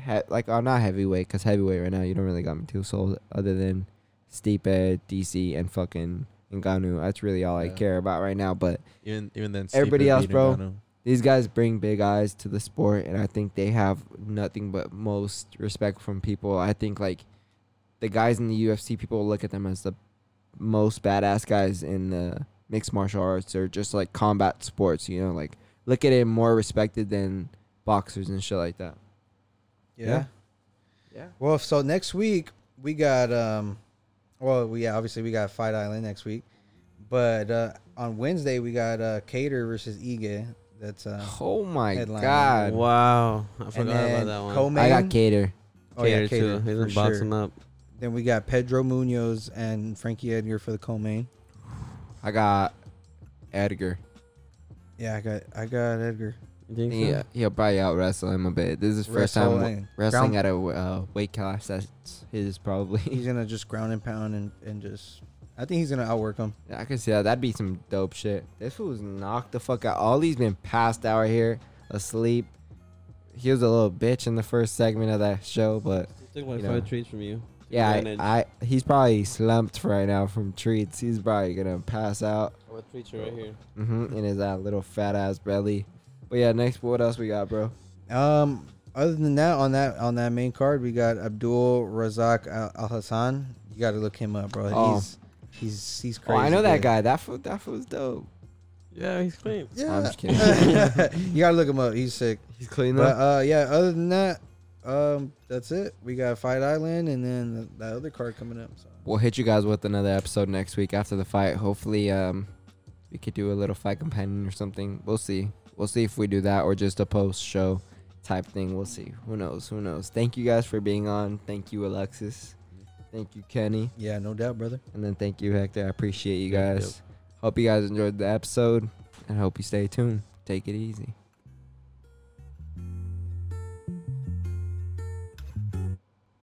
Speaker 2: he- like I'm not heavyweight because heavyweight right now you don't really got me too sold other than Stipe, DC, and fucking Ngannou. That's really all I
Speaker 5: Yeah.
Speaker 2: care about right now. But
Speaker 5: Even even then,
Speaker 2: Everybody
Speaker 5: Stipe
Speaker 2: else,
Speaker 5: beat
Speaker 2: bro.
Speaker 5: Ngannou.
Speaker 2: these guys bring big eyes to the sport, and I think they have nothing but most respect from people. I think like the guys in the UFC, people look at them as the most badass guys in the mixed martial arts or just like combat sports. You know, like look at it more respected than boxers and shit like that.
Speaker 3: Yeah.
Speaker 2: Yeah. Yeah.
Speaker 3: Well, so next week we got um, well, we yeah, obviously we got Fight Island next week, but uh, on Wednesday we got uh Cater versus Ige. That's uh,
Speaker 2: Oh my
Speaker 3: Headline.
Speaker 2: god!
Speaker 1: Wow, I forgot
Speaker 3: and
Speaker 1: about
Speaker 3: then
Speaker 1: that one.
Speaker 3: co-main.
Speaker 2: I got Cater.
Speaker 3: oh yeah,
Speaker 1: Cater,
Speaker 3: Cater,
Speaker 1: too. He's
Speaker 3: for
Speaker 1: been boxing
Speaker 3: sure.
Speaker 1: up.
Speaker 3: Then we got Pedro Munoz and Frankie Edgar for the co-main.
Speaker 2: I got Edgar.
Speaker 3: Yeah, I got I got Edgar.
Speaker 1: You think so?
Speaker 2: Yeah, he'll probably out wrestle him a bit. This is his first time
Speaker 3: Wrestle and
Speaker 2: w- wrestling
Speaker 3: ground-
Speaker 2: at a uh, weight class. That's his probably. [LAUGHS]
Speaker 3: He's gonna just ground and pound and and just. I think he's gonna outwork him.
Speaker 2: I can see that. That'd be some dope shit. This fool's knocked the fuck out. Ollie's been passed out here, asleep. He was a little bitch in the first segment of that show,
Speaker 1: It
Speaker 2: but
Speaker 1: took like
Speaker 2: You know.
Speaker 1: five treats from you.
Speaker 2: yeah, I,
Speaker 1: Granted,
Speaker 2: I he's probably slumped right now from treats. He's probably gonna pass out
Speaker 1: I would treat you right here.
Speaker 2: hmm in his that little fat ass belly. But yeah, next what else we got, bro?
Speaker 3: Um, other than that, on that on that main card, we got Abdul Razak Al Hassan. You got to look him up, bro.
Speaker 2: Oh.
Speaker 3: He's he's he's
Speaker 2: Oh,
Speaker 3: crazy.
Speaker 2: I know that
Speaker 3: dude.
Speaker 2: guy. That fool, that fool's dope.
Speaker 1: Yeah, he's clean.
Speaker 3: Yeah,
Speaker 2: I'm just kidding.
Speaker 3: [LAUGHS] you gotta look him up. He's sick.
Speaker 2: He's clean
Speaker 3: But uh, yeah, other than that, um, that's it. We got Fight Island, and then the, that other card coming up. So.
Speaker 2: we'll hit you guys with another episode next week after the fight. Hopefully, um, we could do a little fight companion or something. We'll see. We'll see if we do that or just a post show type thing. We'll see. Who knows? Who knows? Thank you guys for being on. Thank you, Alexis. Thank you, Kenny.
Speaker 3: Yeah, no doubt, brother.
Speaker 2: And then thank you, Hector. I appreciate you
Speaker 1: Yep,
Speaker 2: guys. Hope you guys enjoyed the episode and hope you stay tuned. Take it easy.